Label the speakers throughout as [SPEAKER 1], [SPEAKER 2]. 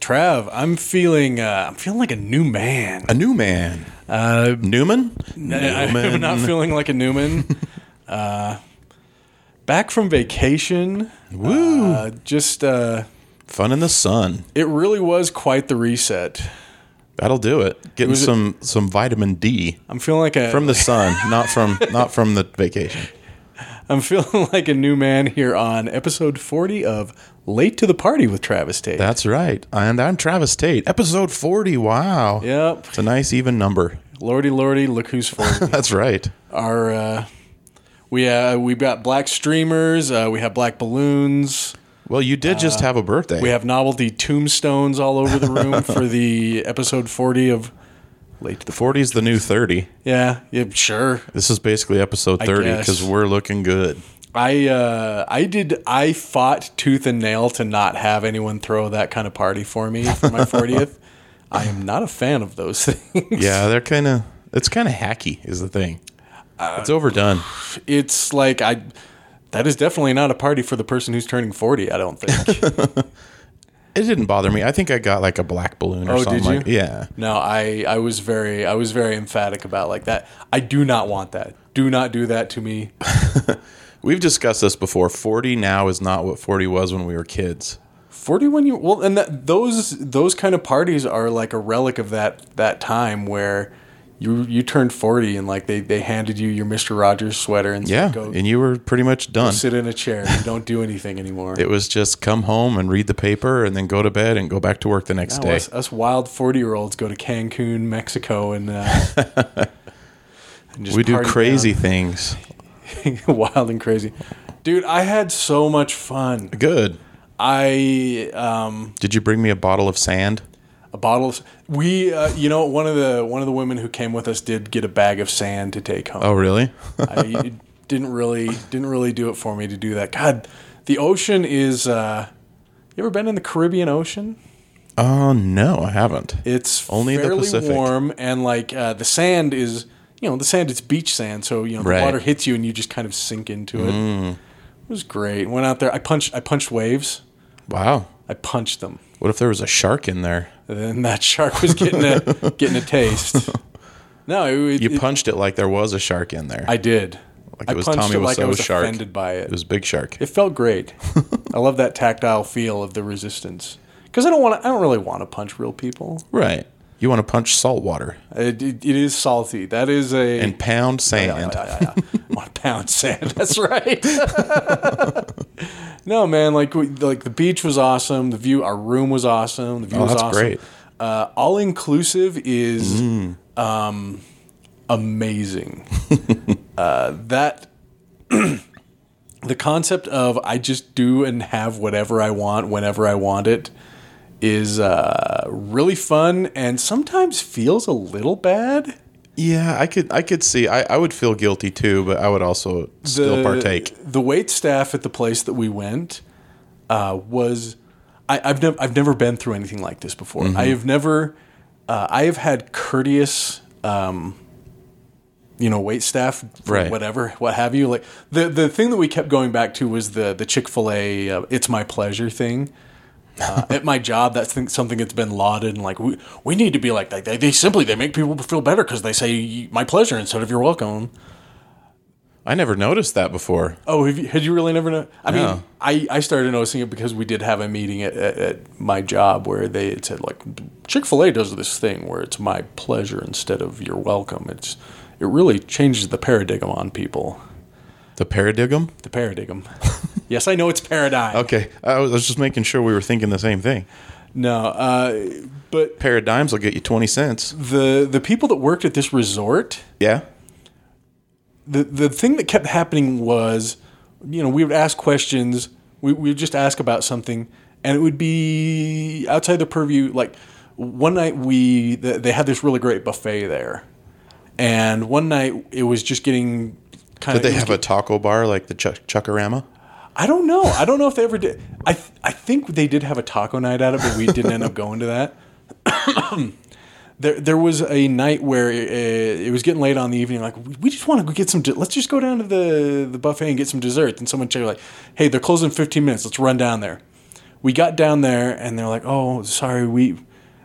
[SPEAKER 1] Trav, I'm feeling uh, I'm feeling like a new man.
[SPEAKER 2] A new man. Uh, Newman?
[SPEAKER 1] I'm not feeling like a Newman. uh, back from vacation.
[SPEAKER 2] Woo.
[SPEAKER 1] Uh, just uh,
[SPEAKER 2] Fun in the sun.
[SPEAKER 1] it really was quite the reset.
[SPEAKER 2] That'll do it. Getting
[SPEAKER 1] Was it-
[SPEAKER 2] some some vitamin D
[SPEAKER 1] I'm feeling like a
[SPEAKER 2] from the sun, not from not from the vacation.
[SPEAKER 1] I'm feeling like a new man here on episode 40 of Late to the Party with Travis Tate.
[SPEAKER 2] That's right. And I'm Travis Tate. Episode 40. Wow.
[SPEAKER 1] yep.
[SPEAKER 2] It's a nice even number.
[SPEAKER 1] Lordy, lordy, look who's 40.
[SPEAKER 2] That's right.
[SPEAKER 1] Our uh, we uh, we've got black streamers. Uh, we have black balloons.
[SPEAKER 2] Well, you did just have a birthday.
[SPEAKER 1] Uh, We have novelty tombstones all over the room for the episode 40 of Late to the
[SPEAKER 2] 40 is the new 30.
[SPEAKER 1] Yeah, yeah, sure.
[SPEAKER 2] This is basically episode 30
[SPEAKER 1] guess.
[SPEAKER 2] because we're looking good.
[SPEAKER 1] I uh, I did I fought tooth and nail to not have anyone throw that kind of party for me for my 40th. I am not a fan of those things.
[SPEAKER 2] Yeah, they're kind of, it's kind of hacky, is the thing.
[SPEAKER 1] Uh,
[SPEAKER 2] it's overdone.
[SPEAKER 1] It's like I that is definitely not a party for the person who's turning 40, I don't think.
[SPEAKER 2] It didn't bother me. I think I got like a black balloon or
[SPEAKER 1] Oh,
[SPEAKER 2] something
[SPEAKER 1] did you?
[SPEAKER 2] like Yeah.
[SPEAKER 1] no, I I was very I was very emphatic about like that. I do not want that. Do not do that to me.
[SPEAKER 2] We've discussed this before. 40 now is not what 40 was when we were kids.
[SPEAKER 1] 41 year well and that those those kind of parties are like a relic of that that time where you you turned 40 and like they they handed you your Mr. Rogers sweater and
[SPEAKER 2] Yeah.
[SPEAKER 1] said go
[SPEAKER 2] and you were pretty much done.
[SPEAKER 1] sit in a chair you don't do anything anymore
[SPEAKER 2] It was just come home and read the paper and then go to bed and go back to work the next
[SPEAKER 1] Now
[SPEAKER 2] day.
[SPEAKER 1] us, us wild 40 year olds go to Cancun Mexico and, uh, and just
[SPEAKER 2] We do
[SPEAKER 1] party
[SPEAKER 2] crazy things.
[SPEAKER 1] down. wild and crazy dude I had so much fun
[SPEAKER 2] Good.
[SPEAKER 1] I um
[SPEAKER 2] Did you bring me a bottle of sand?
[SPEAKER 1] a bottle of we uh, you know one of the one of the women who came with us did get a bag of sand to take home
[SPEAKER 2] Oh, really?
[SPEAKER 1] I didn't really didn't really do it for me to do that. God, the ocean is. Uh, you ever been in the Caribbean Ocean?
[SPEAKER 2] Oh, no, I haven't.
[SPEAKER 1] It's
[SPEAKER 2] Only the
[SPEAKER 1] fairly
[SPEAKER 2] Pacific.
[SPEAKER 1] warm, and like uh, the sand is, you know, the sand it's beach sand, so you know the
[SPEAKER 2] Right. Mm.
[SPEAKER 1] water hits you and you just kind of sink into it. It was great. Went out there. I punched. I punched waves.
[SPEAKER 2] Wow.
[SPEAKER 1] I punched them.
[SPEAKER 2] What if there was a shark in there?
[SPEAKER 1] And then that shark was getting a getting a taste. No, it,
[SPEAKER 2] You
[SPEAKER 1] it-
[SPEAKER 2] punched it like there was a shark in there.
[SPEAKER 1] I did.
[SPEAKER 2] like
[SPEAKER 1] I punched it like I
[SPEAKER 2] Wiseau
[SPEAKER 1] was offended by it.
[SPEAKER 2] It was Big Shark.
[SPEAKER 1] It felt great. I love that tactile feel of the resistance because I don't want to. I don't really want to punch real people.
[SPEAKER 2] Right. You want to punch salt water
[SPEAKER 1] It, it, it is salty. That is a.
[SPEAKER 2] and pound
[SPEAKER 1] Yeah, yeah,
[SPEAKER 2] sand.
[SPEAKER 1] yeah, yeah. I want to pound sand. That's right. no man, like we, like the beach was awesome. The view, our room was awesome. The view was
[SPEAKER 2] that's
[SPEAKER 1] awesome.
[SPEAKER 2] great.
[SPEAKER 1] Uh, all inclusive is um, amazing. uh, that the concept of I just do and have whatever I want whenever I want it is uh, really fun and sometimes feels a little bad.
[SPEAKER 2] Yeah, I could I could see. I, I would feel guilty too, but I would also still partake.
[SPEAKER 1] The wait staff at the place that we went uh, was I, I've never I've never been through anything like this before. I have never uh, I have had courteous. Um, you know, wait staff,
[SPEAKER 2] Right.
[SPEAKER 1] whatever, what have you. Like the the thing that we kept going back to was the the Chick fil A, uh, it's my pleasure thing. Uh, at my job, that's thing, something that's been lauded, and like we we need to be like that. They, they simply they make people feel better because they say my pleasure instead of you're welcome.
[SPEAKER 2] I never noticed that before.
[SPEAKER 1] Oh, have you, had you really never known? I
[SPEAKER 2] No.
[SPEAKER 1] mean, I, I started noticing it because we did have a meeting at, at, at my job where they had said like Chick Fil A does this thing where it's my pleasure instead of you're welcome. It's it really changes the paradigm on people.
[SPEAKER 2] The paradigm?
[SPEAKER 1] The paradigm. yes, I know it's paradigm.
[SPEAKER 2] Okay. I was I was just making sure we were thinking the same thing.
[SPEAKER 1] No, uh, but
[SPEAKER 2] Paradigms will get you 20 cents.
[SPEAKER 1] the the people that worked at this resort
[SPEAKER 2] Yeah.
[SPEAKER 1] the the thing that kept happening was, you know, we would ask questions. We we would just ask about something, and it would be outside the purview. Like one night, we th- they had this really great buffet there, and one night it was just getting kind
[SPEAKER 2] Did
[SPEAKER 1] of.
[SPEAKER 2] they have a taco bar like the Chuck- Chuckarama?
[SPEAKER 1] I don't know. I don't know if they ever did. I th- I think they did have a taco night at it, but we didn't end up going to that. there there was a night where it, it was getting late on the evening. Like we just want to go get some. de- Let's just go down to the the buffet and get some dessert. And someone checked like, hey, they're closing in fifteen minutes. Let's run down there. we got down there and they're like, "Oh, sorry, we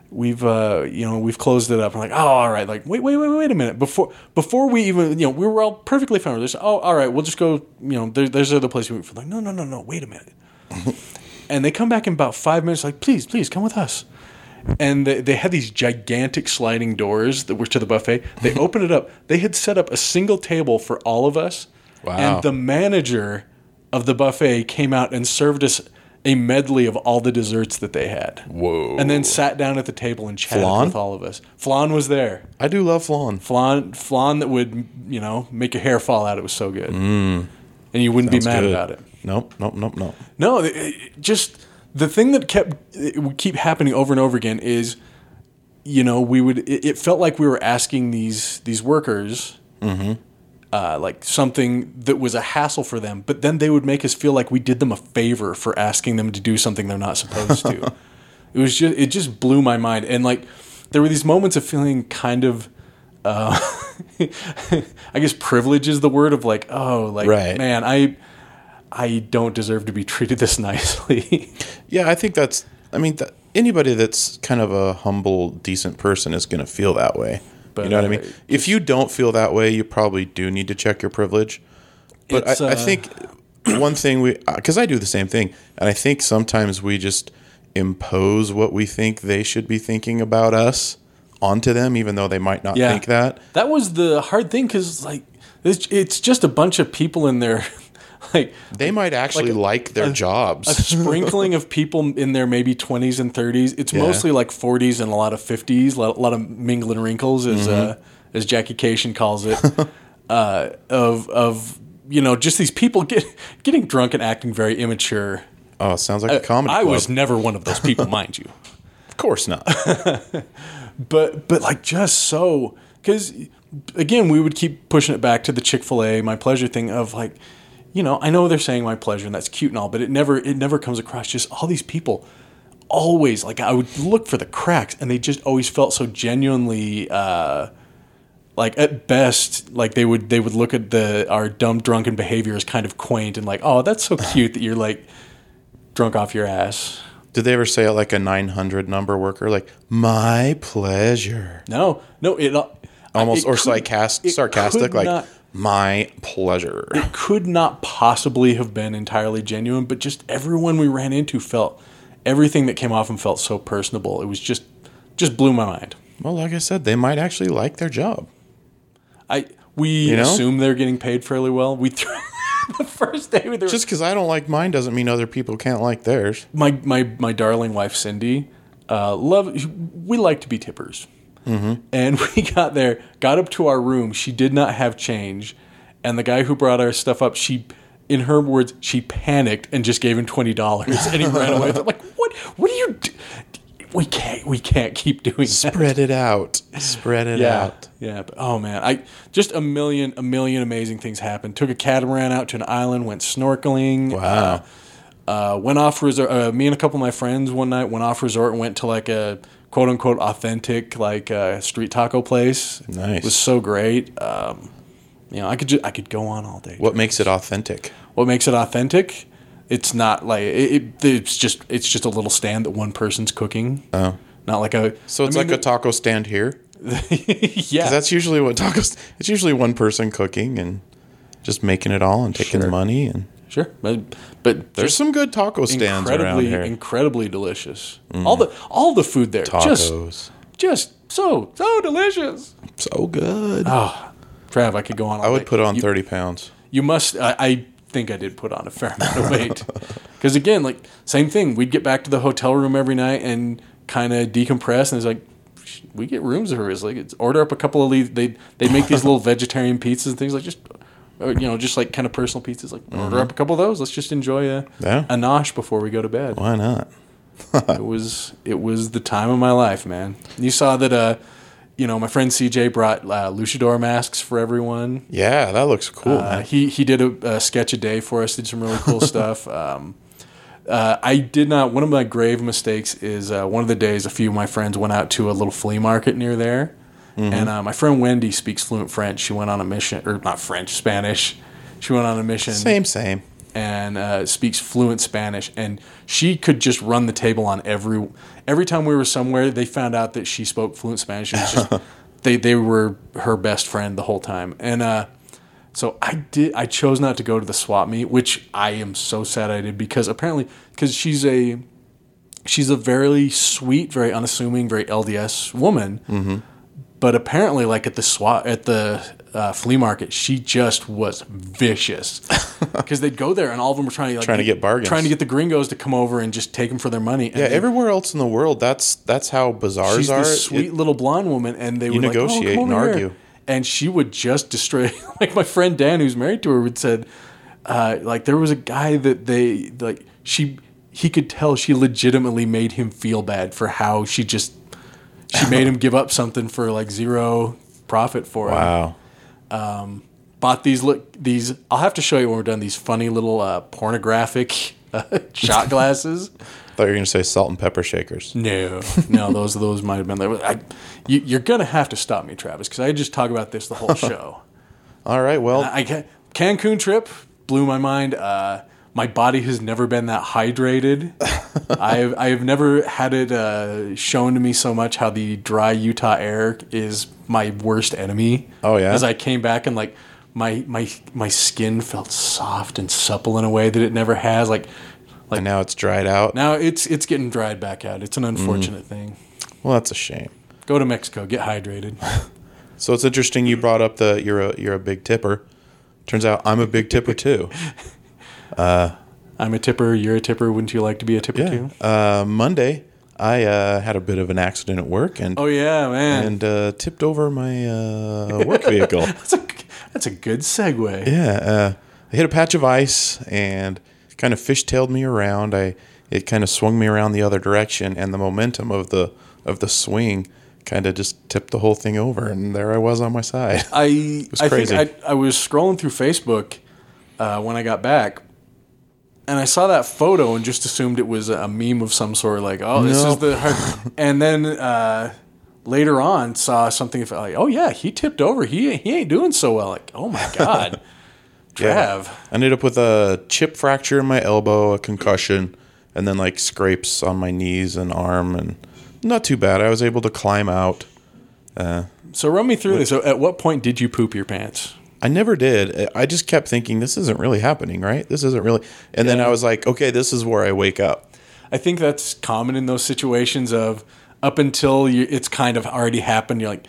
[SPEAKER 1] we've uh, you know we've closed it up." I'm like, "Oh, all right." Like, wait, wait, wait, wait a minute. Before before we even you know we were all perfectly fine with this. Oh, all right, we'll just go. You know, there, there's other place we went for. Like, no, no, no, no. Wait a minute. and they come back in about five minutes. Like, please, please come with us. And they, they had these gigantic sliding doors that were to the buffet. They opened it up. They had set up a single table for all of us.
[SPEAKER 2] Wow.
[SPEAKER 1] And the manager of the buffet came out and served us a medley of all the desserts that they had.
[SPEAKER 2] Whoa.
[SPEAKER 1] And then sat down at the table and chatted
[SPEAKER 2] Flan?
[SPEAKER 1] with all of us. Flan was there.
[SPEAKER 2] I do love flan.
[SPEAKER 1] Flan, flan that would, you know, make your hair fall out. It was so good. And you wouldn't be mad
[SPEAKER 2] Mm. Good.
[SPEAKER 1] about it.
[SPEAKER 2] Nope, nope, nope, nope.
[SPEAKER 1] No, it- it- just the thing that kept it would keep happening over and over again is, you know, we would. It, it felt like we were asking these these workers, uh, like something that was a hassle for them, but then they would make us feel like we did them a favor for asking them to do something they're not supposed to. It was just it just blew my mind, and like there were these moments of feeling kind of. Uh, I guess privilege is the word of like, oh, like
[SPEAKER 2] Right.
[SPEAKER 1] man, I I don't deserve to be treated this nicely.
[SPEAKER 2] Yeah, I think that's. I mean, that, anybody that's kind of a humble, decent person is going to feel that way.
[SPEAKER 1] But,
[SPEAKER 2] you know what I
[SPEAKER 1] uh,
[SPEAKER 2] mean? If you don't feel that way, you probably do need to check your privilege. But I,
[SPEAKER 1] It's,
[SPEAKER 2] I
[SPEAKER 1] uh,
[SPEAKER 2] think one thing we, because I do the same thing, and I think sometimes we just impose what we think they should be thinking about us onto them, even though they might not
[SPEAKER 1] Yeah.
[SPEAKER 2] think that.
[SPEAKER 1] that was the hard thing because like it's, it's just a bunch of people in there, like
[SPEAKER 2] They might actually like, their
[SPEAKER 1] a
[SPEAKER 2] jobs.
[SPEAKER 1] sprinkling of people in their maybe twenties and thirties. It's mostly like forties and a lot of fifties, a lot lot of mingling wrinkles, as
[SPEAKER 2] Mm-hmm.
[SPEAKER 1] uh, as Jackie Cation calls it, uh, of of you know just these people get, getting drunk and acting very immature.
[SPEAKER 2] oh, sounds like a comedy
[SPEAKER 1] I
[SPEAKER 2] club.
[SPEAKER 1] was never one of those people, mind you.
[SPEAKER 2] of course not.
[SPEAKER 1] but but like just so because again we would keep pushing it back to the chick-fil-a my pleasure thing of like you know i know they're saying my pleasure and that's cute and all but it never it never comes across just all these people always like i would look for the cracks and they just always felt so genuinely uh like at best like they would they would look at the our dumb drunken behavior as kind of quaint and like oh that's so cute that you're like drunk off your ass
[SPEAKER 2] Did they ever say it like a 900 number worker? Like, my pleasure.
[SPEAKER 1] no no it
[SPEAKER 2] Almost,
[SPEAKER 1] it
[SPEAKER 2] or
[SPEAKER 1] couldn't-
[SPEAKER 2] sarcastic,
[SPEAKER 1] it
[SPEAKER 2] sarcastic
[SPEAKER 1] could
[SPEAKER 2] like,
[SPEAKER 1] not-
[SPEAKER 2] my pleasure.
[SPEAKER 1] could not possibly have been entirely genuine, but just everyone we ran into felt everything that came off them felt so personable. It was just just blew my mind.
[SPEAKER 2] Well, like I said, they might actually like their job.
[SPEAKER 1] I we
[SPEAKER 2] know?
[SPEAKER 1] assume they're getting paid fairly well. We threw the first day we were
[SPEAKER 2] Just because I don't like mine doesn't mean other people can't like theirs.
[SPEAKER 1] my my my darling wife Cindy, uh, love we like to be tippers, and we got there, got up to our room. She did not have change, and the guy who brought our stuff up, she, in her words, she panicked and just gave him twenty dollars, and he ran away. I'm like, what? What do you? Do? We can't we can't keep doing that.
[SPEAKER 2] Spread it out. Spread it
[SPEAKER 1] Yeah,
[SPEAKER 2] out.
[SPEAKER 1] yeah. But, oh man, I just a million a million amazing things happened. Took a catamaran out to an island, went snorkeling.
[SPEAKER 2] Wow.
[SPEAKER 1] uh, uh, went off resort. Uh, me and a couple of my friends one night went off resort and went to like a quote unquote authentic like uh, street taco place.
[SPEAKER 2] Nice.
[SPEAKER 1] It was so great. Um, you know, I could ju- I could go on all day.
[SPEAKER 2] what makes it authentic?
[SPEAKER 1] What makes it authentic? It's not like it, it, it's just it's just a little stand that one person's cooking.
[SPEAKER 2] Oh.
[SPEAKER 1] Not like a
[SPEAKER 2] So it's like a taco stand here. 'Cause
[SPEAKER 1] a yeah.
[SPEAKER 2] That's usually what tacos. It's usually one person cooking and just making it all and taking the
[SPEAKER 1] Sure.
[SPEAKER 2] money. And
[SPEAKER 1] Sure, but but
[SPEAKER 2] there's some good taco stands around
[SPEAKER 1] incredibly
[SPEAKER 2] here.
[SPEAKER 1] incredibly delicious. All the all the food there just
[SPEAKER 2] Tacos,
[SPEAKER 1] just so so delicious.
[SPEAKER 2] so good.
[SPEAKER 1] Oh, Trav, I could go on. All
[SPEAKER 2] I would
[SPEAKER 1] day.
[SPEAKER 2] put on
[SPEAKER 1] You,
[SPEAKER 2] 30 pounds.
[SPEAKER 1] you must. I, I think I did put on a fair amount of weight because again, like same thing. We'd get back to the hotel room every night and kind of decompress, and it's like. "Sh- We get rooms over. It's like it's order up a couple of these. They they make these little vegetarian pizzas and things like just, or, you know, just like kind of personal pizzas. Like order up a couple of those. Let's just enjoy a
[SPEAKER 2] Mm-hmm. Yeah.
[SPEAKER 1] a nosh before we go to bed.
[SPEAKER 2] Why not?
[SPEAKER 1] It was it was the time of my life, man. You saw that, uh, you know, my friend CJ brought uh, luchador masks for everyone.
[SPEAKER 2] Yeah, that looks cool.
[SPEAKER 1] Uh,
[SPEAKER 2] man.
[SPEAKER 1] he he did a, a sketch a day for us. Did some really cool stuff. Um, uh, I did not. One of my grave mistakes is uh, one of the days a few of my friends went out to a little flea market near there, and uh, my friend Wendy speaks fluent French. She went on a mission, or not French, Spanish. She went on a mission.
[SPEAKER 2] Same, same.
[SPEAKER 1] and uh, speaks fluent Spanish, and she could just run the table on every every time we were somewhere. They found out that she spoke fluent Spanish. And it's just, they they were her best friend the whole time, and uh, so I did. I chose not to go to the swap meet, which I am so sad I did because apparently because she's a she's a very sweet, very unassuming, very LDS woman.
[SPEAKER 2] Mm-hmm.
[SPEAKER 1] But apparently, like at the swap at the uh, flea market, she just was vicious because they'd go there and all of them were trying to like,
[SPEAKER 2] Trying to get bargains.
[SPEAKER 1] trying to get the gringos to come over and just take them for their money. And
[SPEAKER 2] Yeah,
[SPEAKER 1] they-
[SPEAKER 2] everywhere else in the world, that's that's how bazaars
[SPEAKER 1] she's
[SPEAKER 2] are.
[SPEAKER 1] this sweet
[SPEAKER 2] It-
[SPEAKER 1] little blonde woman, and they would like,
[SPEAKER 2] negotiate
[SPEAKER 1] oh, come
[SPEAKER 2] and
[SPEAKER 1] over here."
[SPEAKER 2] argue.
[SPEAKER 1] and she would just destroy. Like my friend Dan, who's married to her, would said, uh, like there was a guy that they like she he could tell she legitimately made him feel bad for how she just she made him give up something for like zero profit for him
[SPEAKER 2] wow.
[SPEAKER 1] bought these look these i'll have to show you when we're done these funny little uh, pornographic uh, shot glasses
[SPEAKER 2] I thought you were going to say salt and pepper shakers.
[SPEAKER 1] no no those those might have been there I, you, you're gonna have to stop me travis because i just talk about this the whole show
[SPEAKER 2] All right, well,
[SPEAKER 1] i can cancun trip blew my mind uh, my body has never been that hydrated I, have, I have never had it uh, shown to me so much how the dry utah air is my worst enemy
[SPEAKER 2] Oh, yeah?
[SPEAKER 1] as i came back and like my my my skin felt soft and supple in a way that it never has like
[SPEAKER 2] and now it's dried out.
[SPEAKER 1] now it's it's getting dried back out it's an
[SPEAKER 2] Mm.
[SPEAKER 1] unfortunate thing
[SPEAKER 2] Well, that's a shame.
[SPEAKER 1] go to mexico get hydrated
[SPEAKER 2] So it's interesting you brought up the you're a you're a big tipper. Turns out I'm a big tipper too.
[SPEAKER 1] i'm a tipper you're a tipper wouldn't you like to be a tipper
[SPEAKER 2] Yeah.
[SPEAKER 1] too
[SPEAKER 2] Uh, Monday, I uh, had a bit of an accident at work and
[SPEAKER 1] oh yeah man
[SPEAKER 2] and uh, tipped over my uh, work vehicle.
[SPEAKER 1] That's a that's a good segue.
[SPEAKER 2] Yeah, uh, I hit a patch of ice and kind of fishtailed me around. I it kind of swung me around the other direction, and the momentum of the of the swing kind of just tipped the whole thing over, and there I was on my side.
[SPEAKER 1] I
[SPEAKER 2] was
[SPEAKER 1] I
[SPEAKER 2] crazy.
[SPEAKER 1] think I, I was scrolling through Facebook uh, when I got back, and I saw that photo and just assumed it was a meme of some sort. Like, oh, this is
[SPEAKER 2] Nope.
[SPEAKER 1] the. And then uh, later on, saw something about, like, oh yeah, he tipped over. He he ain't doing so well. Like, oh my god, Trav.
[SPEAKER 2] I ended up with a chip fracture in my elbow, a concussion, and then like scrapes on my knees and arm, and not too bad. I was able to climb out.
[SPEAKER 1] So run me through this. So at what point did you poop your pants?
[SPEAKER 2] I never did. I just kept thinking this isn't really happening, right? This isn't really. And then I was like, okay, this is where I wake up.
[SPEAKER 1] I think that's common in those situations of up until you, it's kind of already happened. You're like,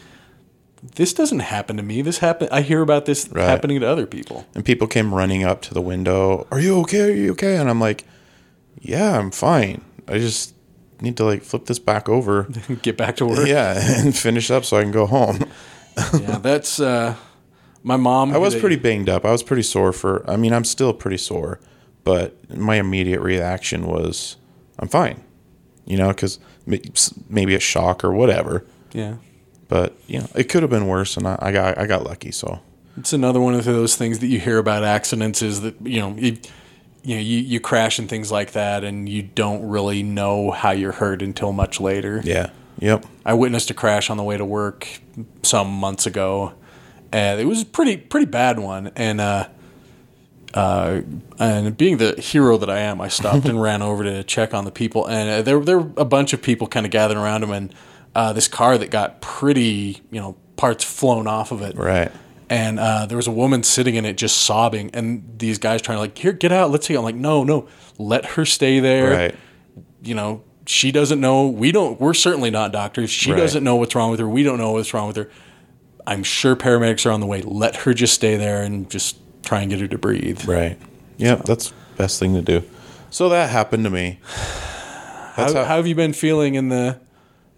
[SPEAKER 1] this doesn't happen to me. This happen. I hear about this
[SPEAKER 2] Right.
[SPEAKER 1] happening to other people.
[SPEAKER 2] And people came running up to the window. Are you okay? Are you okay? And I'm like, yeah, I'm fine. I just need to like flip this back over.
[SPEAKER 1] Get back to work. Yeah,
[SPEAKER 2] yeah, and finish up so I can go home.
[SPEAKER 1] that's uh, my mom.
[SPEAKER 2] I was pretty banged up. I was pretty sore for. I mean, I'm still pretty sore, but my immediate reaction was, I'm fine. You know, because maybe a shock or whatever.
[SPEAKER 1] Yeah,
[SPEAKER 2] But you know, it could have been worse, and I, I got I got lucky. So
[SPEAKER 1] it's another one of those things that you hear about accidents is that you know. You, you know, you, you crash and things like that, and you don't really know how you're hurt until much later.
[SPEAKER 2] yeah, yep.
[SPEAKER 1] I witnessed a crash on the way to work some months ago, and it was a pretty pretty bad one. And uh, uh, and being the hero that I am, I stopped and ran over to check on the people, and uh, there there were a bunch of people kind of gathered around him, and uh, this car that got pretty you know parts flown off of it,
[SPEAKER 2] Right.
[SPEAKER 1] and uh, there was a woman sitting in it just sobbing, and these guys trying to like here get out, let's see. I'm like no no, let her stay there
[SPEAKER 2] Right.
[SPEAKER 1] you know, she doesn't know. We don't. We're certainly not doctors. She
[SPEAKER 2] Right.
[SPEAKER 1] doesn't know what's wrong with her. We don't know what's wrong with her. I'm sure paramedics are on the way. Let her just stay there and just try and get her to breathe.
[SPEAKER 2] Right. Yep. That's the best thing to do. So that happened to me.
[SPEAKER 1] How, how,
[SPEAKER 2] how-
[SPEAKER 1] have you been feeling in the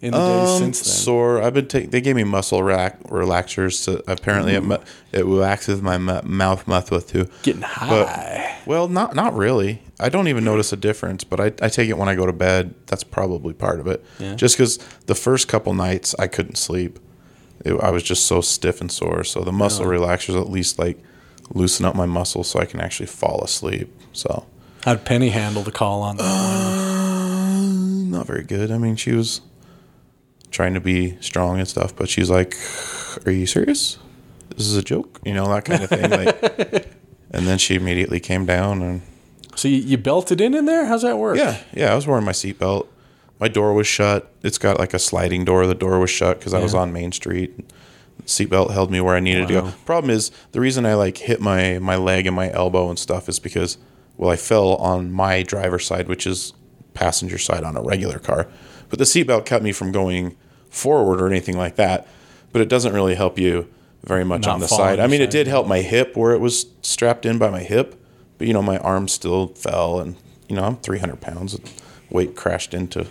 [SPEAKER 1] in the days
[SPEAKER 2] Um,
[SPEAKER 1] since then?
[SPEAKER 2] sore. I've been taking. They gave me muscle rack relaxers. To, apparently, it mu- it relaxes my mu- mouth muscle too.
[SPEAKER 1] Mm-hmm. Getting
[SPEAKER 2] But-
[SPEAKER 1] high.
[SPEAKER 2] well, not not really. I don't even notice a difference, but I, I take it when I go to bed. That's probably part of it.
[SPEAKER 1] Yeah.
[SPEAKER 2] Just because the first couple nights I couldn't sleep, It- I was just so stiff and sore. So the
[SPEAKER 1] Oh.
[SPEAKER 2] muscle relaxers at least like loosen up my muscles so I can actually fall asleep. So
[SPEAKER 1] How'd Penny handle the call on that?
[SPEAKER 2] Uh, not very good. I mean, she was trying to be strong and stuff, but she's like, "Are you serious? This is a joke," you know that kind of thing. Like, and then she immediately came down and
[SPEAKER 1] So you, you belted in in there? How's that work?
[SPEAKER 2] Yeah, yeah. I was wearing my seatbelt. My door was shut. It's got like a sliding door. The door was shut because I was
[SPEAKER 1] Yeah.
[SPEAKER 2] on Main Street. Seatbelt held me where I needed to
[SPEAKER 1] Wow.
[SPEAKER 2] go. Problem is, the reason I like hit my my leg and my elbow and stuff is because well, I fell on my driver's side, which is passenger side on a regular car. But the seatbelt kept me from going forward or anything like that. But it doesn't really help you very much
[SPEAKER 1] Not
[SPEAKER 2] on the
[SPEAKER 1] fall on
[SPEAKER 2] side.
[SPEAKER 1] your
[SPEAKER 2] I mean, it
[SPEAKER 1] side,
[SPEAKER 2] did help my hip where it was strapped in by my hip, but you know, my arm still fell, and you know, I'm 300 pounds. Weight crashed into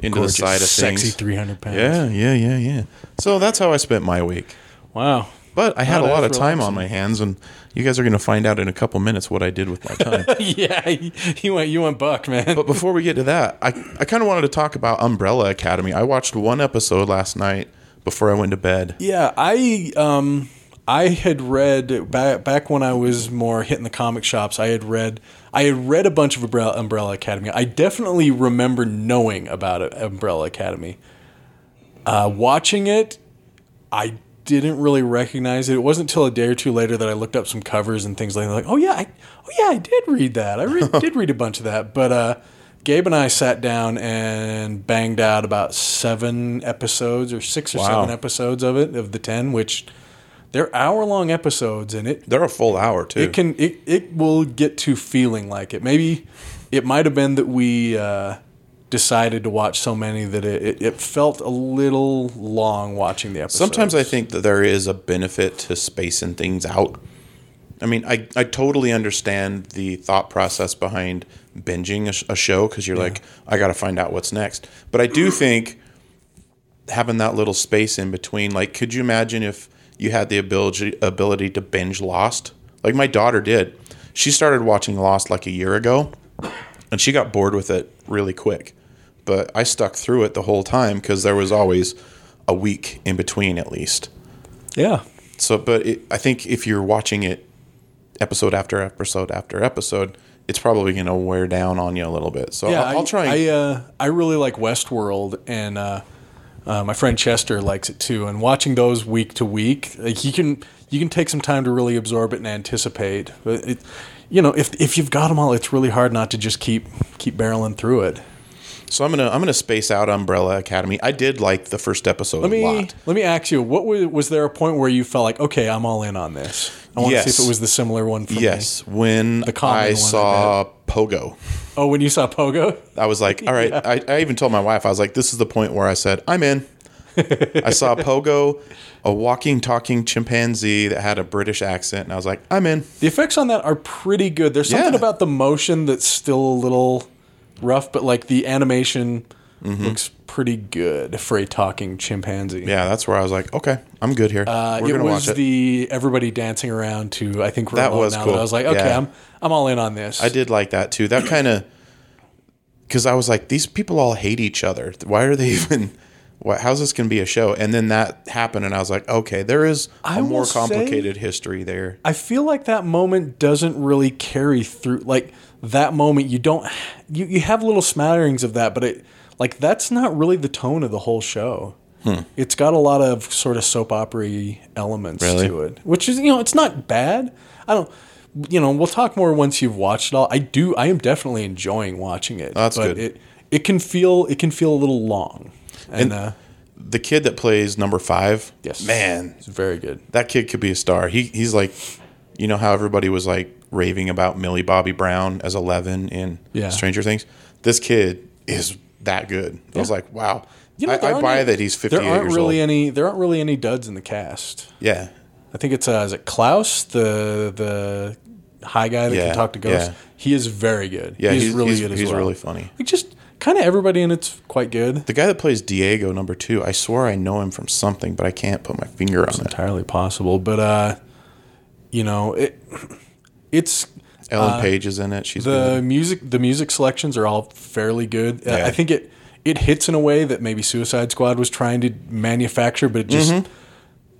[SPEAKER 2] into
[SPEAKER 1] Gorgeous,
[SPEAKER 2] the side of things.
[SPEAKER 1] sexy 300 pounds.
[SPEAKER 2] Yeah, yeah, yeah, yeah. So that's how I spent my week.
[SPEAKER 1] Wow.
[SPEAKER 2] But I had
[SPEAKER 1] Wow,
[SPEAKER 2] a
[SPEAKER 1] Oh, that
[SPEAKER 2] lot of
[SPEAKER 1] is
[SPEAKER 2] time
[SPEAKER 1] relaxing.
[SPEAKER 2] on my hands, and you guys are going to find out in a couple minutes what I did with my time.
[SPEAKER 1] yeah, you you went you went buck, man.
[SPEAKER 2] but before we get to that, I, I kind of wanted to talk about Umbrella Academy. I watched one episode last night before I went to bed.
[SPEAKER 1] Yeah, I um I had read back back when I was more hitting the comic shops. I had read I had read a bunch of Umbrella, Umbrella Academy. I definitely remember knowing about it, Umbrella Academy. Uh, watching it, I didn't really recognize it. It wasn't until a day or two later that I looked up some covers and things like that. Like, oh yeah, I, oh yeah, I did read that. I re- did read a bunch of that. But uh, Gabe and I sat down and banged out about seven episodes or six or
[SPEAKER 2] Wow.
[SPEAKER 1] seven episodes of it of the ten, which they're hour long episodes, and it
[SPEAKER 2] They're a full hour too.
[SPEAKER 1] it can it, it will get to feeling like it. Maybe it might have been that we uh, decided to watch so many that it, it, it felt a little long watching the episode.
[SPEAKER 2] Sometimes I think that there is a benefit to spacing things out. I mean, I, I totally understand the thought process behind binging a, sh- a show because you're like, I got to find out what's next. But I do think having that little space in between, like, could you imagine if you had the ability, ability to binge Lost? Like, my daughter did. She started watching Lost like a year ago and she got bored with it really quick. But I stuck through it the whole time because there was always a week in between, at least.
[SPEAKER 1] yeah.
[SPEAKER 2] So, but it, I think if you're watching it episode after episode after episode, it's probably going to wear down on you a little bit. So
[SPEAKER 1] Yeah,
[SPEAKER 2] I'll, I'll try. And,
[SPEAKER 1] I uh, I really like Westworld, and uh, uh, my friend Chester likes it too. And watching those week to week, like you can you can take some time to really absorb it and anticipate. But it, you know, if if you've got them all, it's really hard not to just keep keep barreling through it.
[SPEAKER 2] so I'm gonna I'm gonna space out Umbrella Academy. I did like the first episode
[SPEAKER 1] Let me
[SPEAKER 2] a lot.
[SPEAKER 1] let me ask you, what was was there a point where you felt like, okay, I'm all in on this? I want to
[SPEAKER 2] Yes.
[SPEAKER 1] see if it was the similar one for me.
[SPEAKER 2] Yes, when
[SPEAKER 1] common one,
[SPEAKER 2] I
[SPEAKER 1] I
[SPEAKER 2] saw Pogo.
[SPEAKER 1] Oh, when you saw Pogo,
[SPEAKER 2] I was like, all right. I, I even told my wife, I was like, this is the point where I said, I'm in. I saw Pogo, a walking, talking chimpanzee that had a British accent, and I was like, I'm in.
[SPEAKER 1] the effects on that are pretty good. There's something
[SPEAKER 2] Yeah.
[SPEAKER 1] about the motion that's still a little rough, but like the animation looks pretty good for a talking chimpanzee.
[SPEAKER 2] Mm-hmm. Yeah, that's where I was like, okay, I'm good here.
[SPEAKER 1] Uh,
[SPEAKER 2] We're
[SPEAKER 1] it
[SPEAKER 2] gonna
[SPEAKER 1] was
[SPEAKER 2] watch it.
[SPEAKER 1] the everybody dancing around to I think
[SPEAKER 2] That
[SPEAKER 1] Remote
[SPEAKER 2] was
[SPEAKER 1] now
[SPEAKER 2] cool.
[SPEAKER 1] that I was like, okay,
[SPEAKER 2] Yeah.
[SPEAKER 1] I'm I'm all in on this.
[SPEAKER 2] I did like that too. That kind of because I was like, these people all hate each other. Why are they even? Why, how's this gonna be a show? And then that happened, and I was like, okay, there is
[SPEAKER 1] I
[SPEAKER 2] a more
[SPEAKER 1] will say-
[SPEAKER 2] complicated history there.
[SPEAKER 1] I feel like that moment doesn't really carry through. Like that moment, you don't you, you have little smatterings of that, but it like that's not really the tone of the whole show.
[SPEAKER 2] Hmm.
[SPEAKER 1] It's got a lot of sort of soap opera elements
[SPEAKER 2] Really?
[SPEAKER 1] to it, which is you know it's not bad. I don't you know we'll talk more once you've watched it all. I do I am definitely enjoying watching it.
[SPEAKER 2] That's
[SPEAKER 1] but
[SPEAKER 2] good.
[SPEAKER 1] It it can feel it can feel a little long, and, uh,
[SPEAKER 2] The kid that plays number five,
[SPEAKER 1] yes,
[SPEAKER 2] man,
[SPEAKER 1] it's very good.
[SPEAKER 2] that kid could be a star. He he's like, you know how everybody was like raving about Millie Bobby Brown as Eleven in
[SPEAKER 1] Yeah.
[SPEAKER 2] Stranger Things. This kid is that good. I was like, wow.
[SPEAKER 1] You know, there
[SPEAKER 2] I, I
[SPEAKER 1] aren't
[SPEAKER 2] buy
[SPEAKER 1] any-
[SPEAKER 2] that he's fifty eight
[SPEAKER 1] There aren't
[SPEAKER 2] years
[SPEAKER 1] really
[SPEAKER 2] old.
[SPEAKER 1] any there aren't really any duds in the cast.
[SPEAKER 2] yeah,
[SPEAKER 1] I think it's uh, is it Klaus, the the high guy that
[SPEAKER 2] Yeah,
[SPEAKER 1] can talk to ghosts.
[SPEAKER 2] yeah.
[SPEAKER 1] He is very good.
[SPEAKER 2] yeah.
[SPEAKER 1] he's,
[SPEAKER 2] He's,
[SPEAKER 1] really
[SPEAKER 2] he's-
[SPEAKER 1] good as
[SPEAKER 2] he's
[SPEAKER 1] well.
[SPEAKER 2] really funny.
[SPEAKER 1] like just kind of everybody in it's quite good.
[SPEAKER 2] The guy that plays Diego, number two, I swear I know him from something, but I can't put my finger on it.
[SPEAKER 1] Entirely possible, but uh, you know it. It's
[SPEAKER 2] Ellen Page is in it. She's
[SPEAKER 1] Uh, the
[SPEAKER 2] good.
[SPEAKER 1] music. The music selections are all fairly good. Uh,
[SPEAKER 2] Yeah.
[SPEAKER 1] I think it it hits in a way that maybe Suicide Squad was trying to manufacture, but it just.
[SPEAKER 2] Mm-hmm.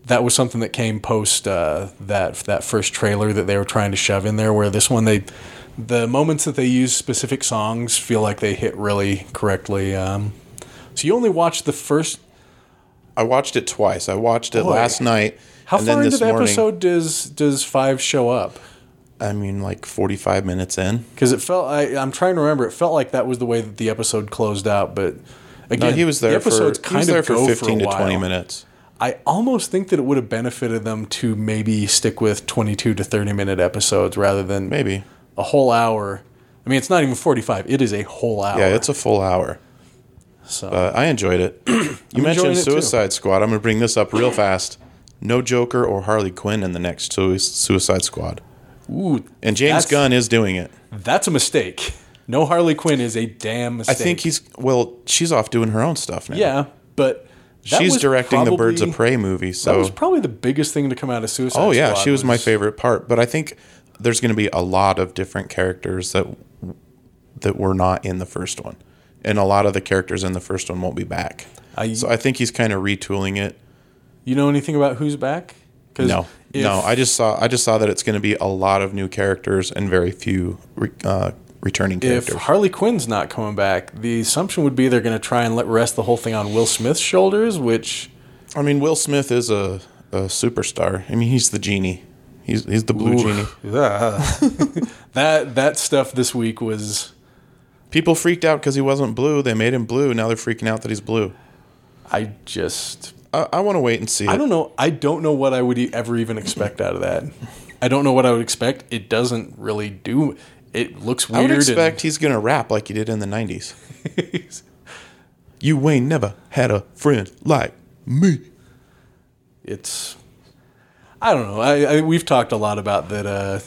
[SPEAKER 1] That was something that came post uh, that that first trailer that they were trying to shove in there. Where this one, they the moments that they use specific songs feel like they hit really correctly. Um, so you only watched the first.
[SPEAKER 2] I watched it twice. I watched it
[SPEAKER 1] Boy.
[SPEAKER 2] last night.
[SPEAKER 1] How
[SPEAKER 2] and
[SPEAKER 1] far
[SPEAKER 2] then
[SPEAKER 1] into
[SPEAKER 2] this
[SPEAKER 1] the
[SPEAKER 2] morning,
[SPEAKER 1] episode does does five show up?
[SPEAKER 2] I mean, like 45 minutes in.
[SPEAKER 1] Because it felt, I, I'm trying to remember, it felt like that was the way that the episode closed out. But
[SPEAKER 2] No,
[SPEAKER 1] again,
[SPEAKER 2] he was there.
[SPEAKER 1] the episodes
[SPEAKER 2] for,
[SPEAKER 1] kind
[SPEAKER 2] he was
[SPEAKER 1] of
[SPEAKER 2] there for
[SPEAKER 1] go
[SPEAKER 2] 15
[SPEAKER 1] for a
[SPEAKER 2] to 20
[SPEAKER 1] while.
[SPEAKER 2] minutes.
[SPEAKER 1] I almost think that it would have benefited them to maybe stick with 22 to 30 minute episodes rather than
[SPEAKER 2] Maybe.
[SPEAKER 1] a whole hour. I mean, it's not even 45, it is a whole hour.
[SPEAKER 2] Yeah, it's a full hour.
[SPEAKER 1] So-
[SPEAKER 2] Uh, I enjoyed it. you mentioned
[SPEAKER 1] it too.
[SPEAKER 2] Suicide Squad. I'm going to bring this up real fast. No Joker or Harley Quinn in the next Sui- Suicide Squad.
[SPEAKER 1] Ooh,
[SPEAKER 2] And James
[SPEAKER 1] That's-
[SPEAKER 2] Gunn is doing it.
[SPEAKER 1] that's a mistake. No Harley Quinn is a damn
[SPEAKER 2] I
[SPEAKER 1] mistake.
[SPEAKER 2] think he's, well, she's off doing her own stuff now.
[SPEAKER 1] Yeah, but. that
[SPEAKER 2] She's
[SPEAKER 1] was
[SPEAKER 2] directing the Birds of
[SPEAKER 1] probably-
[SPEAKER 2] Prey movie. So
[SPEAKER 1] That was probably the biggest thing to come out of Suicide
[SPEAKER 2] Oh yeah,
[SPEAKER 1] Squad
[SPEAKER 2] she was, my favorite part. But I think there's going to be a lot of different characters that that were not in the first one, and a lot of the characters in the first one won't be back.
[SPEAKER 1] I-
[SPEAKER 2] so I think he's kind of retooling it.
[SPEAKER 1] You know anything about who's back? 'Cause
[SPEAKER 2] No,
[SPEAKER 1] if-
[SPEAKER 2] no, I just saw I just saw that it's going to be a lot of new characters and very few re, uh, returning
[SPEAKER 1] if
[SPEAKER 2] characters.
[SPEAKER 1] Harley Quinn's not coming back, the assumption would be they're going to try and let rest the whole thing on Will Smith's shoulders, which
[SPEAKER 2] I mean, Will Smith is a, a superstar. I mean, he's the genie. He's he's the blue genie.
[SPEAKER 1] that that stuff this week was.
[SPEAKER 2] People freaked out because he wasn't blue. They made him blue. Now they're freaking out that he's blue.
[SPEAKER 1] I just
[SPEAKER 2] I, I want to wait and see.
[SPEAKER 1] I
[SPEAKER 2] it.
[SPEAKER 1] don't know. I don't know what I would e- ever even expect out of that. I don't know what I would expect. It doesn't really do. It looks
[SPEAKER 2] I
[SPEAKER 1] weird.
[SPEAKER 2] would
[SPEAKER 1] and-
[SPEAKER 2] expect he's gonna rap like he did in the '90s. You ain't never had a friend like me.
[SPEAKER 1] it's I don't know. I, I we've talked a lot about that uh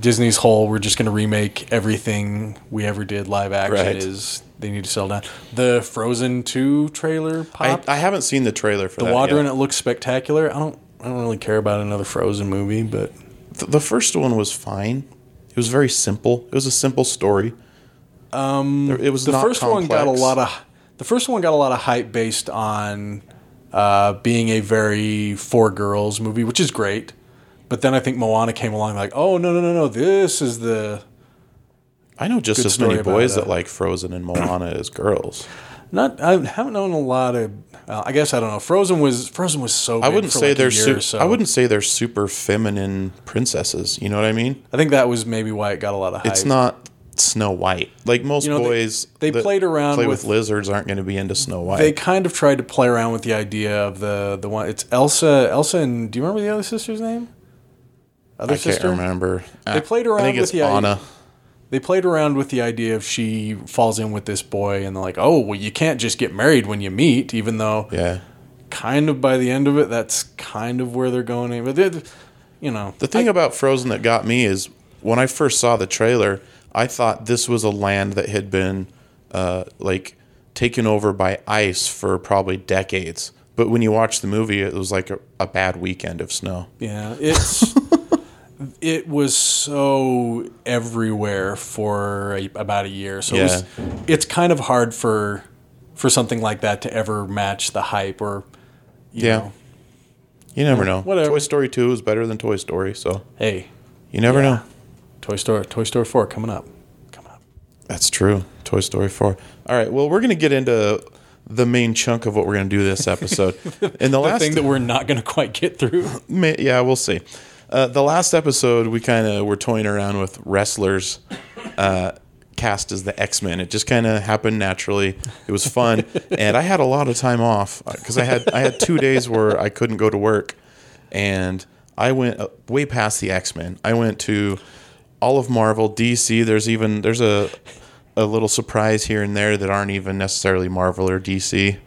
[SPEAKER 1] Disney's whole we're just going to remake everything we ever did live action
[SPEAKER 2] Right.
[SPEAKER 1] is they need to sell down. The Frozen 2 trailer
[SPEAKER 2] I,
[SPEAKER 1] popped.
[SPEAKER 2] I haven't seen the trailer for
[SPEAKER 1] the
[SPEAKER 2] that.
[SPEAKER 1] water
[SPEAKER 2] yet.
[SPEAKER 1] in it looks spectacular. I don't I don't really care about another Frozen movie, but
[SPEAKER 2] Th- the first one was fine. It was very simple. It was a simple story. Um, it was
[SPEAKER 1] the
[SPEAKER 2] not
[SPEAKER 1] first one got a
[SPEAKER 2] complex.
[SPEAKER 1] lot of the first one got a lot of hype based on uh, being a very four girls movie, which is great. But then I think Moana came along like, "Oh, no, no, no, no. This is the
[SPEAKER 2] I know just as many
[SPEAKER 1] story about
[SPEAKER 2] boys
[SPEAKER 1] it.
[SPEAKER 2] that like Frozen and Moana as girls.
[SPEAKER 1] Not I haven't known a lot of. Uh, I guess I don't know. Frozen was Frozen was so.
[SPEAKER 2] I wouldn't
[SPEAKER 1] for
[SPEAKER 2] say
[SPEAKER 1] like
[SPEAKER 2] they're.
[SPEAKER 1] a year
[SPEAKER 2] su-
[SPEAKER 1] or so.
[SPEAKER 2] I wouldn't say they're super feminine princesses. You know what I mean?
[SPEAKER 1] I think that was maybe why it got a lot of hype.
[SPEAKER 2] It's not Snow White. Like most
[SPEAKER 1] know, they-
[SPEAKER 2] boys,
[SPEAKER 1] they
[SPEAKER 2] that
[SPEAKER 1] played around
[SPEAKER 2] play
[SPEAKER 1] with-
[SPEAKER 2] lizards aren't going to be into Snow White.
[SPEAKER 1] They kind of tried to play around with the idea of the the one. It's Elsa. Elsa and do you remember the other sister's name? Other
[SPEAKER 2] I
[SPEAKER 1] sister.
[SPEAKER 2] can't remember.
[SPEAKER 1] They played around
[SPEAKER 2] I think
[SPEAKER 1] with
[SPEAKER 2] it's
[SPEAKER 1] the idea-
[SPEAKER 2] Anna.
[SPEAKER 1] They played around with the idea of she falls in with this boy, and they're like, "Oh, well, you can't just get married when you meet," even though
[SPEAKER 2] Yeah.
[SPEAKER 1] kind of by the end of it, that's kind of where they're going. But they're- you know,
[SPEAKER 2] The thing about Frozen that got me is when I first saw the trailer, I thought this was a land that had been uh, like taken over by ice for probably decades. But when you watch the movie, it was like a, a bad weekend of snow.
[SPEAKER 1] Yeah, it's it was so everywhere for a, about a year. So it was, it's kind of hard for for something like that to ever match the hype or you
[SPEAKER 2] Yeah.
[SPEAKER 1] know,
[SPEAKER 2] You never know.
[SPEAKER 1] whatever.
[SPEAKER 2] Toy Story 2 is better than Toy Story, so
[SPEAKER 1] hey,
[SPEAKER 2] you never know.
[SPEAKER 1] Toy Story Toy Story 4 coming up. Coming up.
[SPEAKER 2] That's true. Toy Story 4. All right, well, we're going to get into the main chunk of what we're going to do this episode. In the,
[SPEAKER 1] The
[SPEAKER 2] last
[SPEAKER 1] thing that we're not going to quite get through.
[SPEAKER 2] May, yeah, we'll see. Uh, the last episode, we kind of were toying around with wrestlers uh, cast as the X Men. It just kind of happened naturally. It was fun, and I had a lot of time off because I had I had two days where I couldn't go to work, and I went uh, way past the X Men. I went to all of Marvel, DC. There's even there's a a little surprise here and there that aren't even necessarily Marvel or DC,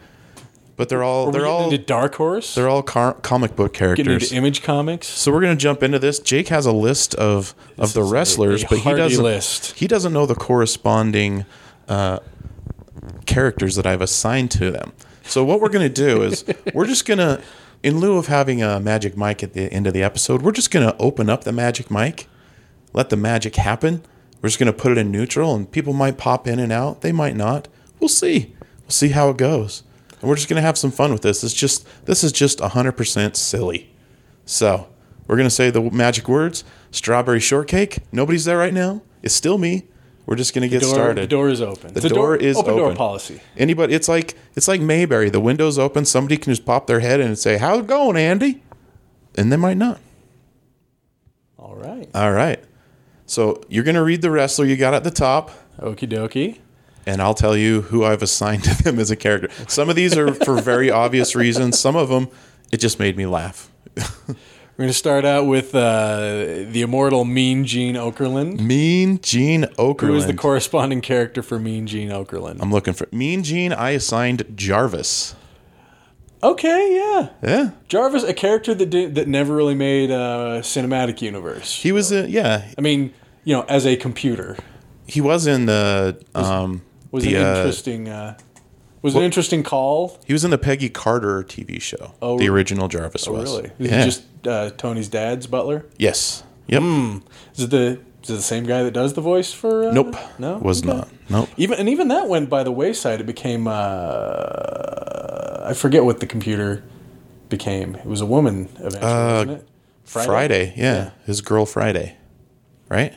[SPEAKER 2] but they're all
[SPEAKER 1] We're
[SPEAKER 2] they're
[SPEAKER 1] getting
[SPEAKER 2] all
[SPEAKER 1] into Dark Horse.
[SPEAKER 2] they're all car- comic book
[SPEAKER 1] getting
[SPEAKER 2] characters.
[SPEAKER 1] into Image Comics.
[SPEAKER 2] So we're gonna jump into this. Jake has a list of of the
[SPEAKER 1] is a-
[SPEAKER 2] wrestlers,
[SPEAKER 1] a
[SPEAKER 2] but he
[SPEAKER 1] hearty
[SPEAKER 2] doesn't
[SPEAKER 1] list.
[SPEAKER 2] he doesn't know the corresponding uh, characters that I've assigned to them. So what we're gonna do is we're just gonna, in lieu of having a magic mic at the end of the episode, we're just gonna open up the magic mic, let the magic happen. We're just gonna put it in neutral, and people might pop in and out. They might not. We'll see. We'll see how it goes. And we're just gonna have some fun with this. It's just this is just hundred percent silly. So we're gonna say the magic words: strawberry shortcake. Nobody's there right now. It's still me. We're just gonna get
[SPEAKER 1] Door,
[SPEAKER 2] started.
[SPEAKER 1] The door is open.
[SPEAKER 2] The door, is
[SPEAKER 1] open.
[SPEAKER 2] open.
[SPEAKER 1] door policy.
[SPEAKER 2] Anybody, it's like it's like Mayberry. The window's open. Somebody can just pop their head in and say, "How's it going, Andy?" And they might not.
[SPEAKER 1] All right.
[SPEAKER 2] All right. So you're gonna read the wrestler you got at the top,
[SPEAKER 1] Okie dokie.
[SPEAKER 2] and I'll tell you who I've assigned to them as a character. Some of these are for very obvious reasons. Some of them, it just made me laugh.
[SPEAKER 1] We're going to start out with uh, the immortal Mean Gene Okerlund,
[SPEAKER 2] Mean Gene Okerlund.
[SPEAKER 1] who is the corresponding character for Mean Gene Okerlund.
[SPEAKER 2] I'm looking for Mean Gene. I assigned Jarvis.
[SPEAKER 1] Okay, yeah.
[SPEAKER 2] Yeah,
[SPEAKER 1] Jarvis, a character that did, that never really made a cinematic universe.
[SPEAKER 2] he was a yeah.
[SPEAKER 1] I mean, you know, as a computer,
[SPEAKER 2] He was in the um.
[SPEAKER 1] was
[SPEAKER 2] the,
[SPEAKER 1] an
[SPEAKER 2] uh,
[SPEAKER 1] interesting uh, was an interesting call.
[SPEAKER 2] He was in the Peggy Carter TV show.
[SPEAKER 1] Oh,
[SPEAKER 2] the original Jarvis was.
[SPEAKER 1] Really, is
[SPEAKER 2] Yeah.
[SPEAKER 1] it just Hmm. uh, Tony's dad's butler?
[SPEAKER 2] yes. Yep.
[SPEAKER 1] Is it the is it the same guy that does the voice for? Uh,
[SPEAKER 2] Nope.
[SPEAKER 1] no,
[SPEAKER 2] Was
[SPEAKER 1] Okay.
[SPEAKER 2] not. Nope.
[SPEAKER 1] Even and even that went by the wayside. It became uh, I forget what the computer became. It was a woman eventually,
[SPEAKER 2] Uh,
[SPEAKER 1] wasn't it?
[SPEAKER 2] Friday. yeah. His girl Friday. Right?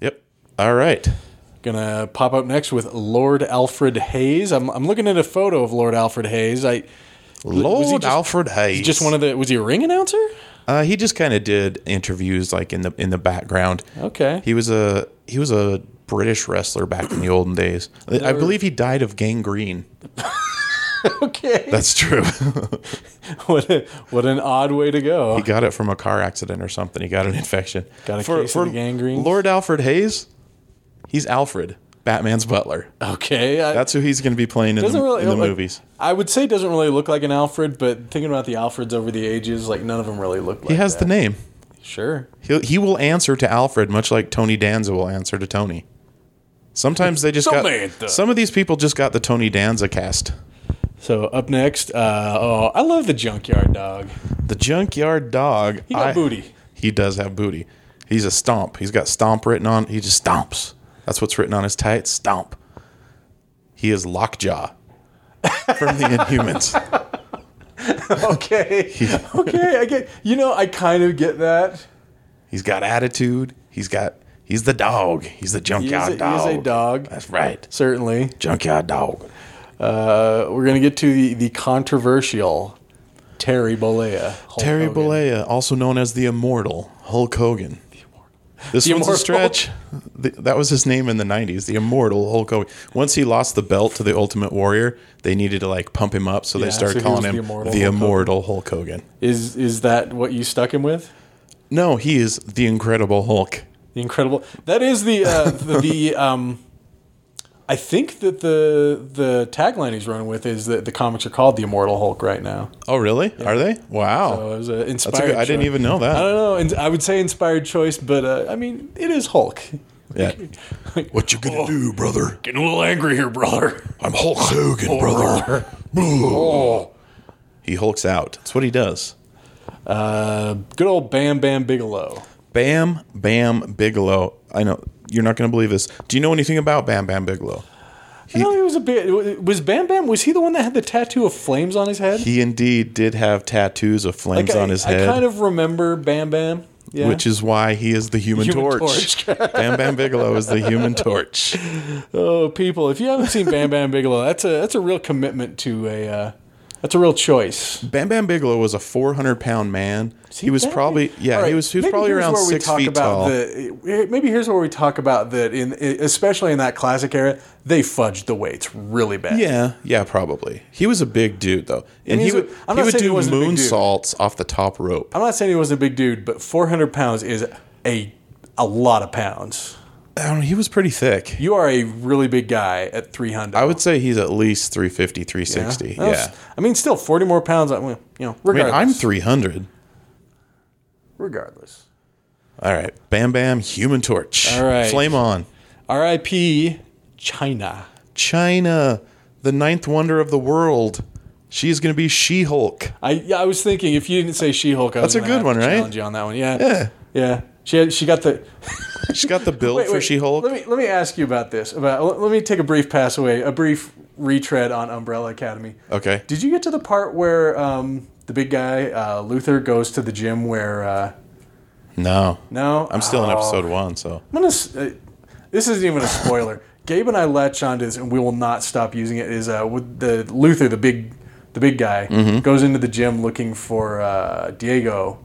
[SPEAKER 2] Yep. All right.
[SPEAKER 1] Gonna pop up next with Lord Alfred Hayes. I'm I'm looking at a photo of Lord Alfred Hayes. I
[SPEAKER 2] Lord
[SPEAKER 1] was he just,
[SPEAKER 2] Alfred Hayes.
[SPEAKER 1] just one of the was he a ring announcer?
[SPEAKER 2] uh, he just kind of did interviews like in the in the background.
[SPEAKER 1] Okay.
[SPEAKER 2] He was a he was a British wrestler back in the olden days. I believe he died of gangrene.
[SPEAKER 1] okay.
[SPEAKER 2] That's true.
[SPEAKER 1] what a, what an odd way to go.
[SPEAKER 2] he got it from a car accident or something. He got an infection.
[SPEAKER 1] Got a case of the gangrene?
[SPEAKER 2] Lord Alfred Hayes. He's Alfred, Batman's butler.
[SPEAKER 1] Okay. I,
[SPEAKER 2] That's who he's going to be playing in the,
[SPEAKER 1] doesn't really
[SPEAKER 2] in the
[SPEAKER 1] like-
[SPEAKER 2] movies.
[SPEAKER 1] I would say doesn't really look like an Alfred, but thinking about the Alfreds over the ages, like none of them really look like
[SPEAKER 2] He has
[SPEAKER 1] that.
[SPEAKER 2] the name.
[SPEAKER 1] Sure.
[SPEAKER 2] He'll, he will answer to Alfred, much like Tony Danza will answer to Tony. Sometimes they just
[SPEAKER 1] Samantha.
[SPEAKER 2] got some of these people just got the Tony Danza cast.
[SPEAKER 1] So up next, uh, oh, I love the junkyard dog.
[SPEAKER 2] The junkyard dog.
[SPEAKER 1] He got booty.
[SPEAKER 2] He does have booty. He's a stomp. He's got stomp written on. He just stomps. That's what's written on his tights. Stomp. He is lockjaw from the Inhumans.
[SPEAKER 1] Okay. okay. I get. You know, I kind of get that.
[SPEAKER 2] He's got attitude. He's got. He's the dog. He's the
[SPEAKER 1] He is
[SPEAKER 2] junkyard
[SPEAKER 1] a, he
[SPEAKER 2] dog.
[SPEAKER 1] is a dog.
[SPEAKER 2] That's right.
[SPEAKER 1] Certainly.
[SPEAKER 2] Junkyard dog.
[SPEAKER 1] Uh, we're gonna get to the, the controversial Terry Bollea. Hulk
[SPEAKER 2] Terry
[SPEAKER 1] Hogan.
[SPEAKER 2] Bollea, also known as the Immortal Hulk Hogan. This
[SPEAKER 1] The
[SPEAKER 2] one's
[SPEAKER 1] Immortal.
[SPEAKER 2] a stretch. Th- that was his name in the '90s, the Immortal Hulk Hogan. Once he lost the belt to the Ultimate Warrior, they needed to like pump him up, so
[SPEAKER 1] Yeah,
[SPEAKER 2] they started
[SPEAKER 1] so he was
[SPEAKER 2] calling him
[SPEAKER 1] the
[SPEAKER 2] the
[SPEAKER 1] Immortal
[SPEAKER 2] Immortal,
[SPEAKER 1] Hulk Hogan.
[SPEAKER 2] Hulk Hogan.
[SPEAKER 1] Is is that what you stuck him with?
[SPEAKER 2] No, he is the Incredible Hulk.
[SPEAKER 1] The incredible. That is the uh, the, the um. I think that the the tagline he's running with is that the comics are called the Immortal Hulk right now.
[SPEAKER 2] Oh, really? Are they? Wow,
[SPEAKER 1] So it was an inspired.
[SPEAKER 2] that's a good. I didn't
[SPEAKER 1] choice.
[SPEAKER 2] even know
[SPEAKER 1] I
[SPEAKER 2] that.
[SPEAKER 1] don't know. And I would say inspired choice, but uh, I mean it is Hulk.
[SPEAKER 2] Yeah. What you
[SPEAKER 1] Oh.
[SPEAKER 2] gonna do, brother?
[SPEAKER 1] Getting a little angry here, brother.
[SPEAKER 2] I'm Hulk Hogan, brother.
[SPEAKER 1] Oh.
[SPEAKER 2] He hulks out. That's what he does.
[SPEAKER 1] Uh, good old Bam Bam Bigelow.
[SPEAKER 2] Bam Bam Bigelow. I know you're not going to believe this. Do you know anything about Bam Bam Bigelow?
[SPEAKER 1] I know he was a bit. Was Bam Bam? Was he the one that had the tattoo of flames on his head?
[SPEAKER 2] He indeed did have tattoos of flames
[SPEAKER 1] I,
[SPEAKER 2] on his
[SPEAKER 1] I
[SPEAKER 2] head,
[SPEAKER 1] kind of remember Bam Bam. Yeah.
[SPEAKER 2] which is why he is the Human,
[SPEAKER 1] Human
[SPEAKER 2] Torch. Bam Bam Bigelow is the Human Torch.
[SPEAKER 1] oh, people! If you haven't seen Bam Bam Bigelow, that's a that's a real commitment to a. Uh, that's a real choice.
[SPEAKER 2] Bam Bam Bigelow was a 400 pound man. he was
[SPEAKER 1] That-
[SPEAKER 2] probably yeah.
[SPEAKER 1] All right,
[SPEAKER 2] He was he was
[SPEAKER 1] maybe
[SPEAKER 2] probably
[SPEAKER 1] here's
[SPEAKER 2] around
[SPEAKER 1] where we
[SPEAKER 2] six
[SPEAKER 1] talk
[SPEAKER 2] feet
[SPEAKER 1] about
[SPEAKER 2] tall.
[SPEAKER 1] The, eh, maybe here's where we talk about that in eh, especially in that classic era, they fudged the weights really bad.
[SPEAKER 2] yeah, yeah, probably. He was a big dude though, and he
[SPEAKER 1] he's a-
[SPEAKER 2] would
[SPEAKER 1] I'm
[SPEAKER 2] he
[SPEAKER 1] not
[SPEAKER 2] would
[SPEAKER 1] saying he
[SPEAKER 2] do
[SPEAKER 1] wasn't a big dude.
[SPEAKER 2] moonsaults off the top rope.
[SPEAKER 1] I'm not saying he wasn't a big dude, but 400 pounds is a a lot of pounds.
[SPEAKER 2] I don't know. He was pretty thick.
[SPEAKER 1] You are a really big guy at 300.
[SPEAKER 2] I would say he's at least 350, 360. Yeah.
[SPEAKER 1] That's- I mean, still 40 more pounds. I mean, you know,
[SPEAKER 2] I mean,
[SPEAKER 1] regardless.
[SPEAKER 2] I'm 300.
[SPEAKER 1] regardless.
[SPEAKER 2] All right. Bam Bam, Human Torch.
[SPEAKER 1] All right.
[SPEAKER 2] Flame on.
[SPEAKER 1] R.I.P. China.
[SPEAKER 2] China, the ninth wonder of the world. She's going to be She Hulk.
[SPEAKER 1] I yeah, I was thinking if you didn't say She-Hulk, I was
[SPEAKER 2] That's
[SPEAKER 1] gonna
[SPEAKER 2] a good
[SPEAKER 1] have to
[SPEAKER 2] one, right?
[SPEAKER 1] Challenge you on that one. Yeah. Yeah. Yeah. She had, she got the
[SPEAKER 2] She's got the build for She Hulk.
[SPEAKER 1] Let me let me ask you about this. About let- let me take a brief pass away, a brief retread on Umbrella Academy.
[SPEAKER 2] Okay.
[SPEAKER 1] Did you get to the part where um, the big guy uh, Luther goes to the gym where? Uh,
[SPEAKER 2] No.
[SPEAKER 1] no,
[SPEAKER 2] I'm still in
[SPEAKER 1] Oh.
[SPEAKER 2] episode one, so.
[SPEAKER 1] I'm gonna. s- Uh, this isn't even a spoiler. Gabe and I latch onto this, and we will not stop using it. Is uh, with the Luther, the
[SPEAKER 3] Mm-hmm.
[SPEAKER 1] big, the big guy, goes into the gym looking for uh, Diego,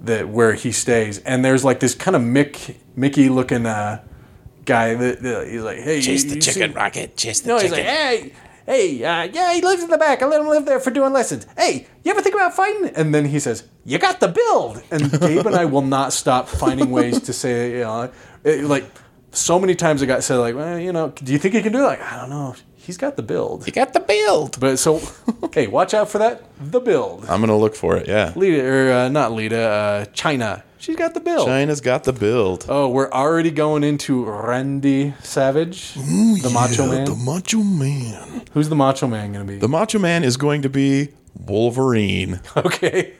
[SPEAKER 1] that where he stays, and there's like this kind of Mick Mickey looking uh, guy that, that he's like, hey,
[SPEAKER 3] Chase
[SPEAKER 1] you-
[SPEAKER 3] the
[SPEAKER 1] you
[SPEAKER 3] chicken
[SPEAKER 1] seen-
[SPEAKER 3] rocket. Chase the
[SPEAKER 1] No, he's
[SPEAKER 3] chicken.
[SPEAKER 1] like, hey, hey, uh, yeah, he lives in the back. I let him live there for doing lessons. Hey, you ever think about fighting? And then he says, you got the build. And Gabe and I will not stop finding ways to say, you know, it, like so many times it got said, like, well, you know, do you think he can do it? Like, I don't know. He's got the build.
[SPEAKER 3] you got the build.
[SPEAKER 1] But so, hey, watch out for that. The build.
[SPEAKER 2] I'm gonna look for it. Yeah,
[SPEAKER 1] Lita, or uh, not Lita, uh, China. She's got the build.
[SPEAKER 2] China's got the build.
[SPEAKER 1] Oh, we're already going into Randy Savage, the Macho Man.
[SPEAKER 2] The Macho Man.
[SPEAKER 1] Who's the Macho Man going to be?
[SPEAKER 2] The Macho Man is going to be Wolverine.
[SPEAKER 1] okay.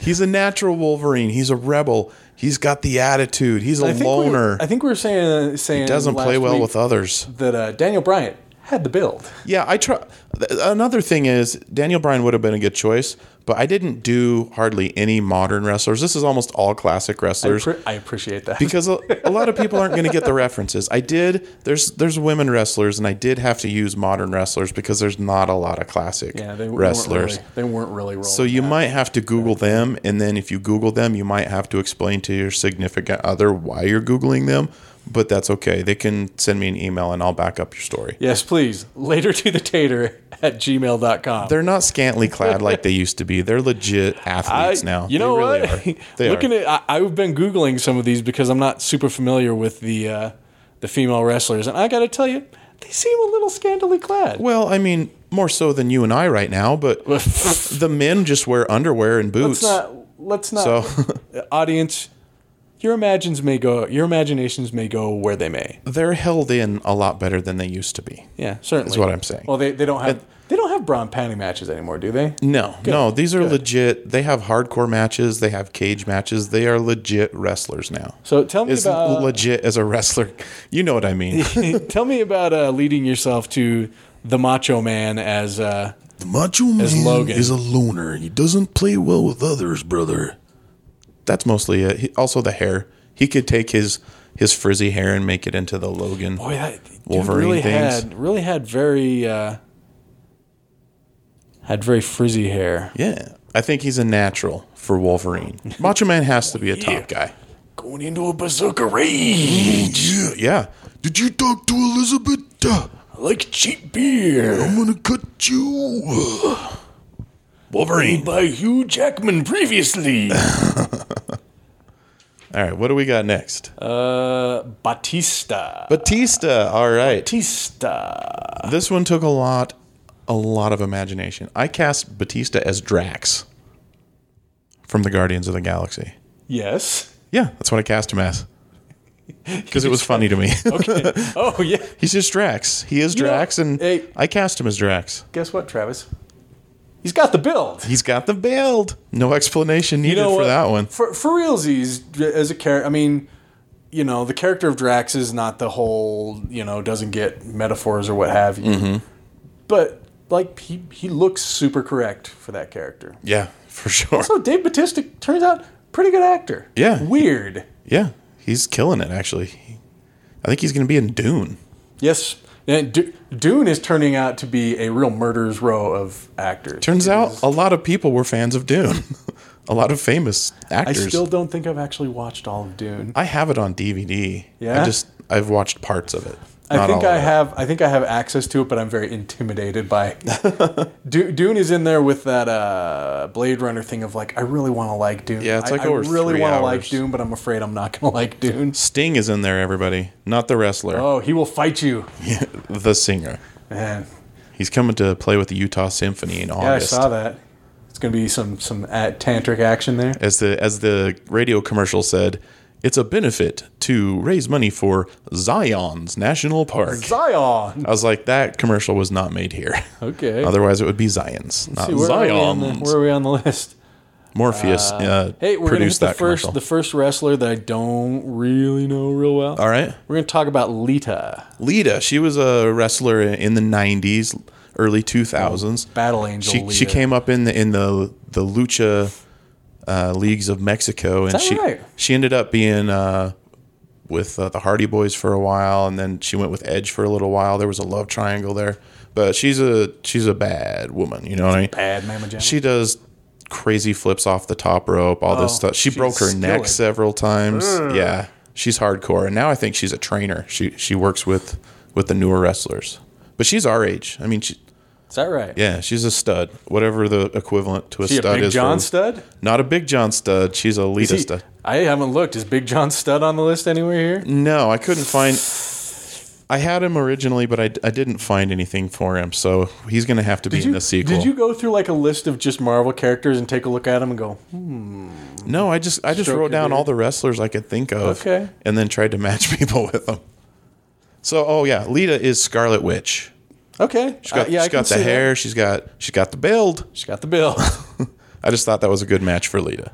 [SPEAKER 2] He's a natural Wolverine. He's a rebel. He's got the attitude. He's a
[SPEAKER 1] I think we
[SPEAKER 2] loner.
[SPEAKER 1] were- I think we were saying uh, saying
[SPEAKER 2] Doesn't play
[SPEAKER 1] last
[SPEAKER 2] well
[SPEAKER 1] week
[SPEAKER 2] with others.
[SPEAKER 1] that uh, Daniel Bryant had the build.
[SPEAKER 2] Yeah, I try. th- Another thing is Daniel Bryan would have been a good choice, but I didn't do hardly any modern wrestlers. This is almost all classic wrestlers
[SPEAKER 1] Pre- I appreciate that.
[SPEAKER 2] because a, a lot of people aren't going to get the references. I did. There's there's women wrestlers, and I did have to use modern wrestlers because there's not a lot of classic
[SPEAKER 1] yeah, they w-
[SPEAKER 2] wrestlers.
[SPEAKER 1] Weren't really, they weren't really rolling.
[SPEAKER 2] So you might have to Google them, and then if you Google them, you might have to explain to your significant other why you're googling them. But that's okay. They can send me an email, and I'll back up your story.
[SPEAKER 1] yes, please. Later to the tater at gmail.com.
[SPEAKER 2] They're not scantily clad like they used to be. They're legit
[SPEAKER 1] I,
[SPEAKER 2] athletes now.
[SPEAKER 1] You know
[SPEAKER 2] they really
[SPEAKER 1] what?
[SPEAKER 2] Are. They
[SPEAKER 1] Looking
[SPEAKER 2] are.
[SPEAKER 1] at, I, I've been googling some of these because I'm not super familiar with the uh, the female wrestlers, and I got to tell you, they seem a little scantily clad.
[SPEAKER 2] well, I mean, more so than you and I right now, but the men just wear underwear and
[SPEAKER 1] Let's
[SPEAKER 2] boots.
[SPEAKER 1] not. Let's not.
[SPEAKER 2] So-
[SPEAKER 1] audience, your imagines may go. Your imaginations may go where they may.
[SPEAKER 2] They're held in a lot better than they used to be.
[SPEAKER 1] Yeah, certainly.
[SPEAKER 2] That's what I'm saying.
[SPEAKER 1] Well, they, they don't have they don't have bra and panty matches anymore, do they?
[SPEAKER 2] No, no, these are legit. They have hardcore matches. They have cage matches. They are legit wrestlers now.
[SPEAKER 1] So tell me
[SPEAKER 2] It's
[SPEAKER 1] about
[SPEAKER 2] legit as a wrestler. You know what I mean.
[SPEAKER 1] tell me about uh, leading yourself to the Macho Man as uh,
[SPEAKER 4] The Macho Man
[SPEAKER 1] Logan.
[SPEAKER 4] is a loner. He doesn't play well with others, brother.
[SPEAKER 2] That's mostly it. He, also the hair. He could take his his frizzy hair and make it into the Logan.
[SPEAKER 1] boy that dude
[SPEAKER 2] Wolverine
[SPEAKER 1] really
[SPEAKER 2] things.
[SPEAKER 1] had really had very uh, had very frizzy hair.
[SPEAKER 2] Yeah. I think he's a natural for Wolverine. Macho Man has to be a top guy.
[SPEAKER 1] Going into
[SPEAKER 4] Oh,
[SPEAKER 1] a berserker rage
[SPEAKER 4] Yeah.
[SPEAKER 2] Yeah.
[SPEAKER 4] Did you talk to Elizabeth? Uh,
[SPEAKER 1] like cheap beer
[SPEAKER 4] I'm gonna cut you.
[SPEAKER 1] Wolverine by Hugh Jackman previously.
[SPEAKER 2] All right. What do we got next?
[SPEAKER 1] uh, Batista.
[SPEAKER 2] Batista. All right.
[SPEAKER 1] Batista.
[SPEAKER 2] This one took a lot, a lot of imagination. I cast Batista as Drax from the Guardians of the Galaxy.
[SPEAKER 1] Yes.
[SPEAKER 2] Yeah. That's what I cast him as. Because it was funny to me.
[SPEAKER 1] Oh yeah.
[SPEAKER 2] He's just Drax. He is
[SPEAKER 1] know,
[SPEAKER 2] Drax, and
[SPEAKER 1] hey-
[SPEAKER 2] I cast him as Drax.
[SPEAKER 1] Guess what, Travis? He's got the build.
[SPEAKER 2] He's got the build. No explanation needed
[SPEAKER 1] you know
[SPEAKER 2] for
[SPEAKER 1] what?
[SPEAKER 2] that one.
[SPEAKER 1] For for realsies, as a character, I mean, you know, the character of Drax is not the whole, you know, doesn't get metaphors or what have you.
[SPEAKER 2] Mm-hmm.
[SPEAKER 1] But like he he looks super correct for that character.
[SPEAKER 2] Yeah, for sure.
[SPEAKER 1] So Dave Batista turns out pretty good actor.
[SPEAKER 2] Yeah.
[SPEAKER 1] Weird.
[SPEAKER 2] Yeah, he's killing it. Actually, He- I think he's going to be in Dune.
[SPEAKER 1] Yes. And D- Dune is turning out to be a real murderer's row of actors.
[SPEAKER 2] Turns
[SPEAKER 1] It
[SPEAKER 2] out
[SPEAKER 1] is-
[SPEAKER 2] a lot of people were fans of Dune. a lot of famous
[SPEAKER 1] I
[SPEAKER 2] actors. I,
[SPEAKER 1] still don't think I've actually watched all of Dune.
[SPEAKER 2] have it on DVD.
[SPEAKER 1] Yeah?
[SPEAKER 2] I just I've watched parts of it.
[SPEAKER 1] I
[SPEAKER 2] Not
[SPEAKER 1] think
[SPEAKER 2] all of
[SPEAKER 1] I
[SPEAKER 2] it.
[SPEAKER 1] have. I think I have access to it, but I'm very intimidated by. Du- Dune is in there with that uh, Blade Runner thing of like, I really want to like Dune.
[SPEAKER 2] Yeah, it's like
[SPEAKER 1] I,
[SPEAKER 2] over
[SPEAKER 1] I really
[SPEAKER 2] three
[SPEAKER 1] wanna like
[SPEAKER 2] hours.
[SPEAKER 1] Dune, but I'm afraid I'm not going to like Dune.
[SPEAKER 2] Sting is in there. Everybody, not the wrestler,
[SPEAKER 1] Oh, he will fight you,
[SPEAKER 2] the singer.
[SPEAKER 1] man.
[SPEAKER 2] He's coming to play with the Utah Symphony in
[SPEAKER 1] Yeah, I
[SPEAKER 2] August.
[SPEAKER 1] saw that. It's going to be some some at tantric action there.
[SPEAKER 2] As the as the radio commercial said, it's a benefit to raise money for Zion's National Park.
[SPEAKER 1] Zion.
[SPEAKER 2] I was like, that commercial was not made here.
[SPEAKER 1] Okay.
[SPEAKER 2] Otherwise, it would be Zion's, not
[SPEAKER 1] See, where, are we on the,
[SPEAKER 2] Zion's.
[SPEAKER 1] where are we on the list?
[SPEAKER 2] Morpheus uh,
[SPEAKER 1] Hey, we're going to hit
[SPEAKER 2] produced
[SPEAKER 1] the
[SPEAKER 2] that
[SPEAKER 1] first
[SPEAKER 2] commercial.
[SPEAKER 1] the first wrestler that I don't really know real well.
[SPEAKER 2] All right,
[SPEAKER 1] We're going to talk about Lita,
[SPEAKER 2] Lita. She was a wrestler in the '90s, early 2000s.
[SPEAKER 1] Battle Angel.
[SPEAKER 2] She
[SPEAKER 1] Lita.
[SPEAKER 2] she came up in the in the the lucha uh, leagues of Mexico, and
[SPEAKER 1] that
[SPEAKER 2] she
[SPEAKER 1] right?
[SPEAKER 2] she ended up being uh, with uh, the Hardy Boys for a while, and then she went with Edge for a little while. There was a love triangle there, but she's a she's a bad woman. You know what I mean?
[SPEAKER 1] Bad Mama Jama.
[SPEAKER 2] She does crazy flips off the top rope, all this
[SPEAKER 1] Oh,
[SPEAKER 2] stuff. She
[SPEAKER 1] she's
[SPEAKER 2] broke her neck
[SPEAKER 1] skilled.
[SPEAKER 2] several times. Yeah, she's hardcore, and now I think she's a trainer. She she works with with the newer wrestlers, but she's our age. I mean, she,
[SPEAKER 1] Is that right?
[SPEAKER 2] yeah, she's a stud, whatever the equivalent to a
[SPEAKER 1] Is he a
[SPEAKER 2] stud
[SPEAKER 1] Big
[SPEAKER 2] is.
[SPEAKER 1] John
[SPEAKER 2] for-
[SPEAKER 1] stud?
[SPEAKER 2] Not a Big John stud. She's a Lita
[SPEAKER 1] Is he-
[SPEAKER 2] stud.
[SPEAKER 1] I haven't looked. Is Big John stud on the list anywhere here?
[SPEAKER 2] No, I couldn't find. I had him originally, but I, I didn't find anything for him, so he's going to have to be
[SPEAKER 1] Did
[SPEAKER 2] in
[SPEAKER 1] you,
[SPEAKER 2] the sequel.
[SPEAKER 1] did you go through like a list of just Marvel characters and take a look at them and go,
[SPEAKER 2] No, I just I just
[SPEAKER 1] Stroke your
[SPEAKER 2] wrote down
[SPEAKER 1] beard.
[SPEAKER 2] all the wrestlers I could think of,
[SPEAKER 1] Okay.
[SPEAKER 2] and then tried to match people with them. So, oh yeah, Lita is Scarlet Witch.
[SPEAKER 1] okay,
[SPEAKER 2] She's got,
[SPEAKER 1] uh, yeah, I
[SPEAKER 2] she's
[SPEAKER 1] can
[SPEAKER 2] got the
[SPEAKER 1] see that.
[SPEAKER 2] hair. She's got she's got the build.
[SPEAKER 1] she's got the bill.
[SPEAKER 2] I just thought that was a good match for Lita.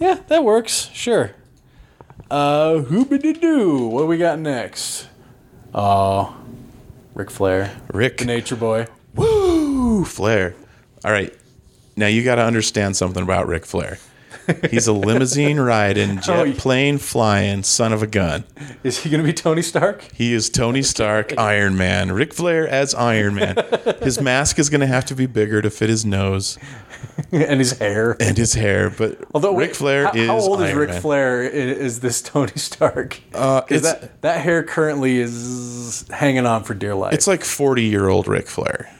[SPEAKER 1] yeah, that works. Sure. Uh, hoobity doo. What we got next? Oh, Ric Flair,
[SPEAKER 2] Rick
[SPEAKER 1] the Nature Boy.
[SPEAKER 2] Woo Flair. All right. Now you got to understand something about Ric Flair. He's a limousine riding, jet
[SPEAKER 1] Oh, yeah.
[SPEAKER 2] plane flying son of a gun.
[SPEAKER 1] Is he going to be Tony Stark?
[SPEAKER 2] He is Tony Stark, Iron Man. Ric Flair as Iron Man. His mask is going to have to be bigger to fit his nose
[SPEAKER 1] and his hair.
[SPEAKER 2] and his hair. But
[SPEAKER 1] Although
[SPEAKER 2] Ric
[SPEAKER 1] wait,
[SPEAKER 2] Flair
[SPEAKER 1] how,
[SPEAKER 2] is
[SPEAKER 1] how old is
[SPEAKER 2] Iron
[SPEAKER 1] Ric
[SPEAKER 2] Man.
[SPEAKER 1] Flair? i- Is this Tony Stark?
[SPEAKER 2] Uh,
[SPEAKER 1] 'Cause
[SPEAKER 2] it's,
[SPEAKER 1] that that hair currently is hanging on for dear life.
[SPEAKER 2] it's like forty year old Ric Flair,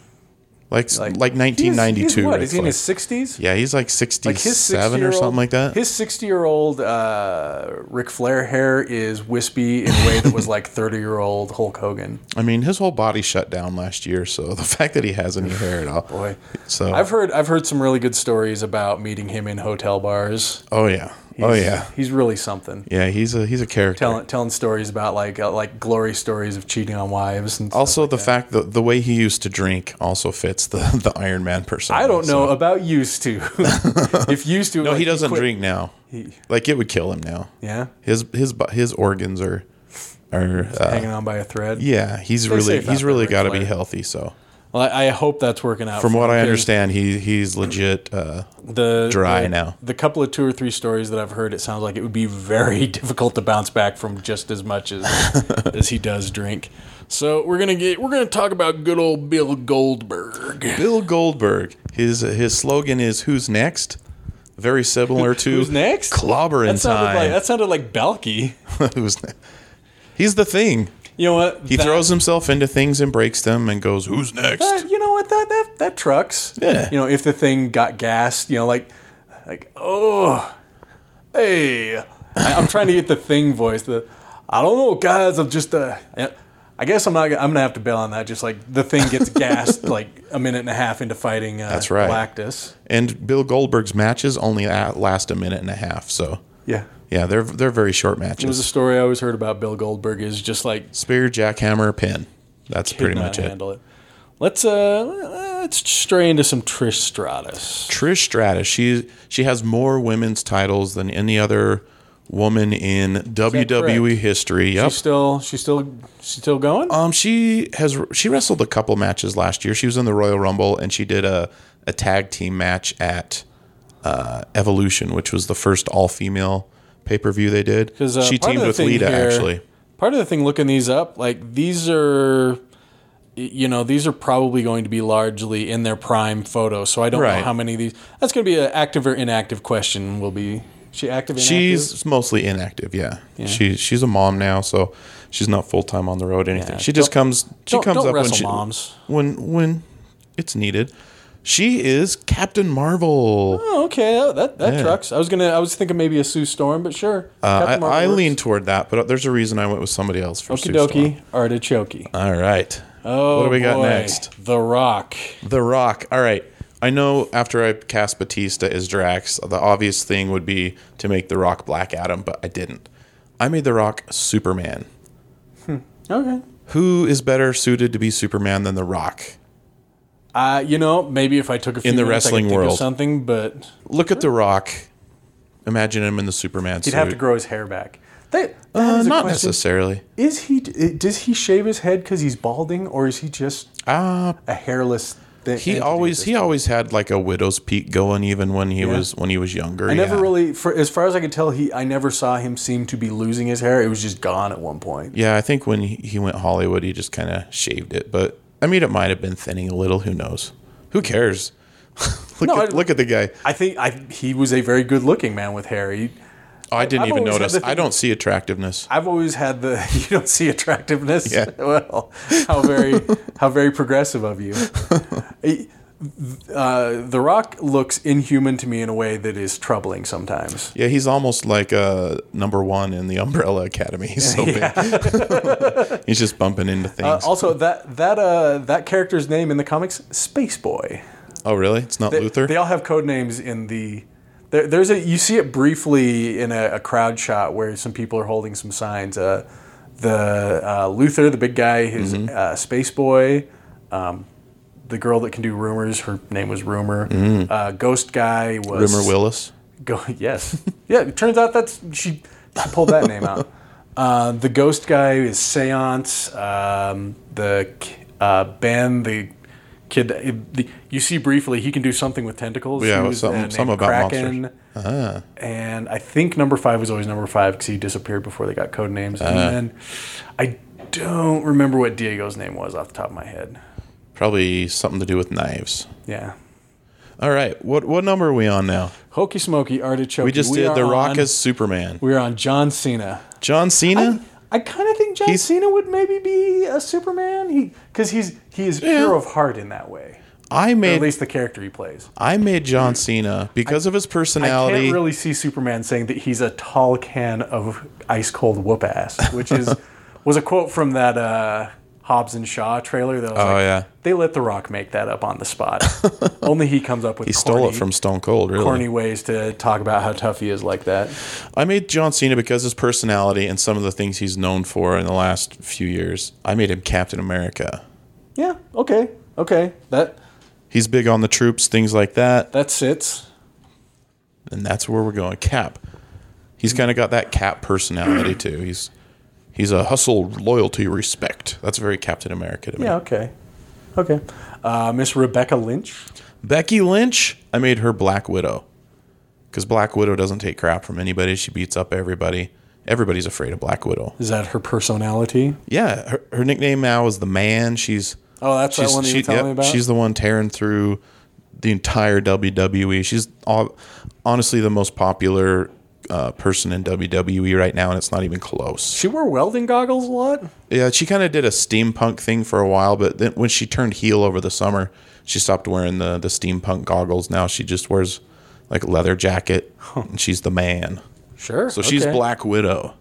[SPEAKER 2] like like, nineteen ninety
[SPEAKER 1] He's, he's
[SPEAKER 2] two.
[SPEAKER 1] what? Is he in his sixties?
[SPEAKER 2] Yeah, he's like sixty
[SPEAKER 1] Like his
[SPEAKER 2] seven or
[SPEAKER 1] 60-year-old
[SPEAKER 2] something like that.
[SPEAKER 1] His sixty-year-old uh, Ric Flair hair is wispy in a way that was like thirty-year-old Hulk Hogan.
[SPEAKER 2] I mean, his whole body shut down last year, so the fact that he has any hair at all.
[SPEAKER 1] Boy,
[SPEAKER 2] So,
[SPEAKER 1] I've heard I've heard some really good stories about meeting him in hotel bars.
[SPEAKER 2] oh yeah, oh
[SPEAKER 1] He's-
[SPEAKER 2] yeah,
[SPEAKER 1] he's really something.
[SPEAKER 2] yeah. He's a he's a character.
[SPEAKER 1] Telling, telling stories about like uh, like glory stories of cheating on wives and
[SPEAKER 2] also, the fact that the way he used to drink also fits the the Iron Man persona.
[SPEAKER 1] I don't
[SPEAKER 2] so-
[SPEAKER 1] know about used to. if used to,
[SPEAKER 2] No, he doesn't drink now. like it would kill him now.
[SPEAKER 1] Yeah,
[SPEAKER 2] His his bu- his organs are are uh,
[SPEAKER 1] hanging on by a thread.
[SPEAKER 2] yeah. He's
[SPEAKER 1] safe
[SPEAKER 2] really
[SPEAKER 1] out
[SPEAKER 2] he's
[SPEAKER 1] there,
[SPEAKER 2] really
[SPEAKER 1] Ric
[SPEAKER 2] got to be
[SPEAKER 1] Flair.
[SPEAKER 2] healthy. So
[SPEAKER 1] Well, I, I hope that's working out.
[SPEAKER 2] from
[SPEAKER 1] for
[SPEAKER 2] what
[SPEAKER 1] him,
[SPEAKER 2] I
[SPEAKER 1] 'cause
[SPEAKER 2] understand, he he's legit. Uh,
[SPEAKER 1] the
[SPEAKER 2] dry
[SPEAKER 1] the-
[SPEAKER 2] now.
[SPEAKER 1] The couple of two or three stories that I've heard, it sounds like it would be very difficult to bounce back from just as much as as he does drink. So we're gonna get we're gonna talk about good old Bill Goldberg.
[SPEAKER 2] Bill Goldberg. His his slogan is "Who's next." Very similar to
[SPEAKER 1] Who's next?
[SPEAKER 2] Clobber in
[SPEAKER 1] That sounded
[SPEAKER 2] time.
[SPEAKER 1] like that sounded like Balky.
[SPEAKER 2] Who's ne- He's the thing.
[SPEAKER 1] You know what?
[SPEAKER 2] He throws himself into things and breaks them and goes, "Who's next?"
[SPEAKER 1] But Uh, you know what? That that that trucks.
[SPEAKER 2] Yeah.
[SPEAKER 1] You know, if the thing got gassed, you know, like like oh, hey, I, I'm trying to get the thing voice. The I don't know, guys. I'm just uh, I guess I'm not. gonna- I'm gonna have to bail on that. Just like the thing gets gassed like a minute and a half into fighting. Uh,
[SPEAKER 2] That's right.
[SPEAKER 1] Galactus.
[SPEAKER 2] And Bill Goldberg's matches only a- last a minute and a half, so
[SPEAKER 1] Yeah.
[SPEAKER 2] yeah, they're they're very short
[SPEAKER 1] It was a
[SPEAKER 2] matches.
[SPEAKER 1] story I always heard about Bill Goldberg. Is just like
[SPEAKER 2] Spear, jackhammer, pin. That's pretty
[SPEAKER 1] could
[SPEAKER 2] much
[SPEAKER 1] not
[SPEAKER 2] it.
[SPEAKER 1] handle it. Let's uh let's stray into some Trish Stratus.
[SPEAKER 2] Trish Stratus, she she has more women's titles than any other woman in WWE
[SPEAKER 1] correct?
[SPEAKER 2] history. Yep.
[SPEAKER 1] She's still she's still she's still going.
[SPEAKER 2] Um, she has she wrestled a couple matches last year. She was in the Royal Rumble and she did a a tag team match at uh, Evolution, which was the first all female pay per view they did.
[SPEAKER 1] 'Cause, uh,
[SPEAKER 2] she
[SPEAKER 1] part of
[SPEAKER 2] teamed
[SPEAKER 1] the
[SPEAKER 2] with
[SPEAKER 1] thing
[SPEAKER 2] Lita
[SPEAKER 1] here-
[SPEAKER 2] actually.
[SPEAKER 1] Part of the thing looking these up, like these are, you know, these are probably going to be largely in their prime photo. So I don't know
[SPEAKER 2] Right.
[SPEAKER 1] how many of these. That's going to be an active or inactive question. Will be she active? Inactive?
[SPEAKER 2] She's mostly inactive. Yeah, she she's a mom now, so she's not full time on the road. Or anything.
[SPEAKER 1] Yeah,
[SPEAKER 2] she just
[SPEAKER 1] don't-
[SPEAKER 2] comes. She
[SPEAKER 1] don't-
[SPEAKER 2] comes
[SPEAKER 1] don't
[SPEAKER 2] up when
[SPEAKER 1] wrestle
[SPEAKER 2] she
[SPEAKER 1] moms.
[SPEAKER 2] when when it's needed. She is Captain Marvel.
[SPEAKER 1] Oh, okay. That that, that
[SPEAKER 2] Yeah.
[SPEAKER 1] trucks. I was gonna. I was thinking maybe a Sue Storm, but sure.
[SPEAKER 2] Uh,
[SPEAKER 1] Captain Marvel
[SPEAKER 2] I, I
[SPEAKER 1] works.
[SPEAKER 2] lean toward that, but there's a reason I went with somebody else for Sue Storm.
[SPEAKER 1] Okidoki artichoke.
[SPEAKER 2] All right.
[SPEAKER 1] Oh,
[SPEAKER 2] what do we got
[SPEAKER 1] boy.
[SPEAKER 2] next?
[SPEAKER 1] The Rock.
[SPEAKER 2] The Rock. All right. I know after I cast Batista as Drax, the obvious thing would be to make The Rock Black Adam, but I didn't. I made The Rock Superman.
[SPEAKER 1] Okay.
[SPEAKER 2] Who is better suited to be Superman than The Rock?
[SPEAKER 1] Uh, you know, maybe if I took a few
[SPEAKER 2] the
[SPEAKER 1] minutes, I could
[SPEAKER 2] wrestling
[SPEAKER 1] think of
[SPEAKER 2] world.
[SPEAKER 1] something, but
[SPEAKER 2] Look at The Rock. Imagine him in the Superman
[SPEAKER 1] he'd
[SPEAKER 2] suit.
[SPEAKER 1] have to grow his hair back. That, that
[SPEAKER 2] Uh,
[SPEAKER 1] is a
[SPEAKER 2] not
[SPEAKER 1] question
[SPEAKER 2] necessarily.
[SPEAKER 1] Is he? Does he shave his head because he's balding, or is he just
[SPEAKER 2] Ah,
[SPEAKER 1] a hairless thing?
[SPEAKER 2] he always he always had like a widow's peak going, even when he was when he was younger.
[SPEAKER 1] I never
[SPEAKER 2] yeah.
[SPEAKER 1] really, for, as far as I could tell, he. I never saw him seem to be losing his hair. It was just gone at one point.
[SPEAKER 2] Yeah, I think when he he went Hollywood, he just kind of shaved it. But I mean, it might have been thinning a little. Who knows? Who cares? Look,
[SPEAKER 1] No,
[SPEAKER 2] at,
[SPEAKER 1] I-
[SPEAKER 2] look at the guy.
[SPEAKER 1] I think I, he was a very good looking man with hair. He,
[SPEAKER 2] Oh, I didn't
[SPEAKER 1] I've
[SPEAKER 2] even
[SPEAKER 1] always had
[SPEAKER 2] notice.
[SPEAKER 1] the
[SPEAKER 2] I
[SPEAKER 1] thing-
[SPEAKER 2] don't see attractiveness.
[SPEAKER 1] I've always had the you don't see attractiveness.
[SPEAKER 2] Yeah.
[SPEAKER 1] Well, how very how very progressive of you. Uh, the Rock looks inhuman to me in a way that is troubling sometimes.
[SPEAKER 2] Yeah, he's almost like uh, number one in the Umbrella Academy. He's so big. he's just bumping into things.
[SPEAKER 1] Uh, also, that that uh, that character's name in the comics, Space Boy.
[SPEAKER 2] oh, really? It's not
[SPEAKER 1] They,
[SPEAKER 2] Luther?
[SPEAKER 1] They all have code names in the. There, there's a you see it briefly in a, a crowd shot where some people are holding some signs. Uh, the uh, Luther, the big guy, his uh, space boy, um, the girl that can do rumors. Her name was Rumor. Uh, ghost guy was
[SPEAKER 2] Rimmer Willis.
[SPEAKER 1] Go, yes. Yeah, it turns out that's she she pulled that name out. Uh, the ghost guy is Seance. Um, the ki- uh, Ben, the kid, that, the, you see briefly, he can do something with tentacles.
[SPEAKER 2] Yeah,
[SPEAKER 1] He
[SPEAKER 2] with
[SPEAKER 1] was,
[SPEAKER 2] something-
[SPEAKER 1] named
[SPEAKER 2] something about Ah.
[SPEAKER 1] Kraken. And I think number five was always number five because he disappeared before they got code names.
[SPEAKER 2] Ah.
[SPEAKER 1] And then I don't remember what Diego's name was off the top of my head.
[SPEAKER 2] Probably something to do with knives.
[SPEAKER 1] Yeah.
[SPEAKER 2] All right. What what number are we on now?
[SPEAKER 1] Hokey Smokey Artichoke.
[SPEAKER 2] We just did
[SPEAKER 1] are
[SPEAKER 2] The Rock
[SPEAKER 1] on-
[SPEAKER 2] as Superman.
[SPEAKER 1] We are on John Cena.
[SPEAKER 2] John Cena?
[SPEAKER 1] I kind of think John
[SPEAKER 2] He's-
[SPEAKER 1] Cena would maybe be a Superman. He because he's he is pure of heart in that way.
[SPEAKER 2] I,
[SPEAKER 1] At
[SPEAKER 2] made
[SPEAKER 1] least the character he plays.
[SPEAKER 2] I made John Cena because of his
[SPEAKER 1] I
[SPEAKER 2] personality.
[SPEAKER 1] can't really see Superman saying that he's a tall can of ice cold whoop ass, which is was a quote from that uh, Hobbs and Shaw trailer. That I was
[SPEAKER 2] oh
[SPEAKER 1] like,
[SPEAKER 2] yeah.
[SPEAKER 1] they let The Rock make that up on the spot. Only he comes up with
[SPEAKER 2] He stole it from Stone Cold, really.
[SPEAKER 1] corny ways to talk about how tough he is like that.
[SPEAKER 2] I made John Cena because his personality and some of the things he's known for in the last few years. I made him Captain America.
[SPEAKER 1] Yeah. Okay. Okay. That
[SPEAKER 2] He's big on the troops, things like that,
[SPEAKER 1] that sits.
[SPEAKER 2] and that's where we're going. Cap. He's kind of got that Cap personality too. He's he's a hustle, loyalty, respect. That's very Captain America to me.
[SPEAKER 1] Yeah. Okay. Okay. Uh, Miss Rebecca Lynch.
[SPEAKER 2] Becky Lynch, I made her Black Widow. Because Black Widow doesn't take crap from anybody. She beats up everybody. Everybody's afraid of Black Widow.
[SPEAKER 1] Is that her personality?
[SPEAKER 2] Yeah, her, her nickname now is the Man. She's
[SPEAKER 1] Oh, that's that one that you were telling
[SPEAKER 2] yep,
[SPEAKER 1] me about?
[SPEAKER 2] She's the one tearing through the entire WWE. She's all, honestly the most popular uh, person in WWE right now, and it's not even close.
[SPEAKER 1] She wore welding goggles a lot.
[SPEAKER 2] Yeah, she kind of did a steampunk thing for a while, but then when she turned heel over the summer, she stopped wearing the the steampunk goggles. Now she just wears like a leather jacket, and she's the man.
[SPEAKER 1] Sure.
[SPEAKER 2] So she's
[SPEAKER 1] okay.
[SPEAKER 2] Black Widow.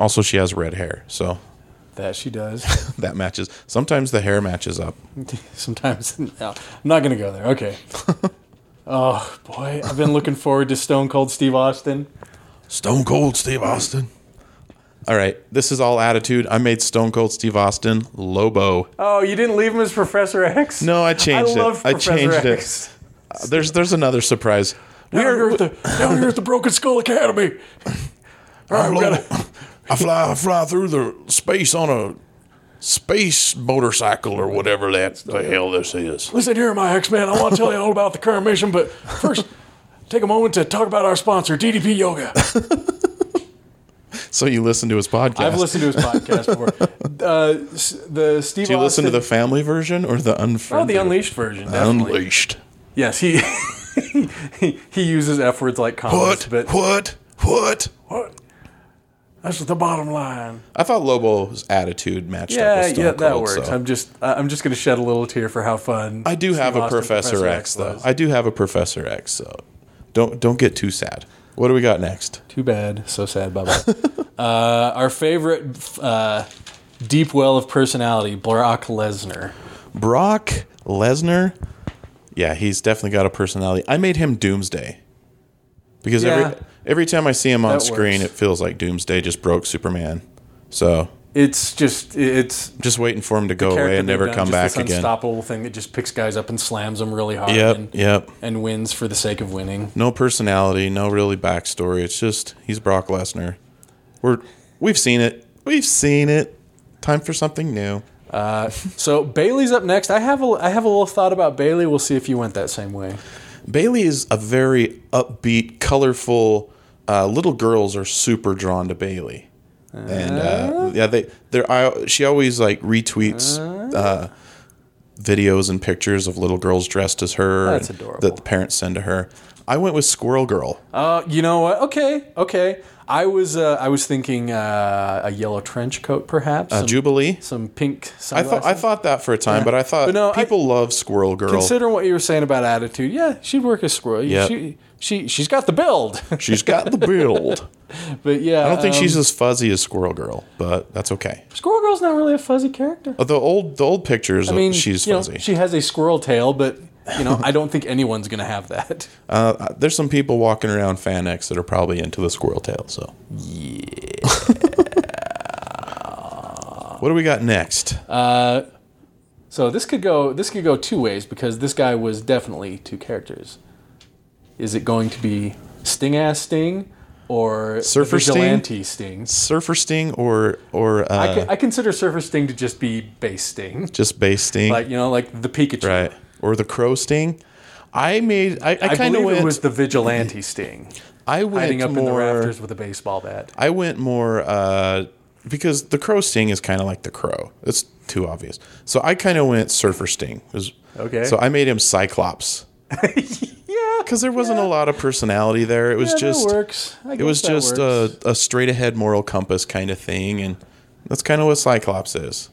[SPEAKER 2] Also, she has red hair, so
[SPEAKER 1] That she does.
[SPEAKER 2] that matches. Sometimes the hair matches up.
[SPEAKER 1] Sometimes. No, I'm not going to go there. Okay. oh, boy. I've been looking forward to Stone Cold Steve Austin.
[SPEAKER 2] Stone Cold Steve Austin. All right, this is all attitude. I made Stone Cold Steve Austin Lobo. Uh,
[SPEAKER 1] Oh, you didn't leave him as Professor X?
[SPEAKER 2] No, I changed
[SPEAKER 1] I love
[SPEAKER 2] it. I
[SPEAKER 1] Professor
[SPEAKER 2] changed it.
[SPEAKER 1] X.
[SPEAKER 2] Uh, There's there's another surprise.
[SPEAKER 1] Now you're at the, now you're at the Broken Skull Academy. All right, we
[SPEAKER 4] Lobo.
[SPEAKER 1] gotta,
[SPEAKER 4] I fly, I fly through the space on a space motorcycle or whatever that the hell this is.
[SPEAKER 1] Listen here, my X Men. I want to tell you all about the current mission, but first, take a moment to talk about our sponsor, DDP Yoga.
[SPEAKER 2] So you listen to his podcast.
[SPEAKER 1] I've listened to his podcast before. Uh, s- the Steve.
[SPEAKER 2] Do you listen to
[SPEAKER 1] Austin-
[SPEAKER 2] the family version or the
[SPEAKER 1] Oh,
[SPEAKER 2] unfriended?
[SPEAKER 1] the Unleashed version. Definitely.
[SPEAKER 4] Unleashed.
[SPEAKER 1] yes, he, he he uses f words like
[SPEAKER 4] What?
[SPEAKER 1] commas, but
[SPEAKER 4] What? What?
[SPEAKER 1] what? That's the bottom line.
[SPEAKER 2] I thought Lobo's attitude matched up
[SPEAKER 1] Yeah,
[SPEAKER 2] with Stone
[SPEAKER 1] yeah, that
[SPEAKER 2] Cold,
[SPEAKER 1] works.
[SPEAKER 2] so.
[SPEAKER 1] I'm just I- I'm just gonna shed a little tear for how fun.
[SPEAKER 2] I do
[SPEAKER 1] Steve
[SPEAKER 2] have a
[SPEAKER 1] Austin
[SPEAKER 2] Professor, X though.
[SPEAKER 1] was.
[SPEAKER 2] I do have a Professor X, so don't don't get too sad. What do we got next?
[SPEAKER 1] Too bad. So sad. Bye bye. uh, our favorite uh, deep well of personality, Brock Lesnar.
[SPEAKER 2] Brock Lesnar. Yeah, he's definitely got a personality. I made him Doomsday because
[SPEAKER 1] Yeah.
[SPEAKER 2] every every time I see him on
[SPEAKER 1] That
[SPEAKER 2] screen,
[SPEAKER 1] works.
[SPEAKER 2] it feels like Doomsday just broke Superman. So
[SPEAKER 1] It's just it's
[SPEAKER 2] just waiting for him to go away
[SPEAKER 1] character
[SPEAKER 2] and
[SPEAKER 1] they've
[SPEAKER 2] never
[SPEAKER 1] done,
[SPEAKER 2] come
[SPEAKER 1] just
[SPEAKER 2] back
[SPEAKER 1] this
[SPEAKER 2] again.
[SPEAKER 1] Unstoppable thing that just picks guys up and slams them really hard.
[SPEAKER 2] Yep,
[SPEAKER 1] and,
[SPEAKER 2] yep.
[SPEAKER 1] and wins for the sake of winning.
[SPEAKER 2] No personality, no really backstory. It's just he's Brock Lesnar. We're we've seen it. We've seen it. Time for something new.
[SPEAKER 1] So Bailey's up next. I have a I have a little thought about Bailey. We'll see if you went that same way.
[SPEAKER 2] Bailey is a very upbeat, colorful. Uh, little girls are super drawn to Bailey,
[SPEAKER 1] Ah. Ah.
[SPEAKER 2] and uh, yeah, they they're I, she always like retweets uh, videos and pictures of little girls dressed as her.
[SPEAKER 3] That's
[SPEAKER 2] and-
[SPEAKER 3] adorable.
[SPEAKER 2] That the parents send to her. I went with Squirrel Girl.
[SPEAKER 1] Uh, you know what? Okay, okay. I was uh, I was thinking uh, a yellow trench coat, perhaps. some,
[SPEAKER 2] Jubilee.
[SPEAKER 1] some pink
[SPEAKER 2] Uh, I
[SPEAKER 1] sunglasses.
[SPEAKER 2] thought I thought that for a time, but I thought
[SPEAKER 1] But no, I-
[SPEAKER 2] people love Squirrel Girl.
[SPEAKER 1] Considering what you were saying about attitude, yeah, she'd work as squirrel.
[SPEAKER 2] Yep.
[SPEAKER 1] She she she's got the build,
[SPEAKER 2] she's got the build.
[SPEAKER 1] but yeah,
[SPEAKER 2] I don't think
[SPEAKER 1] Um,
[SPEAKER 2] she's as fuzzy as Squirrel Girl, but that's okay.
[SPEAKER 1] Squirrel Girl's not really a fuzzy character.
[SPEAKER 2] Uh, The old the old pictures,
[SPEAKER 1] I mean,
[SPEAKER 2] Oh, she's
[SPEAKER 1] you know,
[SPEAKER 2] fuzzy.
[SPEAKER 1] she has a squirrel tail, but you know, I don't think anyone's gonna have that.
[SPEAKER 2] Uh, there's some people walking around Fanex that are probably into the squirrel tail. So yeah. what do we got next?
[SPEAKER 1] Uh, So this could go this could go two ways because this guy was definitely two characters. Is it going to be Sting ass Sting or
[SPEAKER 2] Surfer Sting?
[SPEAKER 1] Vigilante Sting?
[SPEAKER 2] Surfer Sting or or uh,
[SPEAKER 1] I, con- I consider Surfer Sting to just be base Sting,
[SPEAKER 2] just base Sting,
[SPEAKER 1] like you know, like the Pikachu.
[SPEAKER 2] right? Or the crow Sting? I made I, I
[SPEAKER 1] I believe
[SPEAKER 2] kind of went.
[SPEAKER 1] it was the Vigilante Sting
[SPEAKER 2] I went
[SPEAKER 1] hiding up in the
[SPEAKER 2] more.
[SPEAKER 1] rafters with a baseball bat.
[SPEAKER 2] I went more uh, because the crow sting is kind of like the crow. It's too obvious. So I kind of went surfer sting. It was-
[SPEAKER 1] Okay.
[SPEAKER 2] So I made him Cyclops
[SPEAKER 1] Yeah,
[SPEAKER 2] because there wasn't a lot of personality there. It was just
[SPEAKER 1] that works. I
[SPEAKER 2] it
[SPEAKER 1] guess
[SPEAKER 2] was
[SPEAKER 1] that
[SPEAKER 2] just uh,
[SPEAKER 1] works.
[SPEAKER 2] a, a straight ahead moral compass kind of thing, and that's kind of what Cyclops is.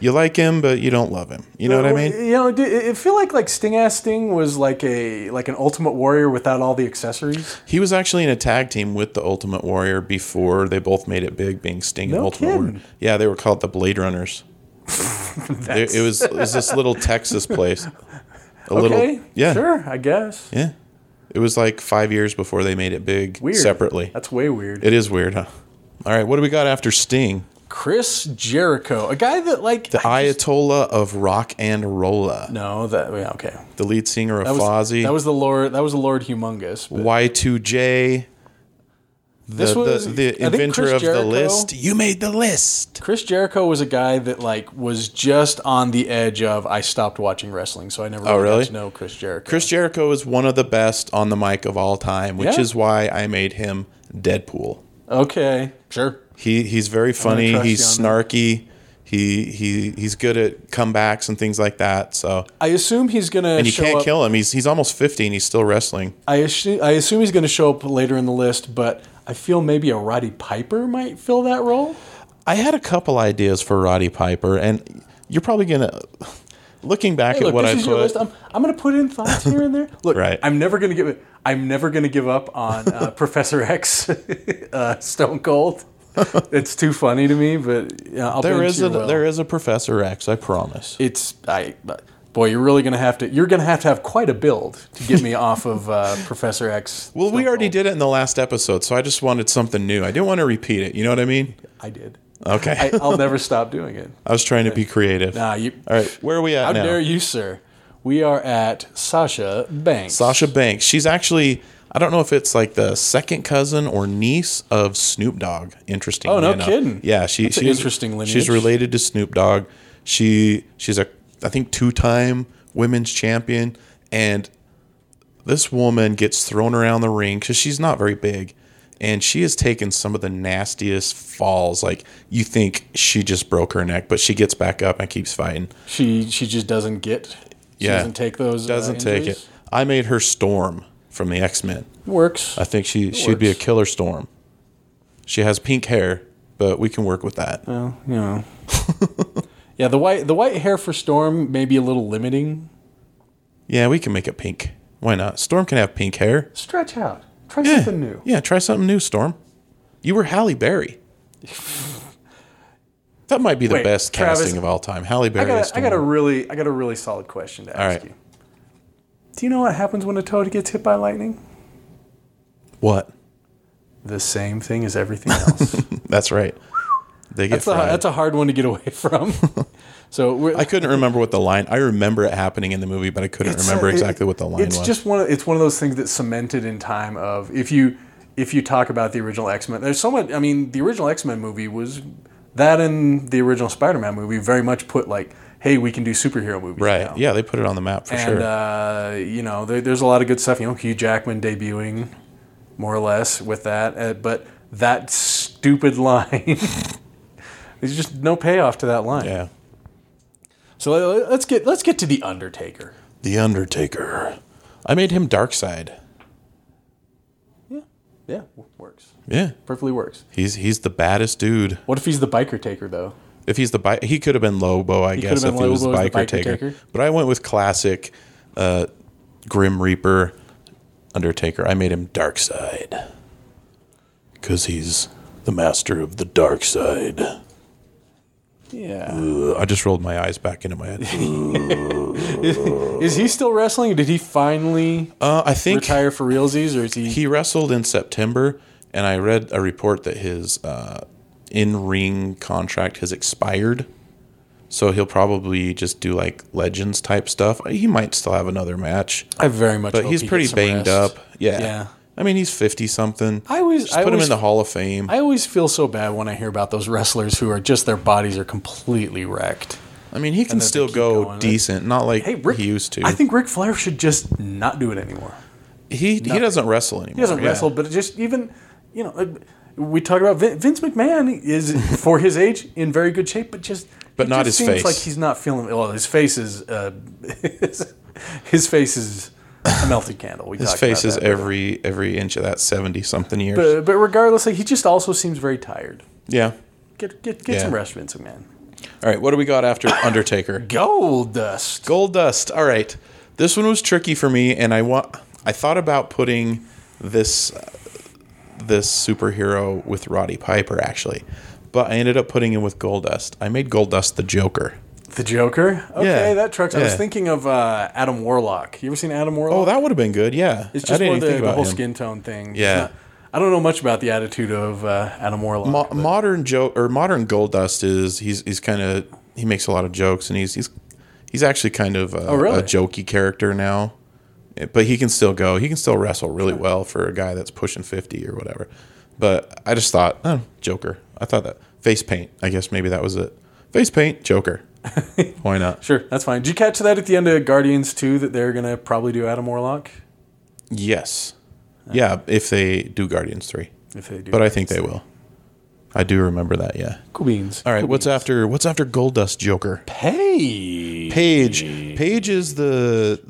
[SPEAKER 2] You like him, but you don't love him. You know what I mean?
[SPEAKER 1] You know, do- it it feel like like Sting ass Sting was like a like an Ultimate Warrior without all the accessories.
[SPEAKER 2] He was actually in a tag team with the Ultimate Warrior before they both made it big, being Sting and
[SPEAKER 1] No
[SPEAKER 2] Ultimate Warrior.
[SPEAKER 1] kidding.
[SPEAKER 2] Yeah, they were called the Blade Runners. They- it was it was this little Texas place. A
[SPEAKER 1] Okay.
[SPEAKER 2] little, yeah,
[SPEAKER 1] Sure, I guess.
[SPEAKER 2] yeah. It was like five years before they made it big
[SPEAKER 1] Weird.
[SPEAKER 2] separately.
[SPEAKER 1] That's way weird.
[SPEAKER 2] It is weird, huh? All right, what do we got after Sting?
[SPEAKER 1] Chris Jericho, a guy that like
[SPEAKER 2] The Ayatollah of Rock and Rolla,
[SPEAKER 1] no that yeah, okay.
[SPEAKER 2] the lead singer of
[SPEAKER 1] That was,
[SPEAKER 2] Fozzy,
[SPEAKER 1] that was the Lord. That was the Lord Humongous. but
[SPEAKER 2] Y2J, the,
[SPEAKER 1] This was-
[SPEAKER 2] the,
[SPEAKER 1] I
[SPEAKER 2] the
[SPEAKER 1] think
[SPEAKER 2] inventor
[SPEAKER 1] Chris
[SPEAKER 2] of the
[SPEAKER 1] Jericho-
[SPEAKER 2] list. You made the list.
[SPEAKER 1] Chris Jericho was a guy that like was just on the edge of I stopped watching wrestling, so I never really,
[SPEAKER 2] Oh, really?
[SPEAKER 1] got to know Chris Jericho.
[SPEAKER 2] Chris Jericho is one of the best on the mic of all time, which
[SPEAKER 1] Yeah.
[SPEAKER 2] is why I made him Deadpool.
[SPEAKER 1] okay, sure.
[SPEAKER 2] He he's very funny.
[SPEAKER 1] trust
[SPEAKER 2] He's
[SPEAKER 1] you on
[SPEAKER 2] snarky. He he he's good at comebacks and things like that. So
[SPEAKER 1] I assume he's gonna
[SPEAKER 2] and you
[SPEAKER 1] show
[SPEAKER 2] can't
[SPEAKER 1] up.
[SPEAKER 2] kill him. He's he's almost fifty and he's still wrestling.
[SPEAKER 1] I, assu- I assume he's gonna show up later in the list, but I feel maybe a Roddy Piper might fill that role.
[SPEAKER 2] I had a couple ideas for Roddy Piper, and you're probably gonna looking back
[SPEAKER 1] Hey,
[SPEAKER 2] at
[SPEAKER 1] look,
[SPEAKER 2] what
[SPEAKER 1] this
[SPEAKER 2] I
[SPEAKER 1] is your
[SPEAKER 2] put.
[SPEAKER 1] list. I'm, I'm going to put in thoughts here and there. Look,
[SPEAKER 2] Right.
[SPEAKER 1] I'm never going to give I'm never going to give up on uh, Professor X, uh, Stone Cold. it's too funny to me, but yeah, I'll
[SPEAKER 2] There is a
[SPEAKER 1] well.
[SPEAKER 2] there is a Professor X. I promise.
[SPEAKER 1] It's I, but- boy, you're really going to have to. You're going to have to have quite a build to get me off of uh, Professor X.
[SPEAKER 2] Well, we
[SPEAKER 1] Stone
[SPEAKER 2] already
[SPEAKER 1] Cold.
[SPEAKER 2] did it in the last episode, so I just wanted something new. I didn't want to repeat it. You know what I mean?
[SPEAKER 1] I did.
[SPEAKER 2] Okay.
[SPEAKER 1] I, I'll never stop doing it.
[SPEAKER 2] I was trying to be creative.
[SPEAKER 1] Nah, you.
[SPEAKER 2] All right, where are we at
[SPEAKER 1] How
[SPEAKER 2] now?
[SPEAKER 1] dare you, sir? We are at Sasha Banks.
[SPEAKER 2] Sasha Banks. She's actually I don't know if it's like the second cousin or niece of Snoop Dogg. Interesting.
[SPEAKER 1] Oh, no kidding.
[SPEAKER 2] Yeah, she,
[SPEAKER 1] an
[SPEAKER 2] she's
[SPEAKER 1] interesting lineage.
[SPEAKER 2] She's related to Snoop Dogg. She she's a I think two time women's champion, and this woman gets thrown around the ring because she's not very big. And she has taken some of the nastiest falls. Like you think she just broke her neck, but she gets back up and keeps fighting.
[SPEAKER 1] She she just doesn't get. She
[SPEAKER 2] Yeah.
[SPEAKER 1] doesn't take those. uh,
[SPEAKER 2] Doesn't take
[SPEAKER 1] injuries?
[SPEAKER 2] it. I made her Storm from the X Men.
[SPEAKER 1] Works.
[SPEAKER 2] I think she she'd be a
[SPEAKER 1] works.
[SPEAKER 2] killer storm. She has pink hair, but we can work with that.
[SPEAKER 1] you know. yeah, the white the white hair for Storm may be a little limiting.
[SPEAKER 2] yeah, we can make it pink. Why not? Storm can have pink hair.
[SPEAKER 1] Stretch out. Try
[SPEAKER 2] Yeah.
[SPEAKER 1] something new.
[SPEAKER 2] Yeah, try something new, Storm. You were Halle Berry. that might be the
[SPEAKER 1] Wait,
[SPEAKER 2] best
[SPEAKER 1] Travis,
[SPEAKER 2] casting of all time. Halle Berry.
[SPEAKER 1] I got
[SPEAKER 2] as
[SPEAKER 1] a, I got a
[SPEAKER 2] Storm.
[SPEAKER 1] really I got a really solid question to ask
[SPEAKER 2] All right.
[SPEAKER 1] you. Do you know what happens when a toad gets hit by lightning?
[SPEAKER 2] what?
[SPEAKER 1] The same thing as everything else.
[SPEAKER 2] That's right. They get
[SPEAKER 1] that's, a,
[SPEAKER 2] fried.
[SPEAKER 1] that's a hard one to get away from. so we're,
[SPEAKER 2] I couldn't remember what the line. I remember it happening in the movie, but I couldn't
[SPEAKER 1] It's,
[SPEAKER 2] remember
[SPEAKER 1] uh, it-
[SPEAKER 2] exactly what the line
[SPEAKER 1] it's
[SPEAKER 2] was.
[SPEAKER 1] just one of, it's one of those things that's cemented in time of if you if you talk about the original x-men there's so much i mean the original x-men movie was that and the original spider-man movie very much put like hey we can do superhero movies
[SPEAKER 2] right.
[SPEAKER 1] now.
[SPEAKER 2] Yeah, they put it on the map for
[SPEAKER 1] and
[SPEAKER 2] sure.
[SPEAKER 1] uh, you know there, there's a lot of good stuff you know hugh jackman debuting more or less with that uh, but that stupid line there's just no payoff to that line
[SPEAKER 2] yeah.
[SPEAKER 1] So uh, let's get let's get to the Undertaker.
[SPEAKER 2] The Undertaker. I made him Dark Side.
[SPEAKER 1] Yeah, yeah, w- works
[SPEAKER 2] Yeah.
[SPEAKER 1] perfectly works.
[SPEAKER 2] He's he's the baddest dude.
[SPEAKER 1] What if he's the biker taker though?
[SPEAKER 2] If he's the bike, he could have been Lobo, I
[SPEAKER 1] could've
[SPEAKER 2] guess, if
[SPEAKER 1] been
[SPEAKER 2] he was the
[SPEAKER 1] Lobo as
[SPEAKER 2] biker,
[SPEAKER 1] the biker
[SPEAKER 2] taker.
[SPEAKER 1] taker.
[SPEAKER 2] But I went with classic uh, Grim Reaper Undertaker. I made him Dark Side because he's the master of the dark side.
[SPEAKER 1] Yeah,
[SPEAKER 2] Ugh, I just rolled my eyes back into my head.
[SPEAKER 1] is he still wrestling? Did he finally
[SPEAKER 2] Uh, I think
[SPEAKER 1] retire for realsies, or is he?
[SPEAKER 2] he wrestled in September, and I read a report that his uh, in-ring contract has expired. So he'll probably just do like legends type stuff. He might still have another match.
[SPEAKER 1] I very much.
[SPEAKER 2] but
[SPEAKER 1] hope
[SPEAKER 2] he's
[SPEAKER 1] he gets
[SPEAKER 2] pretty
[SPEAKER 1] some
[SPEAKER 2] banged
[SPEAKER 1] rest.
[SPEAKER 2] up. Yeah.
[SPEAKER 1] Yeah.
[SPEAKER 2] I mean, he's 50 something.
[SPEAKER 1] I always-
[SPEAKER 2] just
[SPEAKER 1] I
[SPEAKER 2] put him
[SPEAKER 1] always-
[SPEAKER 2] in the Hall of Fame. I,
[SPEAKER 1] I always feel so bad when I hear about those wrestlers who are just their bodies are completely wrecked.
[SPEAKER 2] mean, he can
[SPEAKER 1] they
[SPEAKER 2] still
[SPEAKER 1] keep
[SPEAKER 2] go
[SPEAKER 1] going.
[SPEAKER 2] decent, not like
[SPEAKER 1] Hey, Rick,
[SPEAKER 2] he used to.
[SPEAKER 1] I think Ric Flair should just not do it anymore.
[SPEAKER 2] he he doesn't wrestle anymore.
[SPEAKER 1] He doesn't
[SPEAKER 2] yeah.
[SPEAKER 1] wrestle, but just even you know, like, we talk about Vin- Vince McMahon is for his age in very good shape, but just
[SPEAKER 2] But
[SPEAKER 1] it
[SPEAKER 2] not
[SPEAKER 1] just
[SPEAKER 2] his
[SPEAKER 1] seems
[SPEAKER 2] face.
[SPEAKER 1] Like he's not feeling well. His face is uh, his, face is a melted candle. We
[SPEAKER 2] His
[SPEAKER 1] talked
[SPEAKER 2] face
[SPEAKER 1] about
[SPEAKER 2] is
[SPEAKER 1] that.
[SPEAKER 2] every every inch of that 70 something years.
[SPEAKER 1] But, but regardless, like, he just also seems very tired.
[SPEAKER 2] yeah.
[SPEAKER 1] Get get get
[SPEAKER 2] Yeah.
[SPEAKER 1] some rest, Vince McMahon.
[SPEAKER 2] All right, what do we got after Undertaker?
[SPEAKER 1] Gold dust.
[SPEAKER 2] Gold Dust. All right, this one was tricky for me, and I want. I thought about putting this uh, this superhero with Roddy Piper actually, but I ended up putting him with Gold Dust. I made Gold Dust the Joker.
[SPEAKER 1] The Joker. Okay,
[SPEAKER 2] Yeah.
[SPEAKER 1] that trucks. I was
[SPEAKER 2] Yeah.
[SPEAKER 1] thinking of uh, Adam Warlock. You ever seen Adam Warlock?
[SPEAKER 2] Oh, that would have been good. Yeah,
[SPEAKER 1] it's just
[SPEAKER 2] I didn't
[SPEAKER 1] more the,
[SPEAKER 2] even think
[SPEAKER 1] the
[SPEAKER 2] about
[SPEAKER 1] whole
[SPEAKER 2] him.
[SPEAKER 1] skin tone thing. It's
[SPEAKER 2] Yeah.
[SPEAKER 1] not- I don't know much about the attitude of uh, Adam Warlock.
[SPEAKER 2] Mo-
[SPEAKER 1] but-
[SPEAKER 2] modern joke or modern Gold Dust is he's he's kind of he makes a lot of jokes and he's he's he's actually kind of a,
[SPEAKER 1] Oh, really?
[SPEAKER 2] a jokey character now, Eh, but he can still go. He can still wrestle really well for a guy that's pushing fifty or whatever. But I just thought, oh, Joker. I thought that face paint. I guess maybe that was it. Face paint, Joker. Why not?
[SPEAKER 1] sure, that's fine. Did you catch that at the end of Guardians 2 that they're going to probably do Adam Warlock?
[SPEAKER 2] Yes. Yeah, if they do Guardians three,
[SPEAKER 1] If they do.
[SPEAKER 2] but I think they will. I do remember that. Yeah.
[SPEAKER 1] Cool beans.
[SPEAKER 2] All right. What's after? What's after Gold Dust Joker?
[SPEAKER 1] Hey.
[SPEAKER 2] Paige. Paige is the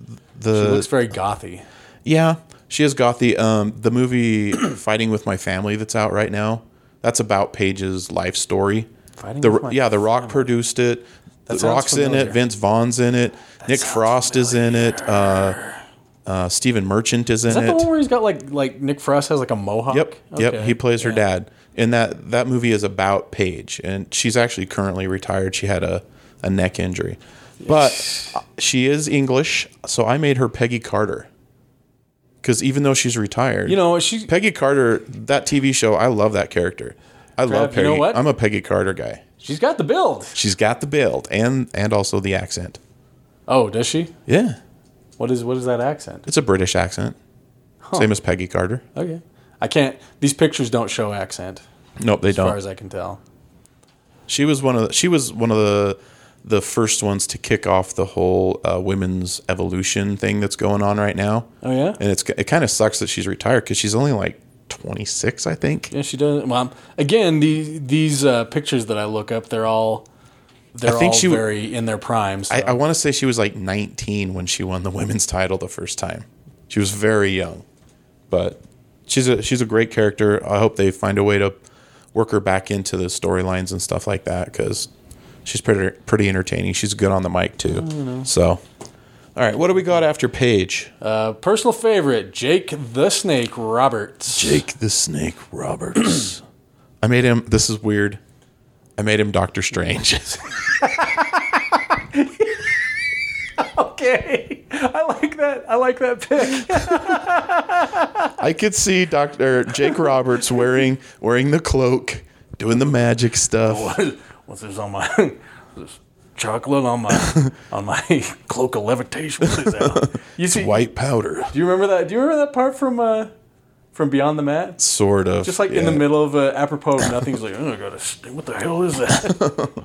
[SPEAKER 2] the
[SPEAKER 1] She looks very gothy.
[SPEAKER 2] yeah. She is gothy. Um, the movie "Fighting with My Family" that's out right now. That's about Paige's life story.
[SPEAKER 1] Fighting
[SPEAKER 2] the,
[SPEAKER 1] with my
[SPEAKER 2] yeah, The Rock produced it. the
[SPEAKER 1] sounds
[SPEAKER 2] Rock's in
[SPEAKER 1] familiar.
[SPEAKER 2] it. Vince Vaughn's in it. Nick
[SPEAKER 1] sounds
[SPEAKER 2] Frost is in it. Uh, uh, Stephen Merchant is in
[SPEAKER 1] Is that
[SPEAKER 2] it.
[SPEAKER 1] the one where he's got like like Nick Frost has like a mohawk?
[SPEAKER 2] Yep. Yep.
[SPEAKER 1] Okay.
[SPEAKER 2] He plays her dad. And that that movie is about Paige, and she's actually currently retired. She had a, a neck injury, but uh, she is English, so I made her Peggy Carter. Because even though she's retired,
[SPEAKER 1] You know, she
[SPEAKER 2] Peggy Carter, that TV show, I love that character. I love
[SPEAKER 1] you
[SPEAKER 2] Peggy.
[SPEAKER 1] know what?
[SPEAKER 2] I'm a Peggy Carter guy.
[SPEAKER 1] she's got the build.
[SPEAKER 2] She's got the build and and also the accent.
[SPEAKER 1] Oh, does she?
[SPEAKER 2] Yeah,
[SPEAKER 1] What is what is that accent?
[SPEAKER 2] it's a British accent, same as Peggy Carter.
[SPEAKER 1] Okay. I can't. These pictures don't show accent,
[SPEAKER 2] Nope, they
[SPEAKER 1] as
[SPEAKER 2] don't.
[SPEAKER 1] far as I can tell.
[SPEAKER 2] She was one of the, she was one of the the first ones to kick off the whole uh, women's evolution thing that's going on right now.
[SPEAKER 1] Oh yeah.
[SPEAKER 2] And it's it kind of sucks that she's retired because she's only like 26, I think.
[SPEAKER 1] Yeah, she does. Well, again, the, these uh, pictures that I look up, they're all they're
[SPEAKER 2] think
[SPEAKER 1] all
[SPEAKER 2] she w-
[SPEAKER 1] very in their primes.
[SPEAKER 2] I, I want to say she was like 19 when she won the women's title the first time. She was very young, but she's a she's a great character. I hope they find a way to work her back into the storylines and stuff like that because she's pretty pretty entertaining. She's good on the mic too. So, all right, what do we got after Paige?
[SPEAKER 1] uh, personal favorite, Jake the Snake Roberts.
[SPEAKER 2] Jake the Snake Roberts. I made him. This is weird. I made him Doctor Strange.
[SPEAKER 1] Okay, I like that. I like that pick.
[SPEAKER 2] I could see Doctor Jake Roberts wearing wearing the cloak, doing the magic stuff.
[SPEAKER 1] What's this on my? this chocolate on my on my cloak of levitation? What is that? You see?
[SPEAKER 2] White powder,
[SPEAKER 1] Do you remember that? Do you remember that part from uh, from Beyond the Mat?
[SPEAKER 2] sort of.
[SPEAKER 1] Just like in the middle of uh, apropos of nothing, he's like, "Oh, I gotta st- what the hell is that?"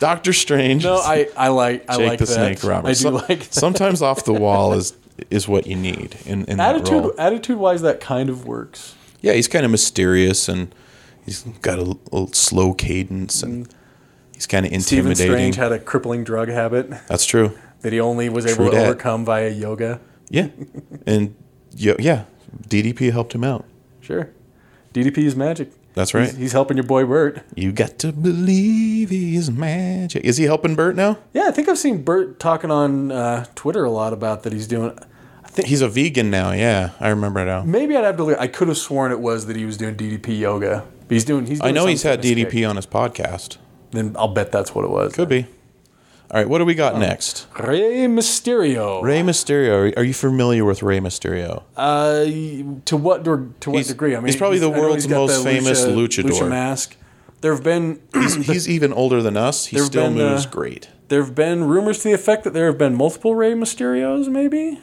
[SPEAKER 2] Doctor Strange.
[SPEAKER 1] no, I, I like I
[SPEAKER 2] Jake
[SPEAKER 1] like
[SPEAKER 2] the
[SPEAKER 1] that.
[SPEAKER 2] Snake Roberts.
[SPEAKER 1] I do
[SPEAKER 2] Some-
[SPEAKER 1] like that.
[SPEAKER 2] Sometimes off the wall is is what you need in, in that
[SPEAKER 1] attitude
[SPEAKER 2] role.
[SPEAKER 1] attitude wise, that kind of works.
[SPEAKER 2] Yeah, he's kind of mysterious and he's got a, l- a slow cadence and he's kind of
[SPEAKER 1] Mm. Stephen
[SPEAKER 2] intimidating.
[SPEAKER 1] Strange had a crippling drug habit
[SPEAKER 2] That's true.
[SPEAKER 1] that he only was able
[SPEAKER 2] True
[SPEAKER 1] to
[SPEAKER 2] dat.
[SPEAKER 1] overcome via yoga.
[SPEAKER 2] Yeah, and yo, yeah, DDP helped him out.
[SPEAKER 1] Sure. DDP is magic.
[SPEAKER 2] That's
[SPEAKER 1] He's-
[SPEAKER 2] right.
[SPEAKER 1] He's, helping your boy Bert.
[SPEAKER 2] You got to believe he is magic. Is he helping Bert now?
[SPEAKER 1] Yeah, I think I've seen Bert talking on uh, Twitter a lot about that he's doing. I think
[SPEAKER 2] He's a vegan now. Yeah, I remember now.
[SPEAKER 1] maybe I'd have to. Look, I could have sworn it was that he was doing DDP yoga. But he's doing. He's.
[SPEAKER 2] I
[SPEAKER 1] doing
[SPEAKER 2] know
[SPEAKER 1] some
[SPEAKER 2] he's had
[SPEAKER 1] fitness
[SPEAKER 2] DDP
[SPEAKER 1] kick.
[SPEAKER 2] on his podcast.
[SPEAKER 1] Then I'll bet that's what it was.
[SPEAKER 2] Could be. All right, what do we
[SPEAKER 1] Um,
[SPEAKER 2] got next?
[SPEAKER 1] Rey Mysterio.
[SPEAKER 2] Rey Mysterio. Are you familiar with Rey Mysterio?
[SPEAKER 1] Uh, to what de- to what
[SPEAKER 2] He's-
[SPEAKER 1] degree? I mean,
[SPEAKER 2] he's probably the
[SPEAKER 1] I know
[SPEAKER 2] world's
[SPEAKER 1] he's got
[SPEAKER 2] most famous luchador.
[SPEAKER 1] Lucha mask. There have been
[SPEAKER 2] he's even older than us. He
[SPEAKER 1] There've
[SPEAKER 2] still
[SPEAKER 1] been,
[SPEAKER 2] moves
[SPEAKER 1] uh,
[SPEAKER 2] great.
[SPEAKER 1] there have been rumors to the effect that there have been multiple Rey Mysterios. Maybe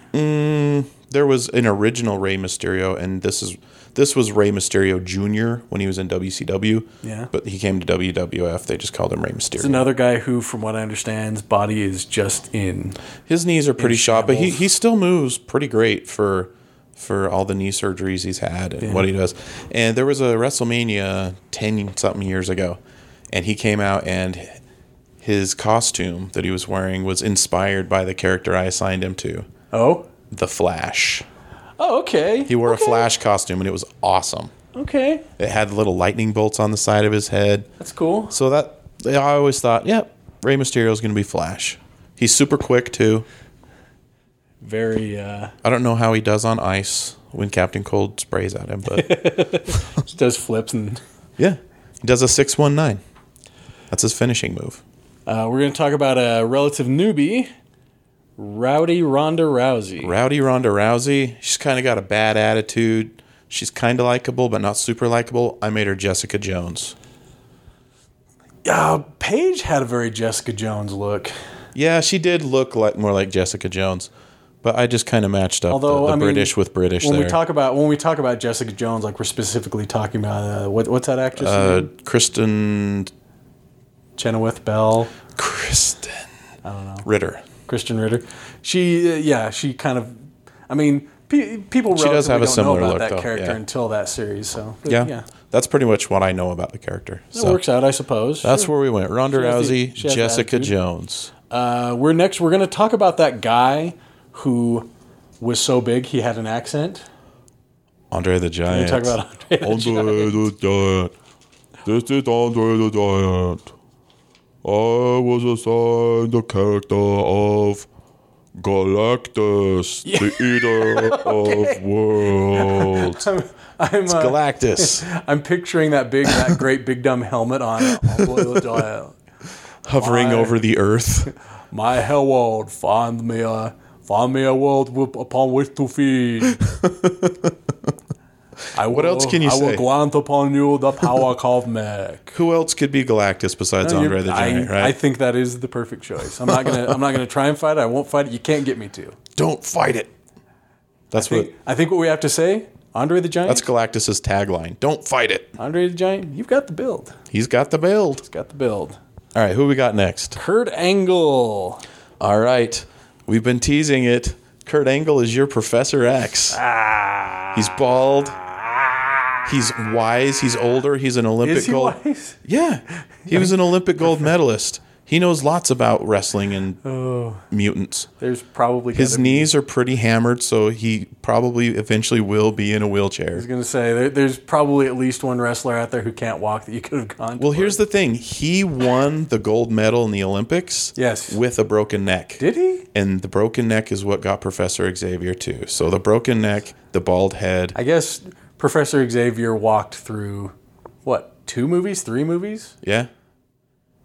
[SPEAKER 2] There was an original Rey Mysterio, and this is this was Rey Mysterio Jr. when he was in WCW.
[SPEAKER 1] Yeah.
[SPEAKER 2] But he came to WWF. They just called him Rey Mysterio.
[SPEAKER 1] it's another guy who, from what I understand, his body is just in.
[SPEAKER 2] His knees are pretty shot, but he,
[SPEAKER 1] shambles.
[SPEAKER 2] he still moves pretty great for for all the knee surgeries he's had and what he does. And there was a WrestleMania ten something years ago, and he came out and his costume that he was wearing was inspired by the character I assigned him to,
[SPEAKER 1] Oh,
[SPEAKER 2] the Flash.
[SPEAKER 1] oh, okay.
[SPEAKER 2] He wore
[SPEAKER 1] okay.
[SPEAKER 2] a Flash costume, and it was awesome.
[SPEAKER 1] Okay,
[SPEAKER 2] It had little lightning bolts on the side of his head.
[SPEAKER 1] that's cool.
[SPEAKER 2] So that I always thought, yep, Rey Mysterio's going to be Flash. He's super quick too.
[SPEAKER 1] Very uh,
[SPEAKER 2] I don't know how he does on ice when Captain Cold sprays at him, but
[SPEAKER 1] just does flips and.
[SPEAKER 2] yeah, he does a six one nine. That's his finishing move.
[SPEAKER 1] Uh, we're going to talk about a relative newbie, Rowdy Ronda Rousey.
[SPEAKER 2] Rowdy Ronda Rousey, she's kind of got a bad attitude. She's kind of likable, but not super likable. I made her Jessica Jones.
[SPEAKER 1] Uh, Paige had a very Jessica Jones look.
[SPEAKER 2] Yeah, she did look like more like Jessica Jones, but I just kind of matched up
[SPEAKER 1] Although
[SPEAKER 2] the, the
[SPEAKER 1] I mean,
[SPEAKER 2] British with British.
[SPEAKER 1] When
[SPEAKER 2] there.
[SPEAKER 1] we talk about when we talk about Jessica Jones, like we're specifically talking about uh, what, what's that actress?
[SPEAKER 2] uh,
[SPEAKER 1] name?
[SPEAKER 2] Kristen,
[SPEAKER 1] Chenoweth Bell,
[SPEAKER 2] Kristen, I don't know Ritter.
[SPEAKER 1] Christian Ritter. She, uh, yeah, she kind of. I mean, pe- people
[SPEAKER 2] She does
[SPEAKER 1] relatively
[SPEAKER 2] have a
[SPEAKER 1] don't
[SPEAKER 2] similar
[SPEAKER 1] know about
[SPEAKER 2] look,
[SPEAKER 1] that
[SPEAKER 2] though,
[SPEAKER 1] character
[SPEAKER 2] yeah.
[SPEAKER 1] until that series. So but,
[SPEAKER 2] Yeah,
[SPEAKER 1] yeah,
[SPEAKER 2] that's pretty much what I know about the character.
[SPEAKER 1] it works out, I suppose.
[SPEAKER 2] That's
[SPEAKER 1] Sure.
[SPEAKER 2] where we went. Ronda
[SPEAKER 1] She has the-
[SPEAKER 2] Rousey,
[SPEAKER 1] she has the
[SPEAKER 2] Jessica
[SPEAKER 1] attitude.
[SPEAKER 2] Jones.
[SPEAKER 1] Uh, we're next. We're going to talk about that guy who was so big he had an accent.
[SPEAKER 2] Andre the Giant.
[SPEAKER 1] talk about Andre the
[SPEAKER 2] Andre the Giant.
[SPEAKER 4] This is Andre the Giant. I was assigned the character of Galactus, the eater of worlds.
[SPEAKER 1] I'm, I'm, uh,
[SPEAKER 2] Galactus
[SPEAKER 1] I'm picturing that big, that great big dumb helmet on. it.
[SPEAKER 2] hovering
[SPEAKER 1] Why?
[SPEAKER 2] over the earth.
[SPEAKER 1] My hell world, find me a, find me a world wi- upon which to feed. I what
[SPEAKER 2] else can you
[SPEAKER 1] I
[SPEAKER 2] say?
[SPEAKER 1] will grant upon you the power cosmic.
[SPEAKER 2] Who else could be Galactus besides Andre the Giant,
[SPEAKER 1] I,
[SPEAKER 2] right?
[SPEAKER 1] I think that is the perfect choice. I'm not gonna. I'm not gonna try and fight it. I won't fight it. You can't get me to.
[SPEAKER 2] Don't fight it. That's what
[SPEAKER 1] I think what we have to say, Andre the Giant.
[SPEAKER 2] that's Galactus's tagline. Don't fight it.
[SPEAKER 1] Andre the Giant, you've got the build.
[SPEAKER 2] He's got the build.
[SPEAKER 1] You've got the build.
[SPEAKER 2] All right, who we got next?
[SPEAKER 1] Kurt Angle.
[SPEAKER 2] All right. We've been teasing it. Kurt Angle is your Professor X. He's bald. He's wise. He's older. He's an Olympic
[SPEAKER 1] Is he
[SPEAKER 2] gold.
[SPEAKER 1] wise?
[SPEAKER 2] Yeah. He was an Olympic gold medalist. He knows lots about wrestling and mutants.
[SPEAKER 1] There's probably
[SPEAKER 2] His
[SPEAKER 1] gotta Oh. be-
[SPEAKER 2] knees are pretty hammered, so he probably eventually will be in a wheelchair.
[SPEAKER 1] I was gonna say there, there's probably at least one wrestler out there who can't walk that you could have gone.
[SPEAKER 2] Well, here's the thing. He won the gold medal in the Olympics
[SPEAKER 1] Yes.
[SPEAKER 2] with a broken neck.
[SPEAKER 1] Did he?
[SPEAKER 2] And the broken neck is what got Professor Xavier too. So the broken neck, the bald head.
[SPEAKER 1] I guess Professor Xavier walked through what two movies, three movies?
[SPEAKER 2] yeah.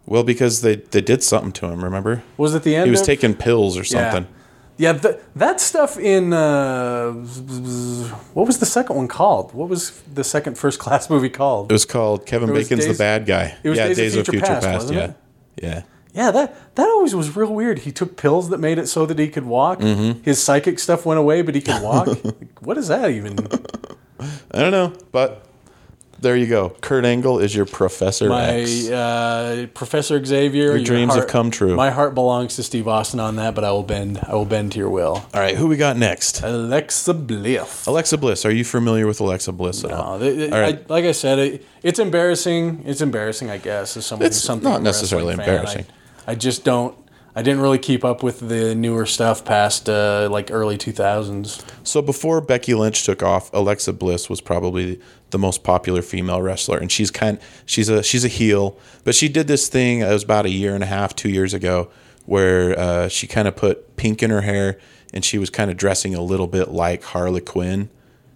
[SPEAKER 2] Well, because they, they did something to him, remember?
[SPEAKER 1] Was it the end?
[SPEAKER 2] He was
[SPEAKER 1] of-
[SPEAKER 2] taking pills or
[SPEAKER 1] Yeah.
[SPEAKER 2] something.
[SPEAKER 1] Yeah, th- that stuff in uh, what was the second one called? What was the second first class movie called?
[SPEAKER 2] It was called Kevin
[SPEAKER 1] was
[SPEAKER 2] Bacon's
[SPEAKER 1] Days-
[SPEAKER 2] the Bad Guy.
[SPEAKER 1] it was
[SPEAKER 2] yeah,
[SPEAKER 1] Days of Future Past, wasn't
[SPEAKER 2] yeah.
[SPEAKER 1] it?
[SPEAKER 2] Yeah.
[SPEAKER 1] Yeah, that that always was real weird. He took pills that made it so that he could walk.
[SPEAKER 2] Mm-hmm.
[SPEAKER 1] His psychic stuff went away, but he could walk. Like, what is that even?
[SPEAKER 2] I don't know, but There you go. Kurt Angle is your Professor
[SPEAKER 1] My
[SPEAKER 2] X.
[SPEAKER 1] uh, Professor Xavier, your,
[SPEAKER 2] dreams have come true.
[SPEAKER 1] My heart belongs to Steve Austin on that, but I will bend. I will bend to your will.
[SPEAKER 2] All right, who we got next?
[SPEAKER 1] Uh, Alexa Bliss.
[SPEAKER 2] Alexa Bliss. Are you familiar with Alexa Bliss at all?
[SPEAKER 1] No, they- they-
[SPEAKER 2] Oh, All right.
[SPEAKER 1] I, like I said, it, it's embarrassing. It's embarrassing, I guess, as someone
[SPEAKER 2] It's
[SPEAKER 1] who's something of
[SPEAKER 2] not
[SPEAKER 1] a wrestling
[SPEAKER 2] necessarily
[SPEAKER 1] fan.
[SPEAKER 2] embarrassing.
[SPEAKER 1] I, I just don't. I didn't really keep up with the newer stuff past uh, like early two thousands.
[SPEAKER 2] So before Becky Lynch took off, Alexa Bliss was probably the most popular female wrestler, and she's kind she's a she's a heel, but she did this thing. It was about a year and a half, two years ago, where uh, she kind of put pink in her hair, and she was kind of dressing a little bit like Harley Quinn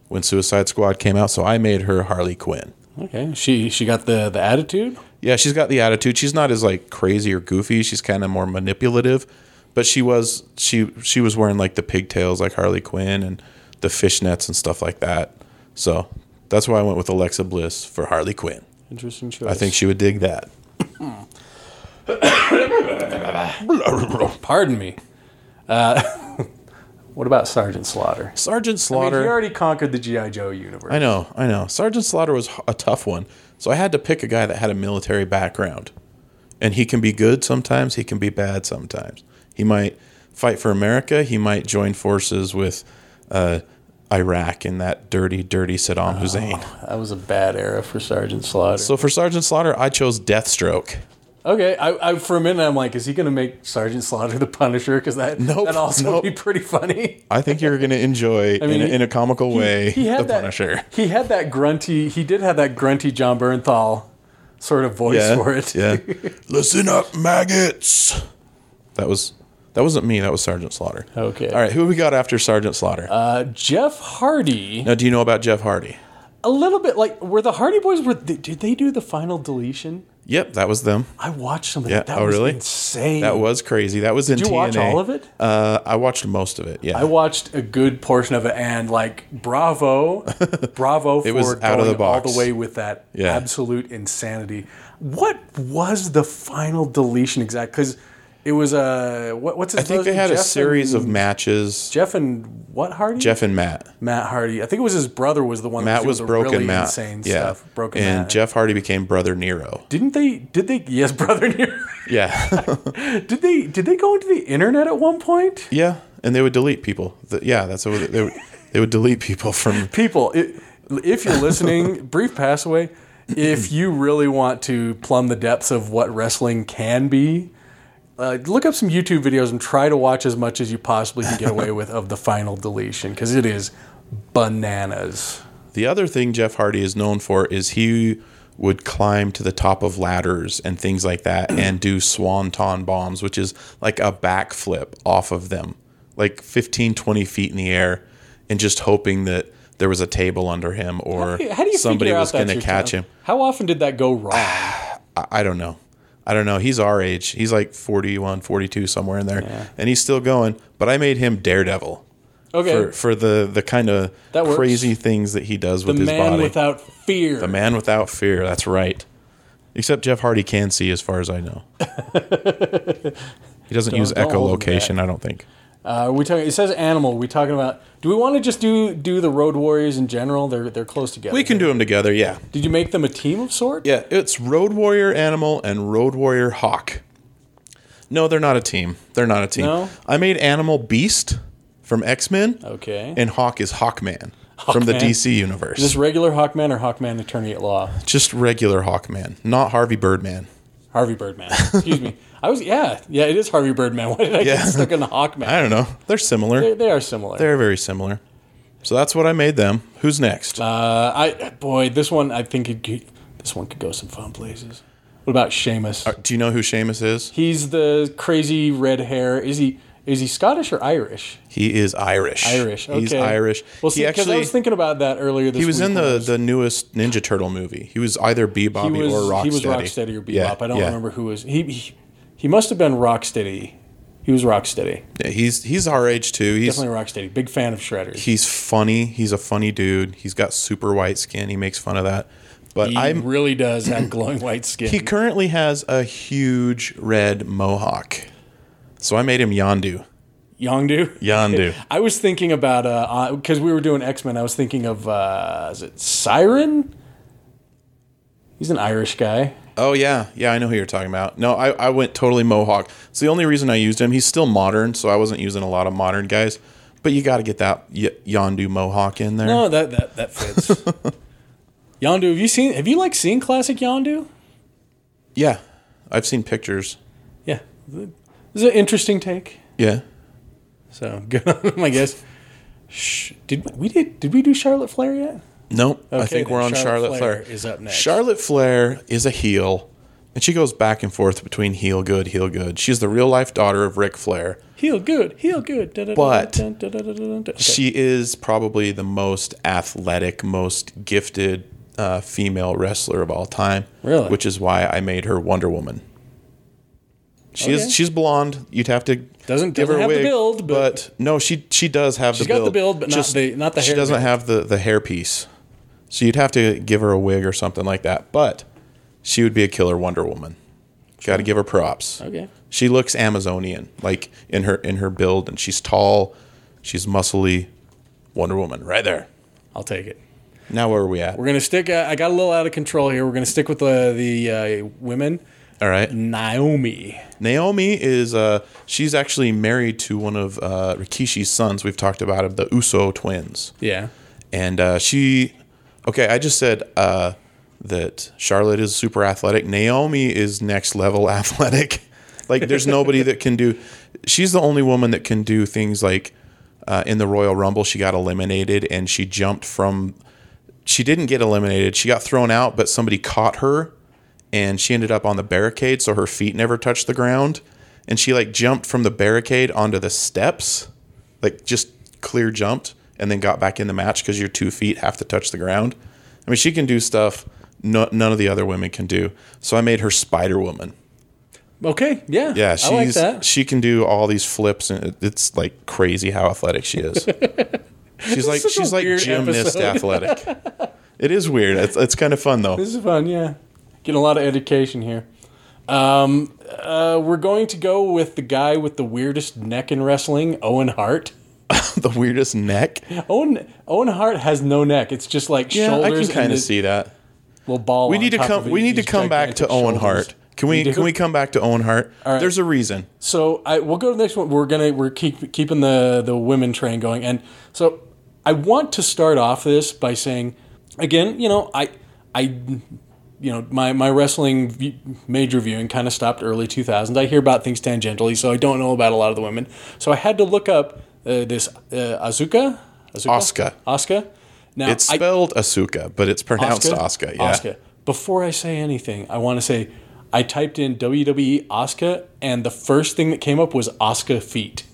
[SPEAKER 2] when Suicide Squad came out. So I made her Harley Quinn.
[SPEAKER 1] Okay, she she got the the attitude.
[SPEAKER 2] Yeah, she's got the attitude. She's not as like crazy or goofy. She's kind of more manipulative, but she was she she was wearing like the pigtails like Harley Quinn and the fishnets and stuff like that. So that's why I went with Alexa Bliss for Harley Quinn.
[SPEAKER 1] Interesting choice.
[SPEAKER 2] I think she would dig that.
[SPEAKER 1] Pardon me. Uh, what about Sergeant Slaughter?
[SPEAKER 2] Sergeant
[SPEAKER 1] I mean,
[SPEAKER 2] Slaughter. I,
[SPEAKER 1] he already conquered the GI Joe universe.
[SPEAKER 2] know, I know. Sergeant Slaughter was h- a tough one, so I had to pick a guy that had a military background, and he can be good sometimes. He can be bad sometimes. He might fight for America. He might join forces with. Uh, Iraq and that dirty, dirty
[SPEAKER 1] Oh.
[SPEAKER 2] Saddam Hussein.
[SPEAKER 1] That was a bad era for Sergeant Slaughter.
[SPEAKER 2] So for Sergeant Slaughter, I chose Deathstroke.
[SPEAKER 1] Okay, I, I for a minute I'm like, is he gonna make Sergeant Slaughter the Punisher? Because that
[SPEAKER 2] Nope,
[SPEAKER 1] that also
[SPEAKER 2] nope.
[SPEAKER 1] be pretty funny.
[SPEAKER 2] I think you're going to enjoy
[SPEAKER 1] mean,
[SPEAKER 2] in, a,
[SPEAKER 1] he-
[SPEAKER 2] in a comical way the
[SPEAKER 1] that,
[SPEAKER 2] Punisher.
[SPEAKER 1] He had that grunty. He did have that grunty John Bernthal sort of voice
[SPEAKER 2] Yeah,
[SPEAKER 1] for it.
[SPEAKER 2] yeah.
[SPEAKER 4] Listen up, maggots.
[SPEAKER 2] That was that wasn't me. That was Sergeant Slaughter.
[SPEAKER 1] Okay.
[SPEAKER 2] All right. Who we got after Sergeant Slaughter?
[SPEAKER 1] Uh, Jeff Hardy,
[SPEAKER 2] now, do you know about Jeff Hardy?
[SPEAKER 1] a little bit like were the Hardy Boys were they, did they do the final deletion?
[SPEAKER 2] Yep, that was them.
[SPEAKER 1] I watched some of
[SPEAKER 2] Yeah,
[SPEAKER 1] that. That
[SPEAKER 2] oh,
[SPEAKER 1] was
[SPEAKER 2] really?
[SPEAKER 1] insane.
[SPEAKER 2] That was crazy. That was in
[SPEAKER 1] Did you
[SPEAKER 2] TNA.
[SPEAKER 1] watch all of it?
[SPEAKER 2] Uh, I watched most of it. Yeah.
[SPEAKER 1] I watched a good portion of it, and like, bravo, bravo for
[SPEAKER 2] was
[SPEAKER 1] going
[SPEAKER 2] out of the
[SPEAKER 1] all
[SPEAKER 2] box.
[SPEAKER 1] the way with that
[SPEAKER 2] Yeah.
[SPEAKER 1] absolute insanity. What was the final deletion exact? Because it was a what, what's his
[SPEAKER 2] I think they had a series of matches. Jeff,
[SPEAKER 1] Jeff and what Hardy?
[SPEAKER 2] and Matt.
[SPEAKER 1] Matt Hardy. I think it was his brother was the one. that
[SPEAKER 2] Matt
[SPEAKER 1] was doing
[SPEAKER 2] was
[SPEAKER 1] the
[SPEAKER 2] broken.
[SPEAKER 1] really
[SPEAKER 2] Matt.
[SPEAKER 1] insane
[SPEAKER 2] yeah.
[SPEAKER 1] stuff. Broken
[SPEAKER 2] And
[SPEAKER 1] Matt.
[SPEAKER 2] Jeff Hardy became brother Nero.
[SPEAKER 1] Didn't they? Did they? Yes, brother.
[SPEAKER 2] Yeah.
[SPEAKER 1] did they? Did they go into the internet at one point?
[SPEAKER 2] yeah. And they would delete people. Th- yeah. That's what they would. They would delete people from.
[SPEAKER 1] people, it, if you're listening, brief passaway. If you really want to plumb the depths of what wrestling can be, uh, look up some YouTube videos and try to watch as much as you possibly can get away with of the final deletion because it is bananas.
[SPEAKER 2] The other thing Jeff Hardy is known for is he would climb to the top of ladders and things like that and do swanton bombs, which is like a backflip off of them, like 15, 20 feet in the air, and just hoping that there was a table under him or
[SPEAKER 1] How do you
[SPEAKER 2] somebody
[SPEAKER 1] figure out
[SPEAKER 2] was going to
[SPEAKER 1] that's your
[SPEAKER 2] catch
[SPEAKER 1] talent?
[SPEAKER 2] him. Ah,
[SPEAKER 1] How often did that go wrong?
[SPEAKER 2] I, I don't know. I don't know. He's our age. He's like 41, 42, somewhere in there. And he's still going. But I made him Daredevil
[SPEAKER 1] Okay,
[SPEAKER 2] for, for the, the kind of
[SPEAKER 1] That works.
[SPEAKER 2] crazy things that he does with
[SPEAKER 1] the
[SPEAKER 2] his
[SPEAKER 1] man
[SPEAKER 2] body.
[SPEAKER 1] without fear.
[SPEAKER 2] The man without fear. That's right. Except Jeff Hardy can see, as far as I know. he doesn't use
[SPEAKER 1] don't hold him
[SPEAKER 2] echolocation, I don't think.
[SPEAKER 1] Uh, are we talking? It says animal. Are we talking about? Do we want to just do do the Road Warriors in general? They're they're close together.
[SPEAKER 2] We can do them together. Yeah,
[SPEAKER 1] Did you make them a team of sorts?
[SPEAKER 2] yeah. It's Road Warrior Animal and Road Warrior Hawk. No, they're not a team. They're not a team.
[SPEAKER 1] No?
[SPEAKER 2] I made Animal Beast from X Men,
[SPEAKER 1] Okay.
[SPEAKER 2] and Hawk is Hawkman from the
[SPEAKER 1] Hawkman.
[SPEAKER 2] DC universe.
[SPEAKER 1] Is this regular Hawkman or Hawkman Attorney at Law?
[SPEAKER 2] Just regular Hawkman, not Harvey Birdman.
[SPEAKER 1] Harvey Birdman. Excuse me. I was yeah yeah it is Harvey Birdman. Why did I
[SPEAKER 2] Yeah.
[SPEAKER 1] get stuck on
[SPEAKER 2] I
[SPEAKER 1] Hawkman?
[SPEAKER 2] don't know. They're similar.
[SPEAKER 1] They,
[SPEAKER 2] They're,
[SPEAKER 1] they are similar.
[SPEAKER 2] very similar. So that's what I made them. Who's next?
[SPEAKER 1] uh, I boy this one I think it, could- this one could go some fun places. What about Seamus?
[SPEAKER 2] Do you know who Seamus is?
[SPEAKER 1] He's the crazy red hair. Is he is he Scottish or Irish?
[SPEAKER 2] He is Irish.
[SPEAKER 1] Irish. Okay.
[SPEAKER 2] He's Irish.
[SPEAKER 1] Well,
[SPEAKER 2] he
[SPEAKER 1] see, because I
[SPEAKER 2] actually
[SPEAKER 1] was thinking about that earlier this
[SPEAKER 2] he was
[SPEAKER 1] week
[SPEAKER 2] in
[SPEAKER 1] when I
[SPEAKER 2] the, the newest Ninja Turtle movie. He was either Bebop
[SPEAKER 1] he was
[SPEAKER 2] or Rocksteady.
[SPEAKER 1] he was Rocksteady or Bebop.
[SPEAKER 2] Yeah,
[SPEAKER 1] I don't
[SPEAKER 2] yeah.
[SPEAKER 1] remember who was he, he. He must have been Rocksteady. He was Rocksteady.
[SPEAKER 2] Yeah, he's he's our age too. He's
[SPEAKER 1] Definitely Rocksteady. Big fan of Shredders.
[SPEAKER 2] he's funny. He's a funny dude. He's got super white skin. He makes fun of that. But
[SPEAKER 1] He
[SPEAKER 2] I'm
[SPEAKER 1] really does have glowing white skin.
[SPEAKER 2] he currently has a huge red mohawk. So I made him Yandu.
[SPEAKER 1] Yongdu.
[SPEAKER 2] Yandu.
[SPEAKER 1] I was thinking uh, about because we were doing X Men. I was thinking of uh, is it uh, Siren? He's an Irish guy.
[SPEAKER 2] Oh yeah, yeah, I know who you're talking about. No, I, I went totally Mohawk. It's the only reason I used him. He's still modern, so I wasn't using a lot of modern guys. But you got to get that y- Yondu Mohawk in there.
[SPEAKER 1] No, that that that fits. Yondu, have you seen? Have you like seen classic Yondu?
[SPEAKER 2] Yeah, I've seen pictures.
[SPEAKER 1] Yeah, this is an interesting take.
[SPEAKER 2] Yeah,
[SPEAKER 1] So good on him, I guess. Sh- did we did did we do Charlotte Flair yet?
[SPEAKER 2] nope. I
[SPEAKER 1] Okay,
[SPEAKER 2] think
[SPEAKER 1] then
[SPEAKER 2] we're on Charlotte, Flair.
[SPEAKER 1] Is up next.
[SPEAKER 2] Charlotte Flair is a heel, and she goes back and forth between heel good, heel good. She's the real life daughter of Ric Flair.
[SPEAKER 1] heel good, heel good. da- da- da-
[SPEAKER 2] But
[SPEAKER 1] da- da- da- da- da- da- okay.
[SPEAKER 2] She is probably the most athletic, most gifted uh, female wrestler of all time.
[SPEAKER 1] Really?
[SPEAKER 2] Which is why I made her Wonder Woman. She
[SPEAKER 1] Okay.
[SPEAKER 2] is she's blonde. You'd have to
[SPEAKER 1] Doesn't- doesn't have the build, but-
[SPEAKER 2] no, she she does have
[SPEAKER 1] She's
[SPEAKER 2] the
[SPEAKER 1] got
[SPEAKER 2] build.
[SPEAKER 1] the build, but not the- not the
[SPEAKER 2] She
[SPEAKER 1] hair
[SPEAKER 2] doesn't
[SPEAKER 1] build.
[SPEAKER 2] have the the hair piece. So you'd have to give her a wig or something like that. But she would be a killer Wonder Woman. Got to give her props.
[SPEAKER 1] okay.
[SPEAKER 2] She looks Amazonian, like in her in her build, and she's tall, she's muscly, Wonder Woman, right there.
[SPEAKER 1] I'll take it.
[SPEAKER 2] Now where are we at?
[SPEAKER 1] We're gonna stick. uh, I I got a little out of control here. We're gonna stick with the the uh, women.
[SPEAKER 2] All right.
[SPEAKER 1] Naomi.
[SPEAKER 2] Naomi is uh she's actually married to one of uh Rikishi's sons. We've talked about him, the Uso twins.
[SPEAKER 1] Yeah.
[SPEAKER 2] And uh she okay, I just said uh that Charlotte is super athletic. Naomi is next level athletic. Like there's nobody that can do she's the only woman that can do things like uh, in the Royal Rumble she got eliminated and she jumped from she didn't get eliminated. She got thrown out, but somebody caught her and she ended up on the barricade so her feet never touched the ground and she like jumped from the barricade onto the steps like just clear jumped and then got back in the match because your two feet have to touch the ground i mean she can do stuff no, none of the other women can do so i made her spider woman
[SPEAKER 1] Okay. Yeah.
[SPEAKER 2] yeah she's
[SPEAKER 1] I like that.
[SPEAKER 2] she can do all these flips and it- it's like crazy how athletic she is she's like
[SPEAKER 1] such a
[SPEAKER 2] she's like
[SPEAKER 1] weird
[SPEAKER 2] gymnast
[SPEAKER 1] episode.
[SPEAKER 2] athletic it is weird it's, it's kind of fun though
[SPEAKER 1] This is fun. Yeah. Getting a lot of education here. Um, uh, we're going to go with the guy with the weirdest neck in wrestling, Owen Hart.
[SPEAKER 2] the weirdest neck
[SPEAKER 1] Owen Owen Hart has no neck. It's just like
[SPEAKER 2] yeah i
[SPEAKER 1] shoulders
[SPEAKER 2] can kind
[SPEAKER 1] and
[SPEAKER 2] of
[SPEAKER 1] this
[SPEAKER 2] see that
[SPEAKER 1] little ball.
[SPEAKER 2] We need to come. We need to come back to Owen Hart. Can we? Can we come back to Owen Hart?
[SPEAKER 1] right.
[SPEAKER 2] There's a reason.
[SPEAKER 1] So I we'll go to the next one. We're gonna we're keep keeping the the women train going, and so I want to start off this by saying again, you know, I I you know my my wrestling v- major viewing kind of stopped early 2000s. I hear about things tangentially, so I don't know about a lot of the women. So I had to look up uh, this uh, Azuka,
[SPEAKER 2] Asuka.
[SPEAKER 1] Azuka, Asuka. Now
[SPEAKER 2] It's
[SPEAKER 1] I-
[SPEAKER 2] spelled Asuka, but it's pronounced Asuka. yeah.
[SPEAKER 1] Asuka. Before I say anything, I want to say I typed in WWE Asuka, and the first thing that came up was Asuka feet.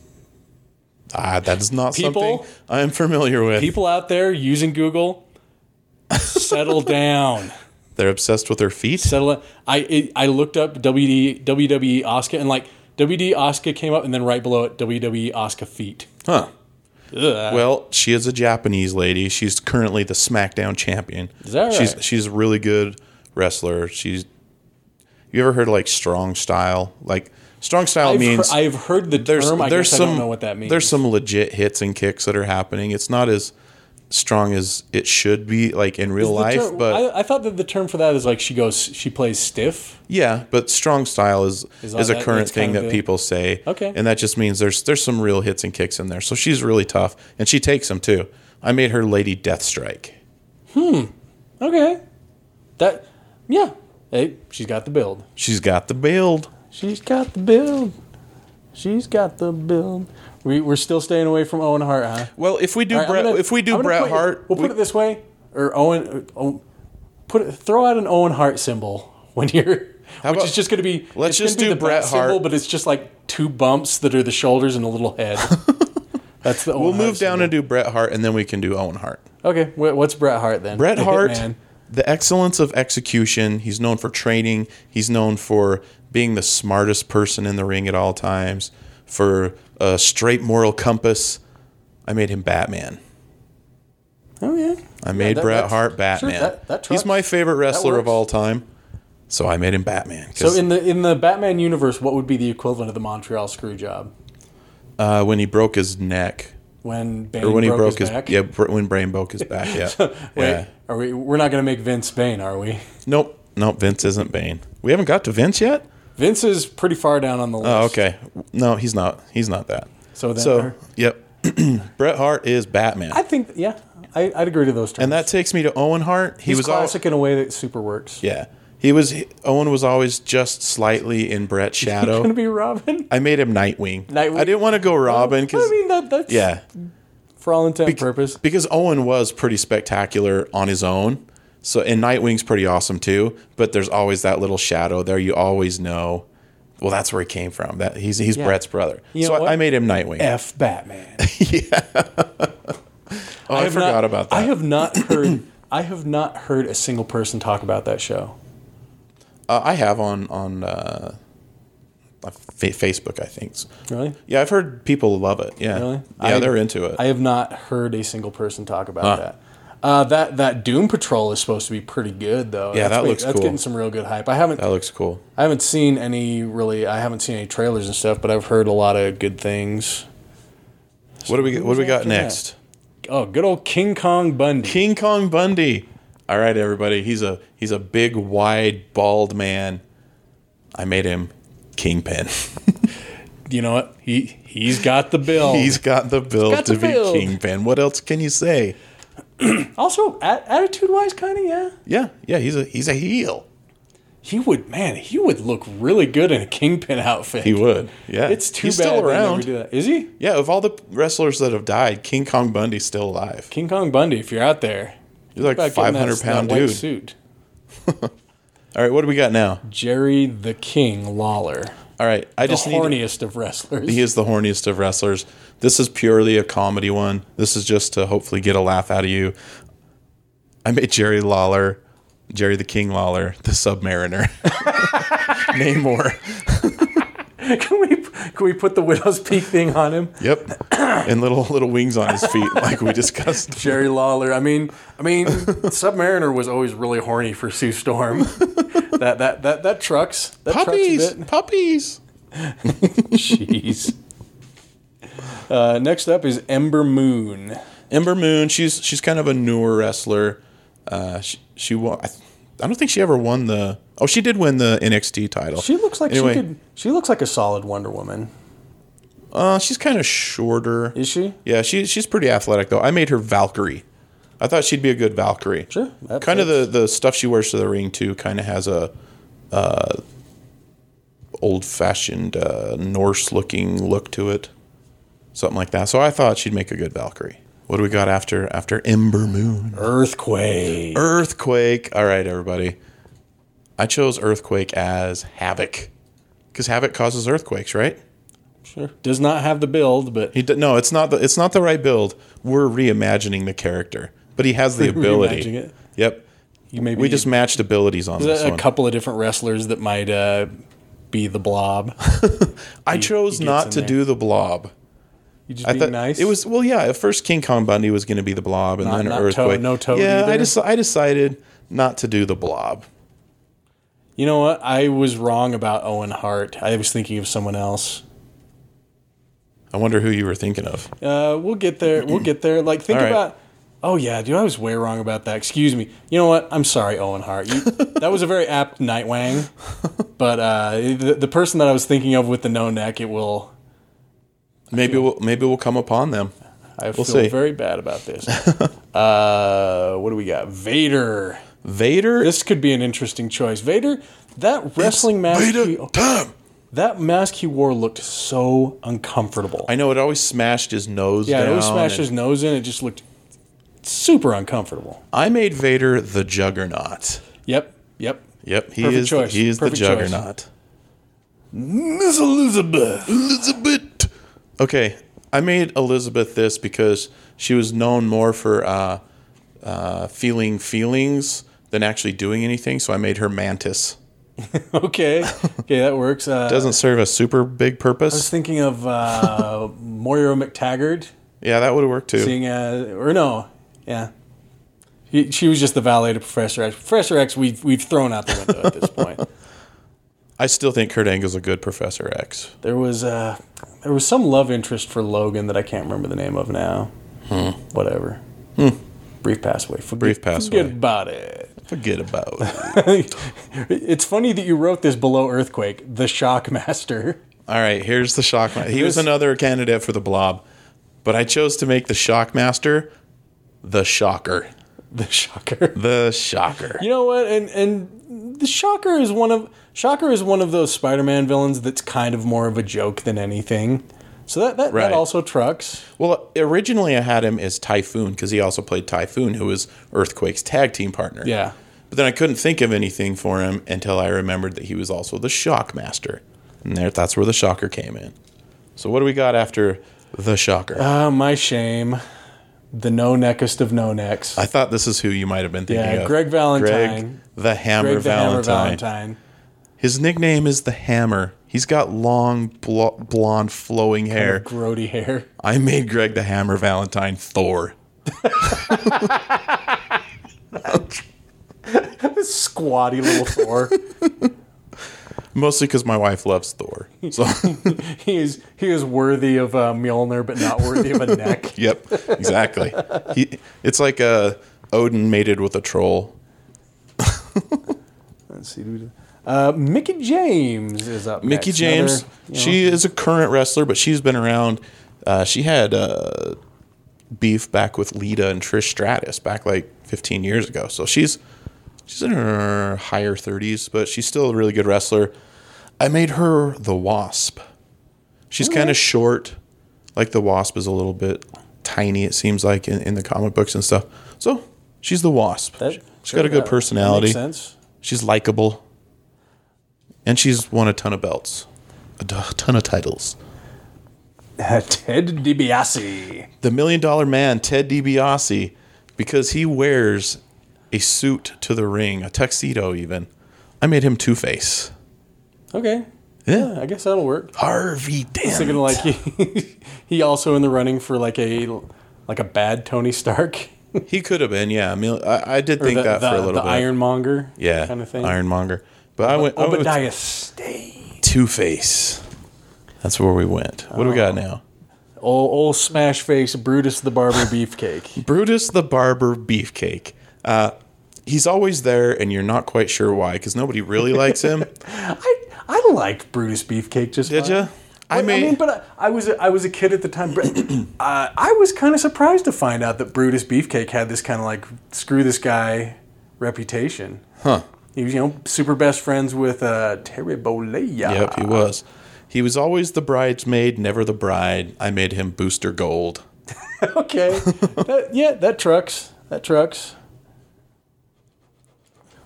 [SPEAKER 2] Ah, that's not
[SPEAKER 1] People-
[SPEAKER 2] something I'm familiar with.
[SPEAKER 1] People out there using Google, settle down.
[SPEAKER 2] They're obsessed with their feet.
[SPEAKER 1] Settle. down. I it, I looked up WD, WWE Asuka, E and like WD Asuka came up, and then right below it WWE Asuka feet.
[SPEAKER 2] Huh.
[SPEAKER 1] Ugh.
[SPEAKER 2] Well, she is a Japanese lady. She's currently the SmackDown champion. Is
[SPEAKER 1] that
[SPEAKER 2] She's
[SPEAKER 1] right?
[SPEAKER 2] she's a really good wrestler. She's. You ever heard of like strong style? Like strong style
[SPEAKER 1] I've, he-
[SPEAKER 2] means
[SPEAKER 1] I've heard the
[SPEAKER 2] there's
[SPEAKER 1] term. I
[SPEAKER 2] there's
[SPEAKER 1] guess
[SPEAKER 2] some
[SPEAKER 1] I don't know what that means.
[SPEAKER 2] there's some legit hits and kicks that are happening. It's not as strong as it should be, like in real
[SPEAKER 1] The
[SPEAKER 2] life.
[SPEAKER 1] term-
[SPEAKER 2] but
[SPEAKER 1] I, I thought that the term for that is like she goes, she plays stiff.
[SPEAKER 2] yeah, but strong style is is,
[SPEAKER 1] that-
[SPEAKER 2] a
[SPEAKER 1] that-
[SPEAKER 2] current
[SPEAKER 1] that's
[SPEAKER 2] thing
[SPEAKER 1] kind of
[SPEAKER 2] that
[SPEAKER 1] the-
[SPEAKER 2] people say.
[SPEAKER 1] Okay.
[SPEAKER 2] and that just means there's there's some real hits and kicks in there. So she's really tough, and she takes them too. I made her Lady Deathstrike.
[SPEAKER 1] Okay. That, yeah. Hey, she's got the build.
[SPEAKER 2] She's got the build.
[SPEAKER 1] She's got the build. She's got the build. We, we're still staying away from Owen Hart, huh?
[SPEAKER 2] Well, if we do
[SPEAKER 1] All right, I'm
[SPEAKER 2] Bret,
[SPEAKER 1] gonna-
[SPEAKER 2] if we do
[SPEAKER 1] I'm gonna
[SPEAKER 2] Bret
[SPEAKER 1] put-
[SPEAKER 2] Hart,
[SPEAKER 1] we'll
[SPEAKER 2] we-
[SPEAKER 1] put it this way, or Owen, or, oh, put it, throw out an Owen Hart symbol when you're, which
[SPEAKER 2] about-
[SPEAKER 1] is just going to be. it's
[SPEAKER 2] let's
[SPEAKER 1] gonna
[SPEAKER 2] just
[SPEAKER 1] be
[SPEAKER 2] do
[SPEAKER 1] the
[SPEAKER 2] Bret
[SPEAKER 1] bat symbol,
[SPEAKER 2] Hart.
[SPEAKER 1] but it's just like two bumps that are the shoulders and a little head. That's the. Owen
[SPEAKER 2] we'll move
[SPEAKER 1] Hart
[SPEAKER 2] down
[SPEAKER 1] symbol.
[SPEAKER 2] and do Bret Hart, and then we can do Owen Hart.
[SPEAKER 1] Okay, wh- what's Bret Hart then?
[SPEAKER 2] Bret
[SPEAKER 1] The
[SPEAKER 2] Hart,
[SPEAKER 1] Hitman.
[SPEAKER 2] the excellence of execution. He's known for training. He's known for being the smartest person in the ring at all times, for a straight moral compass. I made him Batman.
[SPEAKER 1] Oh yeah.
[SPEAKER 2] I made
[SPEAKER 1] that-
[SPEAKER 2] Bret
[SPEAKER 1] that's-
[SPEAKER 2] Hart
[SPEAKER 1] sure,
[SPEAKER 2] Batman.
[SPEAKER 1] that- that
[SPEAKER 2] He's
[SPEAKER 1] tracks.
[SPEAKER 2] my favorite wrestler of
[SPEAKER 1] works.
[SPEAKER 2] all time. So I made him Batman.
[SPEAKER 1] So
[SPEAKER 2] 'cause,
[SPEAKER 1] in the in the Batman universe, what would be the equivalent of the Montreal screw job?
[SPEAKER 2] uh, when he broke his neck,
[SPEAKER 1] when Bane
[SPEAKER 2] or when
[SPEAKER 1] broke,
[SPEAKER 2] he broke
[SPEAKER 1] his,
[SPEAKER 2] his,
[SPEAKER 1] back.
[SPEAKER 2] yeah, br- when Brain broke his back, yeah,
[SPEAKER 1] Wait,
[SPEAKER 2] yeah.
[SPEAKER 1] are we? We're not going to make Vince Bane, are we?
[SPEAKER 2] Nope. no, Vince isn't Bane. We haven't got to Vince yet.
[SPEAKER 1] Vince is pretty far down on the list.
[SPEAKER 2] Oh, okay. No, he's not. He's not that.
[SPEAKER 1] So then,
[SPEAKER 2] So, yep. Bret Hart is Batman,
[SPEAKER 1] I think yeah, I, I'd agree to those terms.
[SPEAKER 2] and that takes me to Owen Hart. He
[SPEAKER 1] he's
[SPEAKER 2] was all,
[SPEAKER 1] classic in a way that super works.
[SPEAKER 2] yeah. He was he- Owen was always just slightly in Bret's
[SPEAKER 1] You're gonna
[SPEAKER 2] shadow.
[SPEAKER 1] be Robin.
[SPEAKER 2] I made him Nightwing.
[SPEAKER 1] Nightwing?
[SPEAKER 2] I didn't want to go Robin because
[SPEAKER 1] I mean that that's
[SPEAKER 2] yeah,
[SPEAKER 1] for all intent and purpose.
[SPEAKER 2] because Owen was pretty spectacular on his own. So and Nightwing's pretty awesome too, but there's always that little shadow there. You always know, well, that's where he came from. That he's he's Brett's brother.
[SPEAKER 1] You
[SPEAKER 2] so
[SPEAKER 1] know what?
[SPEAKER 2] I, I made him Nightwing.
[SPEAKER 1] F Batman.
[SPEAKER 2] oh, I,
[SPEAKER 1] have
[SPEAKER 2] forgot
[SPEAKER 1] not-
[SPEAKER 2] about that.
[SPEAKER 1] I have not heard. I have not heard a single person talk about that show.
[SPEAKER 2] uh, I have on on uh, on Fa- Facebook, I think.
[SPEAKER 1] Really?
[SPEAKER 2] Yeah, I've heard people love it. Yeah,
[SPEAKER 1] Really?
[SPEAKER 2] yeah,
[SPEAKER 1] I-
[SPEAKER 2] they're into it.
[SPEAKER 1] I have not heard a single person talk about
[SPEAKER 2] Huh.
[SPEAKER 1] that. Uh, that that Doom Patrol is supposed to be pretty good though.
[SPEAKER 2] Yeah,
[SPEAKER 1] that's
[SPEAKER 2] that looks
[SPEAKER 1] that's
[SPEAKER 2] cool.
[SPEAKER 1] getting some real good hype. I haven't
[SPEAKER 2] that looks cool.
[SPEAKER 1] I haven't seen any really. I haven't seen any trailers and stuff, but I've heard a lot of good things.
[SPEAKER 2] what do we what do we got
[SPEAKER 1] after that?
[SPEAKER 2] next?
[SPEAKER 1] Oh, good old King Kong Bundy.
[SPEAKER 2] King Kong Bundy. All right, everybody. He's a he's a big, wide, bald man. I made him Kingpin.
[SPEAKER 1] you know what? He he's got the bill.
[SPEAKER 2] he's got the build
[SPEAKER 1] Oh. got
[SPEAKER 2] to
[SPEAKER 1] the build.
[SPEAKER 2] be Kingpin. What else can you say?
[SPEAKER 1] also attitude wise, kind of yeah.
[SPEAKER 2] Yeah, yeah. He's a he's a heel.
[SPEAKER 1] He would man. He would look really good in a kingpin outfit.
[SPEAKER 2] He would. Yeah.
[SPEAKER 1] It's too
[SPEAKER 2] he's
[SPEAKER 1] bad
[SPEAKER 2] still
[SPEAKER 1] they never
[SPEAKER 2] around.
[SPEAKER 1] do that. Is he
[SPEAKER 2] Yeah. Of all the wrestlers that have died, King Kong Bundy's still alive.
[SPEAKER 1] King Kong Bundy? If you're out there,
[SPEAKER 2] He's like
[SPEAKER 1] about getting
[SPEAKER 2] five
[SPEAKER 1] that-
[SPEAKER 2] hundred pound
[SPEAKER 1] that white
[SPEAKER 2] dude.
[SPEAKER 1] Suit.
[SPEAKER 2] All right. What do we got now?
[SPEAKER 1] Jerry the King Lawler,
[SPEAKER 2] All right. I
[SPEAKER 1] the
[SPEAKER 2] just need.
[SPEAKER 1] horniest of wrestlers.
[SPEAKER 2] He is the horniest of wrestlers. This is purely a comedy one. This is just to hopefully get a laugh out of you. I made Jerry Lawler, Jerry the King Lawler, the Submariner. Namor.
[SPEAKER 1] can we can we put the widow's peak thing on him?
[SPEAKER 2] Yep. And little little wings on his feet, like we discussed.
[SPEAKER 1] Jerry Lawler. I mean, I mean, Submariner was always really horny for Sue Storm. that that that that trucks. That Trucks
[SPEAKER 2] Puppies,
[SPEAKER 1] a bit.
[SPEAKER 2] puppies.
[SPEAKER 1] Jeez. Uh, next up is Ember Moon.
[SPEAKER 2] Ember Moon. She's she's kind of a newer wrestler. Uh, she she won. I, I don't think she ever won the. Oh, she did win the NXT title.
[SPEAKER 1] She looks like
[SPEAKER 2] Anyway.
[SPEAKER 1] she could. She looks like a solid Wonder Woman.
[SPEAKER 2] Uh, she's kind of shorter.
[SPEAKER 1] Is she?
[SPEAKER 2] Yeah, she, she's pretty athletic though. I made her Valkyrie. I thought she'd be a good Valkyrie.
[SPEAKER 1] Sure, that
[SPEAKER 2] Kind of the, the stuff she wears to the ring too. Kind of has a uh, old fashioned uh, Norse looking look to it, something like that. So I thought she'd make a good Valkyrie. What do we got after after Ember Moon?
[SPEAKER 1] Earthquake.
[SPEAKER 2] Earthquake. All right, everybody. I chose Earthquake as Havoc because Havoc causes earthquakes, right?
[SPEAKER 1] Sure. Does not have the build, but
[SPEAKER 2] He d- no, it's not the it's not the right build. We're reimagining the character, but he has the ability.
[SPEAKER 1] Reimagining it.
[SPEAKER 2] Yep.
[SPEAKER 1] you maybe
[SPEAKER 2] We just matched abilities on this
[SPEAKER 1] a,
[SPEAKER 2] one.
[SPEAKER 1] couple of different wrestlers that might uh, be the Blob.
[SPEAKER 2] I chose
[SPEAKER 1] he gets
[SPEAKER 2] not
[SPEAKER 1] in
[SPEAKER 2] to
[SPEAKER 1] there.
[SPEAKER 2] do the blob.
[SPEAKER 1] You just
[SPEAKER 2] I
[SPEAKER 1] being
[SPEAKER 2] thought
[SPEAKER 1] nice.
[SPEAKER 2] it was well, yeah. At first, King Kong Bundy was going to be the blob, and
[SPEAKER 1] Not-
[SPEAKER 2] then
[SPEAKER 1] not Toad-
[SPEAKER 2] earthquake.
[SPEAKER 1] no Toad
[SPEAKER 2] Yeah, I
[SPEAKER 1] either?
[SPEAKER 2] just I decided not to do the blob.
[SPEAKER 1] You know what? I was wrong about Owen Hart. I was thinking of someone else.
[SPEAKER 2] I wonder who you were thinking of.
[SPEAKER 1] Uh, we'll get there. We'll get there. Like, think
[SPEAKER 2] All right.
[SPEAKER 1] about. Oh yeah, dude, I was way wrong about that. Excuse me. You know what? I'm sorry, Owen Hart. You, that was a very apt Nightwang, but uh, the, the person that I was thinking of with the no neck, it will.
[SPEAKER 2] Maybe we'll maybe we'll come upon them.
[SPEAKER 1] I feel
[SPEAKER 2] see.
[SPEAKER 1] very bad about this. uh, what do we got? Vader.
[SPEAKER 2] Vader.
[SPEAKER 1] This could be an interesting choice. Vader. That wrestling mask. He,
[SPEAKER 2] time.
[SPEAKER 1] that mask he wore looked so uncomfortable.
[SPEAKER 2] I know it always smashed his nose.
[SPEAKER 1] Yeah, it always
[SPEAKER 2] down,
[SPEAKER 1] smashed
[SPEAKER 2] and-
[SPEAKER 1] his nose in. It just looked super uncomfortable.
[SPEAKER 2] I made Vader the Juggernaut.
[SPEAKER 1] Yep, yep.
[SPEAKER 2] Yep, he
[SPEAKER 1] Perfect
[SPEAKER 2] is.
[SPEAKER 1] choice.
[SPEAKER 2] He is
[SPEAKER 1] Perfect
[SPEAKER 2] the
[SPEAKER 1] choice.
[SPEAKER 2] juggernaut. Miss Elizabeth. Elizabeth. Okay, I made Elizabeth this because she was known more for uh, uh, feeling feelings than actually doing anything. So I made her Mantis.
[SPEAKER 1] Okay, okay, that works. Uh, I
[SPEAKER 2] Doesn't serve a super big
[SPEAKER 1] was
[SPEAKER 2] purpose.
[SPEAKER 1] thinking of uh, Moira McTaggart
[SPEAKER 2] Yeah, that would work too.
[SPEAKER 1] being as, or no, yeah. He, she was just the valet to Professor X. Professor X, we've we've thrown out the window at this point.
[SPEAKER 2] I still think Kurt Angle's a good Professor X.
[SPEAKER 1] There was uh, there was some love interest for Logan that I can't remember the name of now. Whatever. Brief pass away. Forget,
[SPEAKER 2] Hmm. Brief pass
[SPEAKER 1] Forget
[SPEAKER 2] away.
[SPEAKER 1] about it.
[SPEAKER 2] Forget about it.
[SPEAKER 1] it's funny that you wrote this below Earthquake, the Shockmaster.
[SPEAKER 2] All right, here's the Shockmaster. He was
[SPEAKER 1] This-
[SPEAKER 2] another candidate for the Blob, but I chose to make the Shockmaster the Shocker.
[SPEAKER 1] The Shocker.
[SPEAKER 2] The Shocker.
[SPEAKER 1] You know what? And and the Shocker is one of Shocker is one of those Spider-Man villains that's kind of more of a joke than anything. So that that,
[SPEAKER 2] Right.
[SPEAKER 1] that also trucks.
[SPEAKER 2] Well, originally I had him as Typhoon because he also played Typhoon, who was Earthquake's tag team partner.
[SPEAKER 1] Yeah.
[SPEAKER 2] But then I couldn't think of anything for him until I remembered that he was also the Shockmaster. And there, that's where the Shocker came in. So what do we got after the Shocker?
[SPEAKER 1] Ah, my shame. The no neckest of no necks.
[SPEAKER 2] I thought this is who you might have been thinking
[SPEAKER 1] Yeah,
[SPEAKER 2] of.
[SPEAKER 1] Greg Valentine.
[SPEAKER 2] Greg the Hammer,
[SPEAKER 1] Greg the Hammer
[SPEAKER 2] Valentine.
[SPEAKER 1] Valentine.
[SPEAKER 2] His nickname is the Hammer. He's got long, blo- blonde, flowing hair.
[SPEAKER 1] Grody hair.
[SPEAKER 2] I made Greg the Hammer Valentine Thor.
[SPEAKER 1] This squatty little Thor.
[SPEAKER 2] Mostly because my wife loves Thor. So,
[SPEAKER 1] he is he is worthy of a Mjolnir, but not worthy of a neck.
[SPEAKER 2] yep, exactly. He, it's like uh, Odin mated with a troll.
[SPEAKER 1] Let's see. do we- Uh, Mickey James is up.
[SPEAKER 2] Mickey
[SPEAKER 1] next.
[SPEAKER 2] James,
[SPEAKER 1] Another, you know,
[SPEAKER 2] she is a current wrestler, but she's been around. Uh, she had uh, beef back with Lita and Trish Stratus back like 15 years ago. So she's she's in her higher 30s, but she's still a really good wrestler. I made her the Wasp. She's kind of short, like the Wasp is a little bit tiny. It seems like in, in the comic books and stuff. So she's the Wasp.
[SPEAKER 1] that-
[SPEAKER 2] She's
[SPEAKER 1] sure,
[SPEAKER 2] got a
[SPEAKER 1] that-
[SPEAKER 2] good
[SPEAKER 1] that
[SPEAKER 2] personality.
[SPEAKER 1] Makes sense.
[SPEAKER 2] She's likable. And she's won a ton of belts, a d- ton of titles.
[SPEAKER 1] Ted DiBiase.
[SPEAKER 2] The Million Dollar Man, Ted DiBiase, because he wears a suit to the ring, a tuxedo even. I made him Two Face.
[SPEAKER 1] Okay,
[SPEAKER 2] Yeah.
[SPEAKER 1] I guess that'll work.
[SPEAKER 2] Harvey Dent.
[SPEAKER 1] Thinking like he he also in the running for like a like a bad Tony Stark.
[SPEAKER 2] he could have been, yeah. Mil- I, I did
[SPEAKER 1] Or
[SPEAKER 2] think
[SPEAKER 1] the,
[SPEAKER 2] that
[SPEAKER 1] the,
[SPEAKER 2] for a little
[SPEAKER 1] the
[SPEAKER 2] bit.
[SPEAKER 1] Ironmonger.
[SPEAKER 2] yeah, Oh,
[SPEAKER 1] kind of thing. Oh,
[SPEAKER 2] Ironmonger. But I went, I went
[SPEAKER 1] Obadiah Stane.
[SPEAKER 2] Two Face. That's where we went. What do we
[SPEAKER 1] Oh.
[SPEAKER 2] got now?
[SPEAKER 1] Old, old smash face Brutus the Barber Beefcake.
[SPEAKER 2] Brutus the Barber Beefcake. Uh, he's always there, and you're not quite sure why, because nobody really likes him.
[SPEAKER 1] I I liked Brutus Beefcake just
[SPEAKER 2] Did
[SPEAKER 1] fine.
[SPEAKER 2] you? I
[SPEAKER 1] I mean,
[SPEAKER 2] mean,
[SPEAKER 1] but I, I was I was a kid at the time. But uh, I was kind of surprised to find out that Brutus Beefcake had this kind of like screw this guy reputation.
[SPEAKER 2] huh?
[SPEAKER 1] He was you know super best friends with uh, Terry Bollea.
[SPEAKER 2] Yep, he was. He was always the bridesmaid, never the bride. I made him Booster Gold.
[SPEAKER 1] okay. That- yeah, that trucks. That trucks.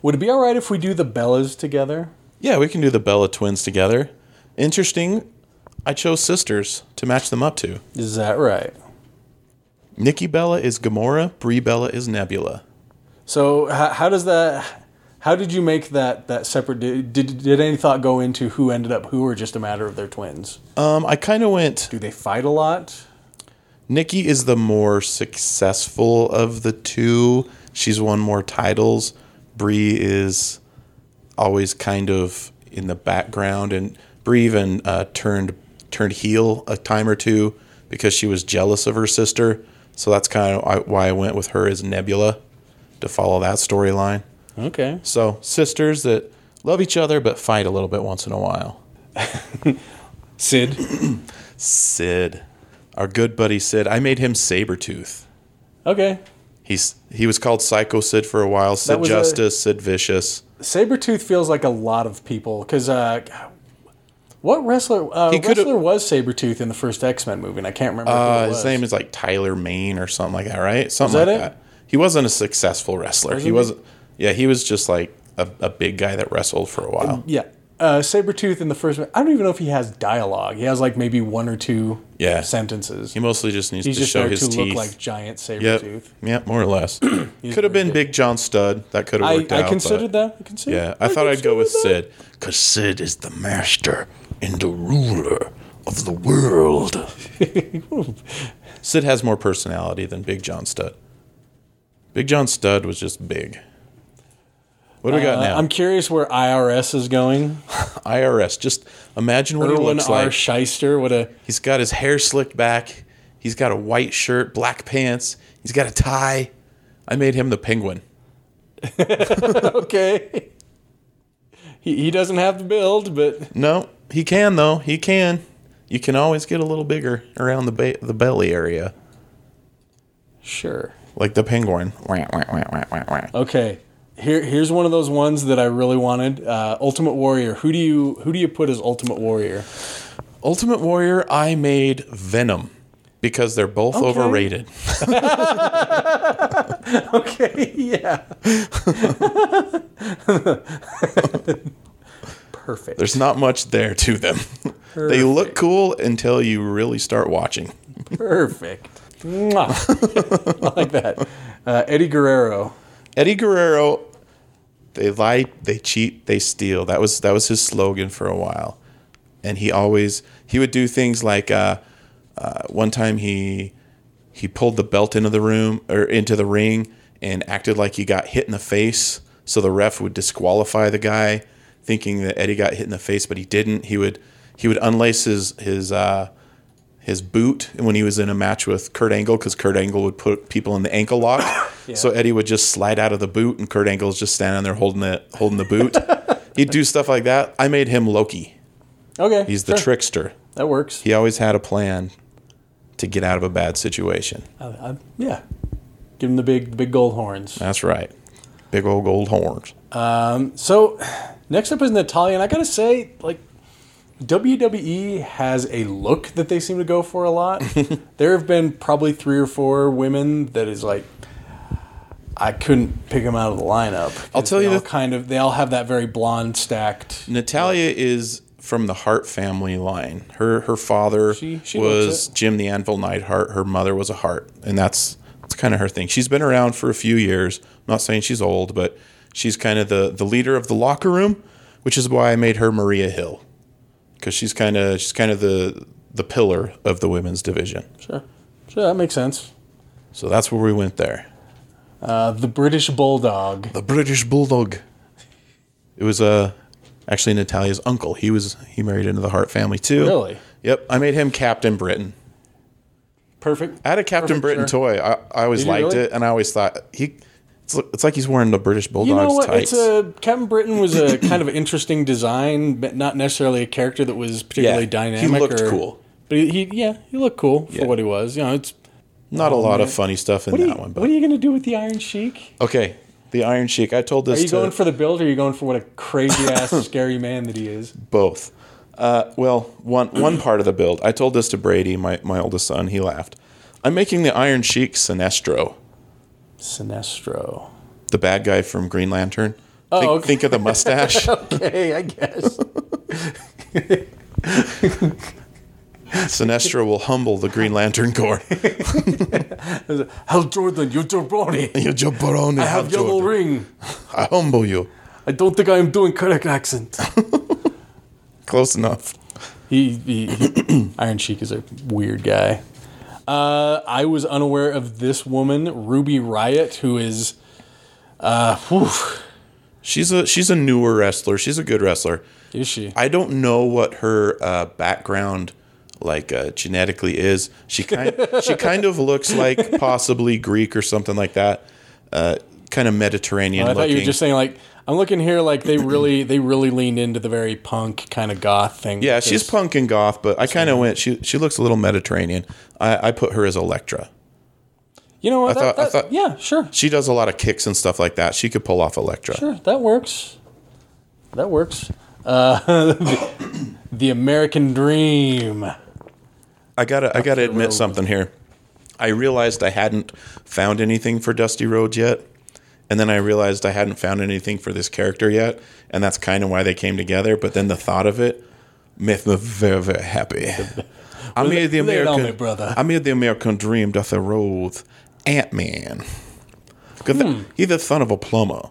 [SPEAKER 1] Would it be all right if we do the Bellas together?
[SPEAKER 2] Yeah, we can do the Bella twins together. Interesting. I chose sisters to match them up to.
[SPEAKER 1] Is that right?
[SPEAKER 2] Nikki Bella is Gamora. Brie Bella is Nebula.
[SPEAKER 1] So how, how does that? How did you make that that separate? Did, did did any thought go into who ended up who, or just a matter of their twins?
[SPEAKER 2] Um, I kind of went.
[SPEAKER 1] Do they fight a lot?
[SPEAKER 2] Nikki is the more successful of the two. She's won more titles. Bree is always kind of in the background, and Bree even uh, turned turned heel a time or two because she was jealous of her sister. So that's kind of why I went with her as Nebula to follow that storyline.
[SPEAKER 1] Okay.
[SPEAKER 2] So sisters that love each other but fight a little bit once in a while.
[SPEAKER 1] Sid.
[SPEAKER 2] Sid, our good buddy Sid, I made him Sabretooth.
[SPEAKER 1] Okay.
[SPEAKER 2] He's he was called Psycho Sid for a while. Sid
[SPEAKER 1] was a-
[SPEAKER 2] Justice, Sid Vicious.
[SPEAKER 1] Sabretooth feels like a lot of people because uh, what wrestler uh,
[SPEAKER 2] He could've-
[SPEAKER 1] wrestler was Sabretooth in the first X Men movie? And I can't remember. who
[SPEAKER 2] Uh,
[SPEAKER 1] it
[SPEAKER 2] his
[SPEAKER 1] was.
[SPEAKER 2] name is like Tyler Main or something like that, right? Something
[SPEAKER 1] that
[SPEAKER 2] like
[SPEAKER 1] it?
[SPEAKER 2] that. He wasn't a successful wrestler. He
[SPEAKER 1] he?
[SPEAKER 2] wasn't. Yeah, he was just like a, a big guy that wrestled for a while.
[SPEAKER 1] Yeah. Uh, Sabretooth in the first one, I don't even know if he has dialogue. He has like maybe one or two
[SPEAKER 2] Yeah.
[SPEAKER 1] sentences.
[SPEAKER 2] He mostly just needs
[SPEAKER 1] He's
[SPEAKER 2] to
[SPEAKER 1] just
[SPEAKER 2] show
[SPEAKER 1] there to
[SPEAKER 2] his teeth.
[SPEAKER 1] look like giant
[SPEAKER 2] yep.
[SPEAKER 1] Sabretooth.
[SPEAKER 2] Yeah, more or less. could have been Big John Stud. That could have
[SPEAKER 1] I,
[SPEAKER 2] worked out.
[SPEAKER 1] I
[SPEAKER 2] but-
[SPEAKER 1] considered that. I considered
[SPEAKER 2] Yeah, I thought I'd go with
[SPEAKER 1] considered
[SPEAKER 2] Sid.
[SPEAKER 4] Because Sid is the master and the ruler of the world.
[SPEAKER 2] Sid has more personality than Big John Stud. Big John Stud was just big. What do we
[SPEAKER 1] that.
[SPEAKER 2] got
[SPEAKER 1] Uh,
[SPEAKER 2] now?
[SPEAKER 1] I'm curious where IRS is going.
[SPEAKER 2] IRS. Just imagine what he
[SPEAKER 1] Erwin
[SPEAKER 2] looks
[SPEAKER 1] R.
[SPEAKER 2] like.
[SPEAKER 1] Shyster. What a
[SPEAKER 2] He's got his hair slicked back. He's got a white shirt, black pants. He's got a tie. I made him the penguin.
[SPEAKER 1] okay. He, he doesn't have the build, but
[SPEAKER 2] No, he can though. He can. You can always get a little bigger around the ba- the belly area,
[SPEAKER 1] sure.
[SPEAKER 2] like the penguin. Wah, wah, wah, wah, wah, wah.
[SPEAKER 1] Okay. Here, here's one of those ones that I really wanted. Uh, Ultimate Warrior. Who do you who do you put as Ultimate Warrior?
[SPEAKER 2] Ultimate Warrior, I made Venom because they're both overrated.
[SPEAKER 1] Okay, yeah. Perfect.
[SPEAKER 2] There's not much there to them. they look cool until you really start watching.
[SPEAKER 1] Perfect. Mwah. I like that. Uh, Eddie Guerrero.
[SPEAKER 2] Eddie Guerrero, they lie, they cheat, they steal. That was that was his slogan for a while, and he always he would do things like uh, uh, one time he he pulled the belt into the room or into the ring and acted like he got hit in the face, so the ref would disqualify the guy, thinking that Eddie got hit in the face, but he didn't. He would he would unlace his his. Uh, his boot when he was in a match with Kurt Angle because Kurt Angle would put people in the ankle lock. So Eddie would just slide out of the boot, and Kurt Angle's just standing there holding the holding the boot. He'd do stuff like that. I made him Loki.
[SPEAKER 1] Okay.
[SPEAKER 2] He's the
[SPEAKER 1] sure.
[SPEAKER 2] trickster.
[SPEAKER 1] That works.
[SPEAKER 2] He always had a plan to get out of a bad situation.
[SPEAKER 1] I, I, yeah. Give him the big the big gold horns.
[SPEAKER 2] That's right. Big old gold horns.
[SPEAKER 1] So, next up is Natalia, and I gotta say, like, WWE has a look that they seem to go for a lot. there have been probably three or four women that is like, I couldn't pick them out of the lineup.
[SPEAKER 2] I'll tell
[SPEAKER 1] They
[SPEAKER 2] you
[SPEAKER 1] all
[SPEAKER 2] the-
[SPEAKER 1] kind of they all have that very blonde stacked.
[SPEAKER 2] Natalia is from the Hart family line. Her her father
[SPEAKER 1] She- she
[SPEAKER 2] was
[SPEAKER 1] looks it.
[SPEAKER 2] Jim the Anvil Neidhart. Her mother was a Hart, and that's that's kind of her thing. She's been around for a few years. I'm not saying she's old, but she's kind of the the leader of the locker room, which is why I made her Maria Hill, because she's kind of she's kind of the the pillar of the women's division.
[SPEAKER 1] Sure, sure, that makes sense.
[SPEAKER 2] So that's where we went there.
[SPEAKER 1] Uh, the British Bulldog.
[SPEAKER 2] The British Bulldog. It was uh, actually Natalia's uncle. He was he married into the Hart family too.
[SPEAKER 1] Really?
[SPEAKER 2] Yep. I made him Captain Britain.
[SPEAKER 1] Perfect.
[SPEAKER 2] I had a Captain
[SPEAKER 1] Perfect,
[SPEAKER 2] Britain
[SPEAKER 1] sure.
[SPEAKER 2] toy. I, I always
[SPEAKER 1] Did you
[SPEAKER 2] liked
[SPEAKER 1] really?
[SPEAKER 2] it, and I always thought he. It's, it's like he's wearing the British Bulldogs
[SPEAKER 1] You know what?
[SPEAKER 2] tights.
[SPEAKER 1] It's a Captain Britain was a kind of interesting design, but not necessarily a character that was particularly
[SPEAKER 2] Yeah, he
[SPEAKER 1] dynamic.
[SPEAKER 2] looked
[SPEAKER 1] or-
[SPEAKER 2] cool.
[SPEAKER 1] but he, he yeah, he looked cool for
[SPEAKER 2] Yeah.
[SPEAKER 1] what he was. You know, it's
[SPEAKER 2] Not a lot of funny stuff
[SPEAKER 1] Oh,
[SPEAKER 2] in
[SPEAKER 1] what
[SPEAKER 2] that
[SPEAKER 1] are you,
[SPEAKER 2] one,
[SPEAKER 1] what
[SPEAKER 2] but
[SPEAKER 1] are you going to do with the Iron Sheik?
[SPEAKER 2] okay. The Iron Sheik. I told
[SPEAKER 1] Are
[SPEAKER 2] this
[SPEAKER 1] you
[SPEAKER 2] to
[SPEAKER 1] going for the build, or are you going for what a crazy ass scary man that he is?
[SPEAKER 2] both. Uh, well, one one part of the build. I told this to Brady, my my oldest son. He laughed. I'm making the Iron Sheik Sinestro,
[SPEAKER 1] Sinestro.
[SPEAKER 2] the bad guy from Green Lantern.
[SPEAKER 1] Oh,
[SPEAKER 2] think,
[SPEAKER 1] okay.
[SPEAKER 2] think of the mustache.
[SPEAKER 1] Okay, I guess.
[SPEAKER 2] Sinestro will humble the Green Lantern Corps.
[SPEAKER 1] Hal Jordan, you jabroni.
[SPEAKER 2] you jabroni,
[SPEAKER 1] I have yellow ring.
[SPEAKER 2] I humble you.
[SPEAKER 1] I don't think I am doing correct accent.
[SPEAKER 2] Close enough.
[SPEAKER 1] He, he, he- Iron Sheik is a weird guy. Uh, I was unaware of this woman, Ruby Riot, who is. Uh, whew,
[SPEAKER 2] She's a she's a newer wrestler. She's a good wrestler.
[SPEAKER 1] is she?
[SPEAKER 2] I don't know what her uh, background like uh, genetically is. She kind she kind of looks like possibly Greek or something like that. Uh, kind of Mediterranean
[SPEAKER 1] Oh, I thought
[SPEAKER 2] looking.
[SPEAKER 1] you were just saying like I'm looking here like they really they really leaned into the very punk kind of goth thing.
[SPEAKER 2] yeah,
[SPEAKER 1] with
[SPEAKER 2] she's
[SPEAKER 1] this.
[SPEAKER 2] punk and goth, but I kind of went. She she looks a little Mediterranean. I, I put her as Electra.
[SPEAKER 1] You know what?
[SPEAKER 2] thought- I
[SPEAKER 1] that, that-
[SPEAKER 2] thought-
[SPEAKER 1] yeah, sure,
[SPEAKER 2] She does a lot of kicks and stuff like that. She could pull off Electra.
[SPEAKER 1] sure, that works. That works. Uh, the, the American Dream.
[SPEAKER 2] Uh, I gotta I gotta admit
[SPEAKER 1] Road.
[SPEAKER 2] something here. I realized I hadn't found anything for Dusty Rhodes yet, and then I realized I hadn't found anything for this character yet, and that's kind of why they came together. But then the thought of it made me very very happy. I made the
[SPEAKER 1] lay it on
[SPEAKER 2] American
[SPEAKER 1] me, brother.
[SPEAKER 2] I made the American dream. Dusty Rhodes, Ant Man. Cause
[SPEAKER 1] Hmm.
[SPEAKER 2] th- he's the son of a plumber.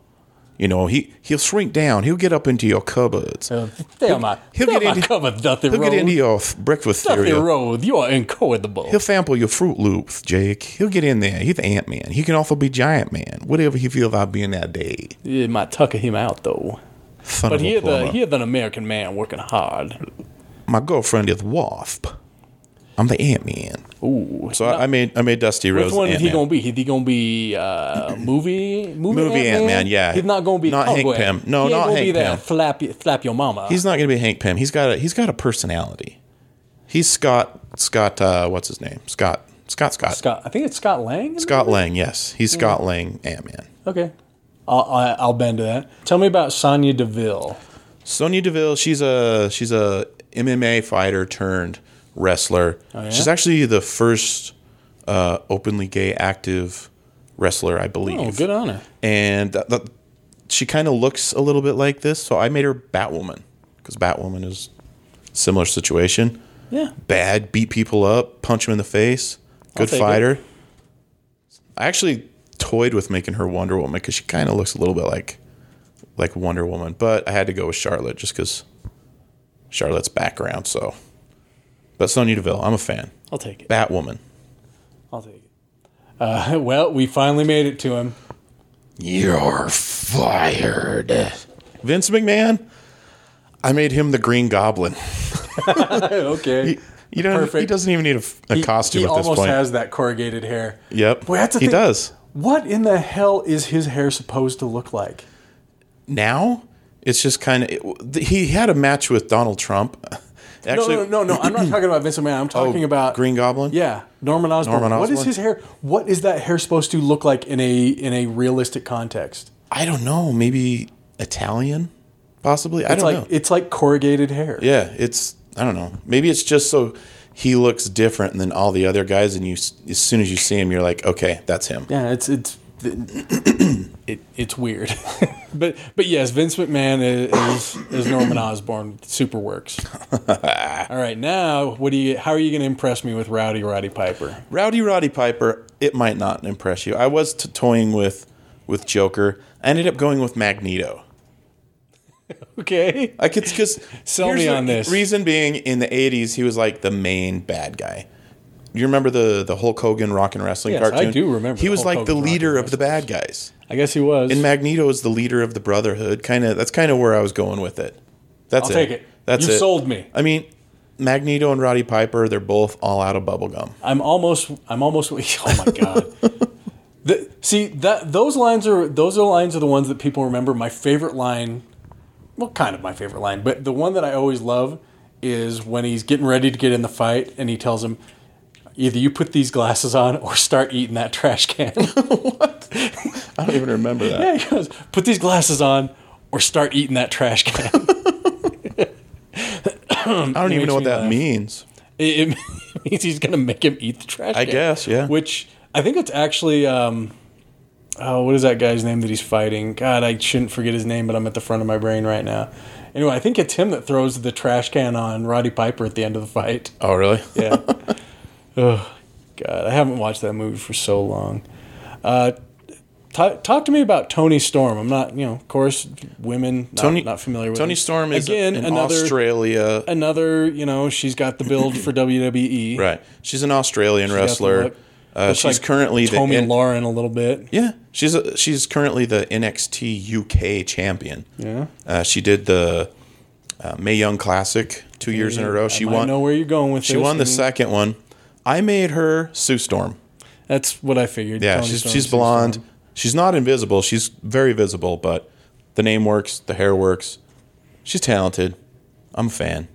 [SPEAKER 2] You know he he'll shrink down. He'll get up into your cupboards.
[SPEAKER 1] Uh, Damn, my,
[SPEAKER 2] he'll
[SPEAKER 1] damn
[SPEAKER 2] get
[SPEAKER 1] my
[SPEAKER 2] into-
[SPEAKER 1] cover, Duffy
[SPEAKER 2] he'll
[SPEAKER 1] Road.
[SPEAKER 2] get into your th- breakfast
[SPEAKER 1] Duffy
[SPEAKER 2] cereal.
[SPEAKER 1] Road, you are incoherent.
[SPEAKER 2] He'll sample your Fruit Loops, Jake. He'll get in there. He's Ant Man. He can also be Giant Man. Whatever he feels like being that day.
[SPEAKER 1] It might tucker him out though.
[SPEAKER 2] Son
[SPEAKER 1] But
[SPEAKER 2] of
[SPEAKER 1] he is,
[SPEAKER 2] a
[SPEAKER 1] a,
[SPEAKER 2] plumber.
[SPEAKER 1] he is an American man working hard.
[SPEAKER 2] My girlfriend is Wasp. I'm the Ant Man.
[SPEAKER 1] Ooh.
[SPEAKER 2] So I, I made I made Dusty Rose.
[SPEAKER 1] Which one is he
[SPEAKER 2] Ant-Man.
[SPEAKER 1] gonna be? Is he gonna be uh, movie movie,
[SPEAKER 2] Movie
[SPEAKER 1] Ant-Man?
[SPEAKER 2] Ant-Man, yeah.
[SPEAKER 1] he's not gonna be
[SPEAKER 2] Not Hank
[SPEAKER 1] Conway.
[SPEAKER 2] Pym. No,
[SPEAKER 1] he ain't
[SPEAKER 2] not
[SPEAKER 1] gonna be
[SPEAKER 2] Hank
[SPEAKER 1] that
[SPEAKER 2] Pym.
[SPEAKER 1] flap flap your mama.
[SPEAKER 2] He's not going to be Hank Pym. He's got a he's got a personality. He's Scott Scott uh, what's his name? Scott Scott Scott Scott,
[SPEAKER 1] Scott. Mm. I think it's Scott Lang.
[SPEAKER 2] Lang. Yes, he's Scott Lang Ant Man.
[SPEAKER 1] Okay, I'll, I- I'll bend to that. Tell me about Sonya Deville.
[SPEAKER 2] Sonya Deville. She's a she's a MMA fighter turned wrestler.
[SPEAKER 1] Oh, yeah?
[SPEAKER 2] She's actually the first uh, openly gay active wrestler, I believe.
[SPEAKER 1] Oh, good on her.
[SPEAKER 2] and th- th- she kind of looks a little bit like this. So I made her Batwoman because Batwoman is similar situation.
[SPEAKER 1] Yeah,
[SPEAKER 2] Bad, beat people up, punch them in the face. Good
[SPEAKER 1] take
[SPEAKER 2] fighter. I actually toyed with making her Wonder Woman because she kind of looks a little bit like like Wonder Woman, but I had to go with Charlotte just because Charlotte's background. So, but Sonya Deville, I'm a fan.
[SPEAKER 1] I'll take it.
[SPEAKER 2] Batwoman.
[SPEAKER 1] I'll take it. Uh, well, we finally made it to him.
[SPEAKER 2] You're fired. Vince McMahon, I made him the Green Goblin.
[SPEAKER 1] okay.
[SPEAKER 2] He, you don't, he
[SPEAKER 1] Perfect.
[SPEAKER 2] doesn't even need a, f- a
[SPEAKER 1] He-
[SPEAKER 2] costume
[SPEAKER 1] he
[SPEAKER 2] at this
[SPEAKER 1] almost
[SPEAKER 2] point.
[SPEAKER 1] has that corrugated hair.
[SPEAKER 2] yep.
[SPEAKER 1] Well, that's the
[SPEAKER 2] he
[SPEAKER 1] thing.
[SPEAKER 2] does.
[SPEAKER 1] What in the hell is his hair supposed to look like?
[SPEAKER 2] Now, it's just kind of. He had a match with Donald Trump. Actually, Oh,
[SPEAKER 1] no, no, no, no. I'm not talking about Vince McMahon. I'm talking about
[SPEAKER 2] Green Goblin?
[SPEAKER 1] Yeah, Norman Osborn.
[SPEAKER 2] Norman
[SPEAKER 1] What is
[SPEAKER 2] Osborn?
[SPEAKER 1] his hair? What is that hair supposed to look like in a in a realistic context?
[SPEAKER 2] I don't know. Maybe Italian? Possibly? I
[SPEAKER 1] It's
[SPEAKER 2] don't
[SPEAKER 1] like
[SPEAKER 2] know.
[SPEAKER 1] it's like corrugated hair.
[SPEAKER 2] Yeah, it's I don't know. Maybe it's just so he looks different than all the other guys, and you s- as soon as you see him, you're like, okay, that's him.
[SPEAKER 1] Yeah, it's it's it, it's weird, but but yes, Vince McMahon is is Norman Osborn. Super works. All right, now what do you? How are you going to impress me with Rowdy Roddy Piper?
[SPEAKER 2] Rowdy Roddy Piper. It might not impress you. I was t- toying with with Joker. I ended up going with Magneto.
[SPEAKER 1] Okay,
[SPEAKER 2] Like it's because
[SPEAKER 1] Sell me on this.
[SPEAKER 2] Reason being, in the '80s, he was like the main bad guy. You remember the the Hulk Hogan rock and wrestling
[SPEAKER 1] Yes, I
[SPEAKER 2] cartoon?
[SPEAKER 1] do remember
[SPEAKER 2] He
[SPEAKER 1] the
[SPEAKER 2] was
[SPEAKER 1] Hulk
[SPEAKER 2] like
[SPEAKER 1] Hogan
[SPEAKER 2] the
[SPEAKER 1] Rock and
[SPEAKER 2] leader of the bad guys.
[SPEAKER 1] I guess he was.
[SPEAKER 2] And Magneto is the leader of the Brotherhood. Kind of that's kind of where I was going with it. That's
[SPEAKER 1] I'll
[SPEAKER 2] it.
[SPEAKER 1] take it.
[SPEAKER 2] That's
[SPEAKER 1] you
[SPEAKER 2] it.
[SPEAKER 1] sold me.
[SPEAKER 2] I mean, Magneto and Roddy Piper, they're both all out of bubblegum.
[SPEAKER 1] I'm almost. I'm almost. Oh my god. the, see that those lines are those are lines are the ones that people remember. My favorite line, well, kind of my favorite line, but the one that I always love is when he's getting ready to get in the fight and he tells him, "Either you put these glasses on or start eating that trash can."
[SPEAKER 2] I don't even remember that.
[SPEAKER 1] he goes, "Put these glasses on or start eating that trash can."
[SPEAKER 2] I don't even
[SPEAKER 1] makes
[SPEAKER 2] know what
[SPEAKER 1] me
[SPEAKER 2] that
[SPEAKER 1] laugh.
[SPEAKER 2] means.
[SPEAKER 1] It, it means he's gonna make him eat the trash.
[SPEAKER 2] I
[SPEAKER 1] can.
[SPEAKER 2] guess, yeah.
[SPEAKER 1] Which I think it's actually, um, oh, what is that guy's name that he's fighting? God, I shouldn't forget his name, but I'm at the front of my brain right now. Anyway, I think it's him that throws the trash can on Roddy Piper at the end of the fight.
[SPEAKER 2] Oh, really?
[SPEAKER 1] Yeah. oh, God, I haven't watched that movie for so long. Uh, ta- talk to me about Tony Storm. I'm not, you know, of course, women. Not,
[SPEAKER 2] Tony-
[SPEAKER 1] not familiar with
[SPEAKER 2] Tony
[SPEAKER 1] him.
[SPEAKER 2] Storm is
[SPEAKER 1] again
[SPEAKER 2] in
[SPEAKER 1] another
[SPEAKER 2] Australia.
[SPEAKER 1] another. You know, she's got the build for WWE.
[SPEAKER 2] Right. She's an Australian
[SPEAKER 1] got the
[SPEAKER 2] wrestler.
[SPEAKER 1] look.
[SPEAKER 2] Uh,
[SPEAKER 1] Looks
[SPEAKER 2] she's
[SPEAKER 1] like
[SPEAKER 2] currently the
[SPEAKER 1] Tommy
[SPEAKER 2] N-
[SPEAKER 1] Lauren a little bit.
[SPEAKER 2] yeah. She's a, she's currently the NXT UK champion.
[SPEAKER 1] Yeah.
[SPEAKER 2] Uh, she did the uh, May Young Classic two years in a row. She
[SPEAKER 1] I
[SPEAKER 2] won.
[SPEAKER 1] know where you're going with
[SPEAKER 2] she
[SPEAKER 1] this.
[SPEAKER 2] won the
[SPEAKER 1] I mean,
[SPEAKER 2] second one. I made her Sue Storm.
[SPEAKER 1] That's what I figured.
[SPEAKER 2] Yeah,
[SPEAKER 1] Tony
[SPEAKER 2] she's
[SPEAKER 1] Storm,
[SPEAKER 2] she's
[SPEAKER 1] Sue
[SPEAKER 2] blonde.
[SPEAKER 1] Storm.
[SPEAKER 2] She's not invisible. She's very visible, but the name works. The hair works. She's talented. I'm a fan.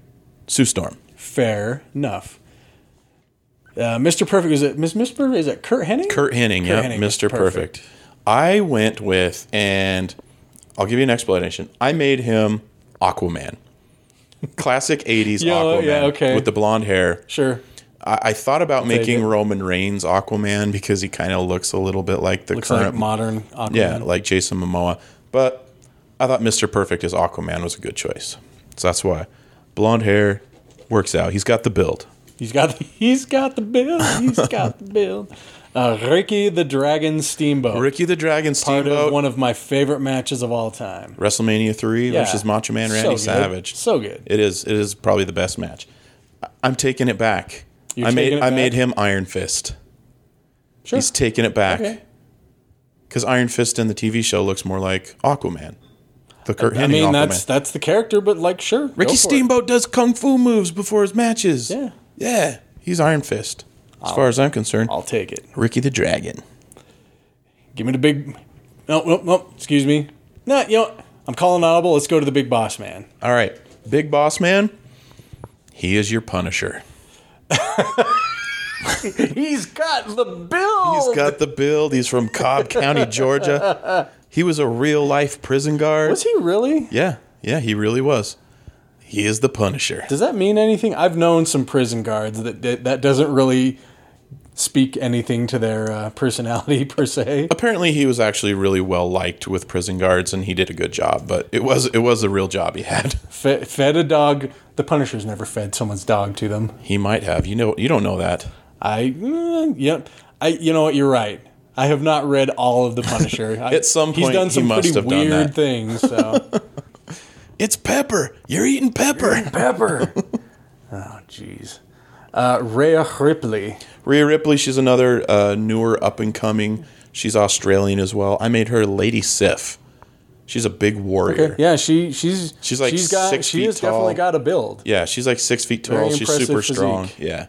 [SPEAKER 2] Sue Storm.
[SPEAKER 1] Fair enough. Uh, Mr. Perfect is it? Miss Mr. Perfect is it? Kurt Hennig.
[SPEAKER 2] Kurt Hennig, yeah,
[SPEAKER 1] Hennig, Mr.
[SPEAKER 2] Mr.
[SPEAKER 1] Perfect.
[SPEAKER 2] Perfect. I went with, and I'll give you an explanation. I made him Aquaman, classic '80s
[SPEAKER 1] Yeah,
[SPEAKER 2] Aquaman,
[SPEAKER 1] yeah, okay.
[SPEAKER 2] with the blonde hair.
[SPEAKER 1] Sure.
[SPEAKER 2] I, I thought about making
[SPEAKER 1] it.
[SPEAKER 2] Roman Reigns Aquaman because he kind of looks a little bit like the
[SPEAKER 1] Looks like
[SPEAKER 2] current,
[SPEAKER 1] modern Aquaman.
[SPEAKER 2] yeah, like Jason Momoa. But I thought Mr. Perfect as Aquaman was a good choice, so that's why blonde hair works out. He's got the build.
[SPEAKER 1] He's got the, he's got the build. He's got the build. Uh, Ricky the Dragon Steamboat.
[SPEAKER 2] Ricky the Dragon
[SPEAKER 1] Part of
[SPEAKER 2] Steamboat,
[SPEAKER 1] one of my favorite matches of all time.
[SPEAKER 2] WrestleMania three
[SPEAKER 1] Yeah.
[SPEAKER 2] versus Macho Man Randy
[SPEAKER 1] So good.
[SPEAKER 2] Savage.
[SPEAKER 1] So good.
[SPEAKER 2] It is. It is probably the best match. I- I'm taking it back.
[SPEAKER 1] You're
[SPEAKER 2] I made.
[SPEAKER 1] taking it
[SPEAKER 2] I
[SPEAKER 1] back?
[SPEAKER 2] made him Iron Fist.
[SPEAKER 1] Sure.
[SPEAKER 2] He's taking it
[SPEAKER 1] Okay.
[SPEAKER 2] back because Iron Fist in the TV show looks more like Aquaman, the Kurt
[SPEAKER 1] I
[SPEAKER 2] Hennig
[SPEAKER 1] mean,
[SPEAKER 2] Aquaman.
[SPEAKER 1] that's that's the character, but like, sure. go
[SPEAKER 2] Ricky
[SPEAKER 1] for it.
[SPEAKER 2] Steamboat does kung fu moves before his matches.
[SPEAKER 1] Yeah.
[SPEAKER 2] Yeah. He He's Iron Fist, as far as I'm concerned.
[SPEAKER 1] I'll take it.
[SPEAKER 2] Ricky the Dragon.
[SPEAKER 1] Give me the big. No, no, no. Excuse me. No, you know, what? I'm calling audible. Let's go to the big boss man.
[SPEAKER 2] All right, Big Boss Man. He is your Punisher.
[SPEAKER 1] He's got the bill.
[SPEAKER 2] He's got the build. He's from Cobb County, Georgia. He was a real life prison guard.
[SPEAKER 1] Was he really?
[SPEAKER 2] Yeah, yeah, he really was. He is the Punisher.
[SPEAKER 1] Does that mean anything? I've known some prison guards that that, that doesn't really speak anything to their uh, personality per se.
[SPEAKER 2] Apparently, he was actually really well liked with prison guards, and he did a good job. But it was it was a real job he had.
[SPEAKER 1] Fe- fed a dog. The Punisher's never fed someone's dog to them.
[SPEAKER 2] He might have. You know, you don't know that.
[SPEAKER 1] I, mm, yeah, I, you know what? You're right. I have not read all of the Punisher. I-
[SPEAKER 2] some
[SPEAKER 1] he's
[SPEAKER 2] point,
[SPEAKER 1] done
[SPEAKER 2] he
[SPEAKER 1] some
[SPEAKER 2] must
[SPEAKER 1] pretty
[SPEAKER 2] have done
[SPEAKER 1] weird
[SPEAKER 2] that.
[SPEAKER 1] things. So
[SPEAKER 2] It's Pepper. You're eating Pepper.
[SPEAKER 1] Pepper. oh, jeez. Uh, Rhea Ripley.
[SPEAKER 2] Rhea Ripley. She's another uh, newer up and coming. She's Australian as well. I made her Lady Sif. She's a big warrior.
[SPEAKER 1] Yeah, she she's
[SPEAKER 2] She's like
[SPEAKER 1] she's got
[SPEAKER 2] six
[SPEAKER 1] she
[SPEAKER 2] feet
[SPEAKER 1] has definitely
[SPEAKER 2] tall.
[SPEAKER 1] got a build.
[SPEAKER 2] Yeah, she's like six feet
[SPEAKER 1] Very
[SPEAKER 2] tall. She's
[SPEAKER 1] impressive
[SPEAKER 2] super
[SPEAKER 1] physique.
[SPEAKER 2] strong. Yeah.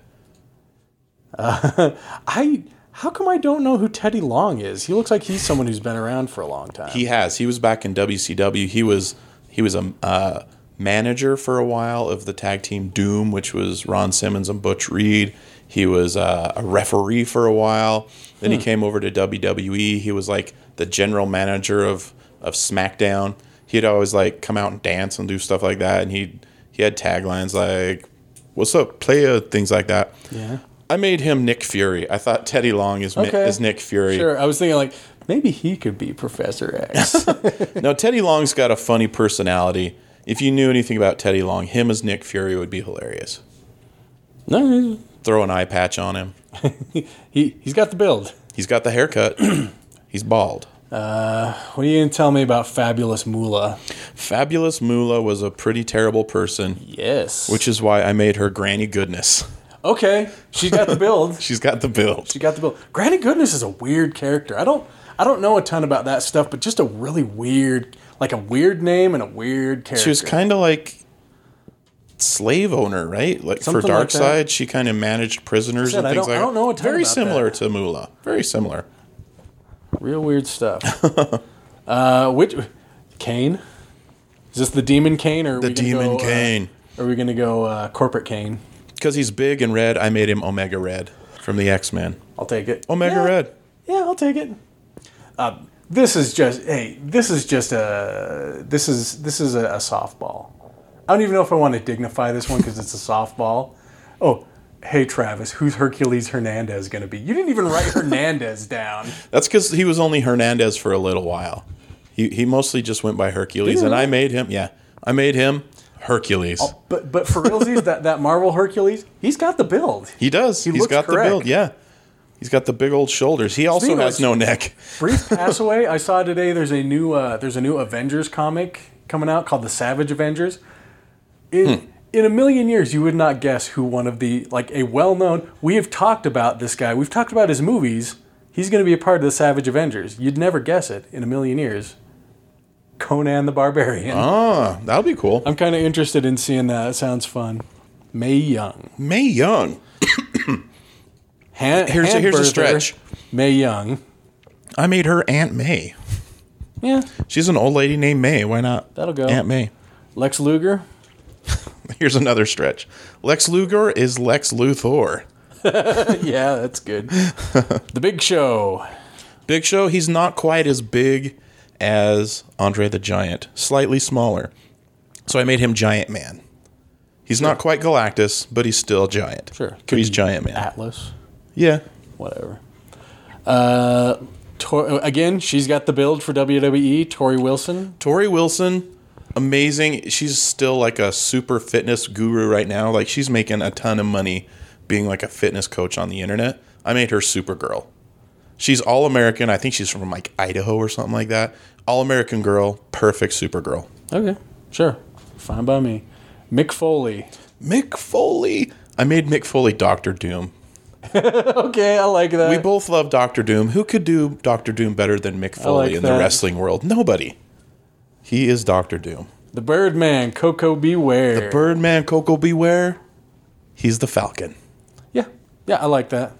[SPEAKER 1] I how come I don't know who Teddy Long is? He looks like he's someone who's been around for a long time.
[SPEAKER 2] He has. He was back in WCW. He was he was a uh, manager for a while of the tag team Doom, which was Ron Simmons and Butch Reed. He was uh, a referee for a while. Then
[SPEAKER 1] Hmm.
[SPEAKER 2] he came over to WWE. He was like the general manager of of SmackDown. He'd always like come out and dance and do stuff like that. And he he had taglines like "What's up, player?" things like that.
[SPEAKER 1] yeah.
[SPEAKER 2] I made him Nick Fury. I thought Teddy Long is, Mi-
[SPEAKER 1] Okay.
[SPEAKER 2] is Nick Fury.
[SPEAKER 1] Sure. I was thinking like maybe he could be Professor X.
[SPEAKER 2] Now, Teddy Long's got a funny personality. If you knew anything about Teddy Long, him as Nick Fury would be hilarious.
[SPEAKER 1] no,
[SPEAKER 2] Throw an eye patch on him.
[SPEAKER 1] he he's got the build.
[SPEAKER 2] He's got the haircut. He's bald.
[SPEAKER 1] What are you gonna tell me about Fabulous Moolah?
[SPEAKER 2] Fabulous Moolah was a pretty terrible person,
[SPEAKER 1] Yes.
[SPEAKER 2] which is why I made her Granny Goodness.
[SPEAKER 1] okay. She's got the build.
[SPEAKER 2] She's got the build.
[SPEAKER 1] She got the build. Granny Goodness is a weird character. I don't I don't know a ton about that stuff, but just a really weird, like a weird name and a weird character.
[SPEAKER 2] She was kind of like slave owner, right? Like for
[SPEAKER 1] Something like
[SPEAKER 2] Dark
[SPEAKER 1] that.
[SPEAKER 2] Side, she kind of managed prisoners
[SPEAKER 1] said,
[SPEAKER 2] and
[SPEAKER 1] I
[SPEAKER 2] things
[SPEAKER 1] don't-
[SPEAKER 2] like
[SPEAKER 1] I
[SPEAKER 2] that.
[SPEAKER 1] don't know a ton
[SPEAKER 2] Very
[SPEAKER 1] about
[SPEAKER 2] similar to Moolah. Very similar.
[SPEAKER 1] Real weird stuff. uh, which Kane? Is this the Demon Kane or are
[SPEAKER 2] The
[SPEAKER 1] we gonna go,
[SPEAKER 2] Demon
[SPEAKER 1] uh,
[SPEAKER 2] Kane.
[SPEAKER 1] are we gonna go uh, Corporate Kane?
[SPEAKER 2] Because he's big and red, I made him Omega Red from the X Men.
[SPEAKER 1] I'll take it.
[SPEAKER 2] Omega
[SPEAKER 1] yeah,
[SPEAKER 2] Red.
[SPEAKER 1] Yeah, I'll take it. Uh, this is just hey, this is just a this is this is a, a softball. I don't even know if I want to dignify this one because it's a softball. Oh, hey Travis, who's Hercules Hernandez going to be? You didn't even write Hernandez down.
[SPEAKER 2] That's because he was only Hernandez for a little while. He he mostly just went by Hercules,
[SPEAKER 1] Did he Oh.
[SPEAKER 2] and I
[SPEAKER 1] really?
[SPEAKER 2] made him. Yeah, I made him Hercules.
[SPEAKER 1] But but for realsies, that that Marvel Hercules, he's got the build.
[SPEAKER 2] he does. He has
[SPEAKER 1] looks
[SPEAKER 2] got
[SPEAKER 1] correct.
[SPEAKER 2] the build. Yeah, he's got the big old shoulders. He also
[SPEAKER 1] Speaking of
[SPEAKER 2] has
[SPEAKER 1] which-
[SPEAKER 2] no neck.
[SPEAKER 1] Brief Passaway. I saw today. There's a new uh, there's a new Avengers comic coming out called the Savage Avengers. In
[SPEAKER 2] Hmm.
[SPEAKER 1] in a million years, you would not guess who one of the like a well known. We have talked about this guy. We've talked about his movies. He's going to be a part of the Savage Avengers. You'd never guess it in a million years. Conan the Barbarian.
[SPEAKER 2] Ah, that'll be cool.
[SPEAKER 1] I'm kind of interested in seeing that. It sounds fun. May Young.
[SPEAKER 2] May Young.
[SPEAKER 1] Han-
[SPEAKER 2] Here's a- here's a
[SPEAKER 1] Handberther,
[SPEAKER 2] stretch.
[SPEAKER 1] May Young.
[SPEAKER 2] I made her Aunt May.
[SPEAKER 1] Yeah.
[SPEAKER 2] She's an old lady named May. Why not?
[SPEAKER 1] That'll go.
[SPEAKER 2] Aunt May.
[SPEAKER 1] Lex Luger.
[SPEAKER 2] Here's another stretch. Lex Luger is Lex Luthor.
[SPEAKER 1] yeah, that's good. the Big Show.
[SPEAKER 2] Big Show, he's not quite as big as Andre the Giant, slightly smaller. So I made him Giant Man. He's not quite Galactus, but he's still giant.
[SPEAKER 1] Sure.
[SPEAKER 2] But he's Giant Man.
[SPEAKER 1] Atlas,
[SPEAKER 2] Yeah.
[SPEAKER 1] whatever. Uh, Tor- again, she's got the build for WWE. Tori Wilson.
[SPEAKER 2] Tori Wilson, amazing. She's still like a super fitness guru right now. Like she's making a ton of money being like a fitness coach on the internet. I made her Supergirl. She's all American. I think she's from like Idaho or something like that. All American girl, perfect Supergirl.
[SPEAKER 1] Okay, sure, fine by me. Mick Foley.
[SPEAKER 2] Mick Foley. I made Mick Foley Doctor Doom.
[SPEAKER 1] Okay, I like that.
[SPEAKER 2] We both love Doctor Doom. Who could do Doctor Doom better than Mick Foley
[SPEAKER 1] like
[SPEAKER 2] in
[SPEAKER 1] that.
[SPEAKER 2] the wrestling world? Nobody. He is Doctor Doom.
[SPEAKER 1] the Birdman, Coco Beware.
[SPEAKER 2] Birdman, Coco Beware. He's the Falcon.
[SPEAKER 1] yeah, Yeah, I like that.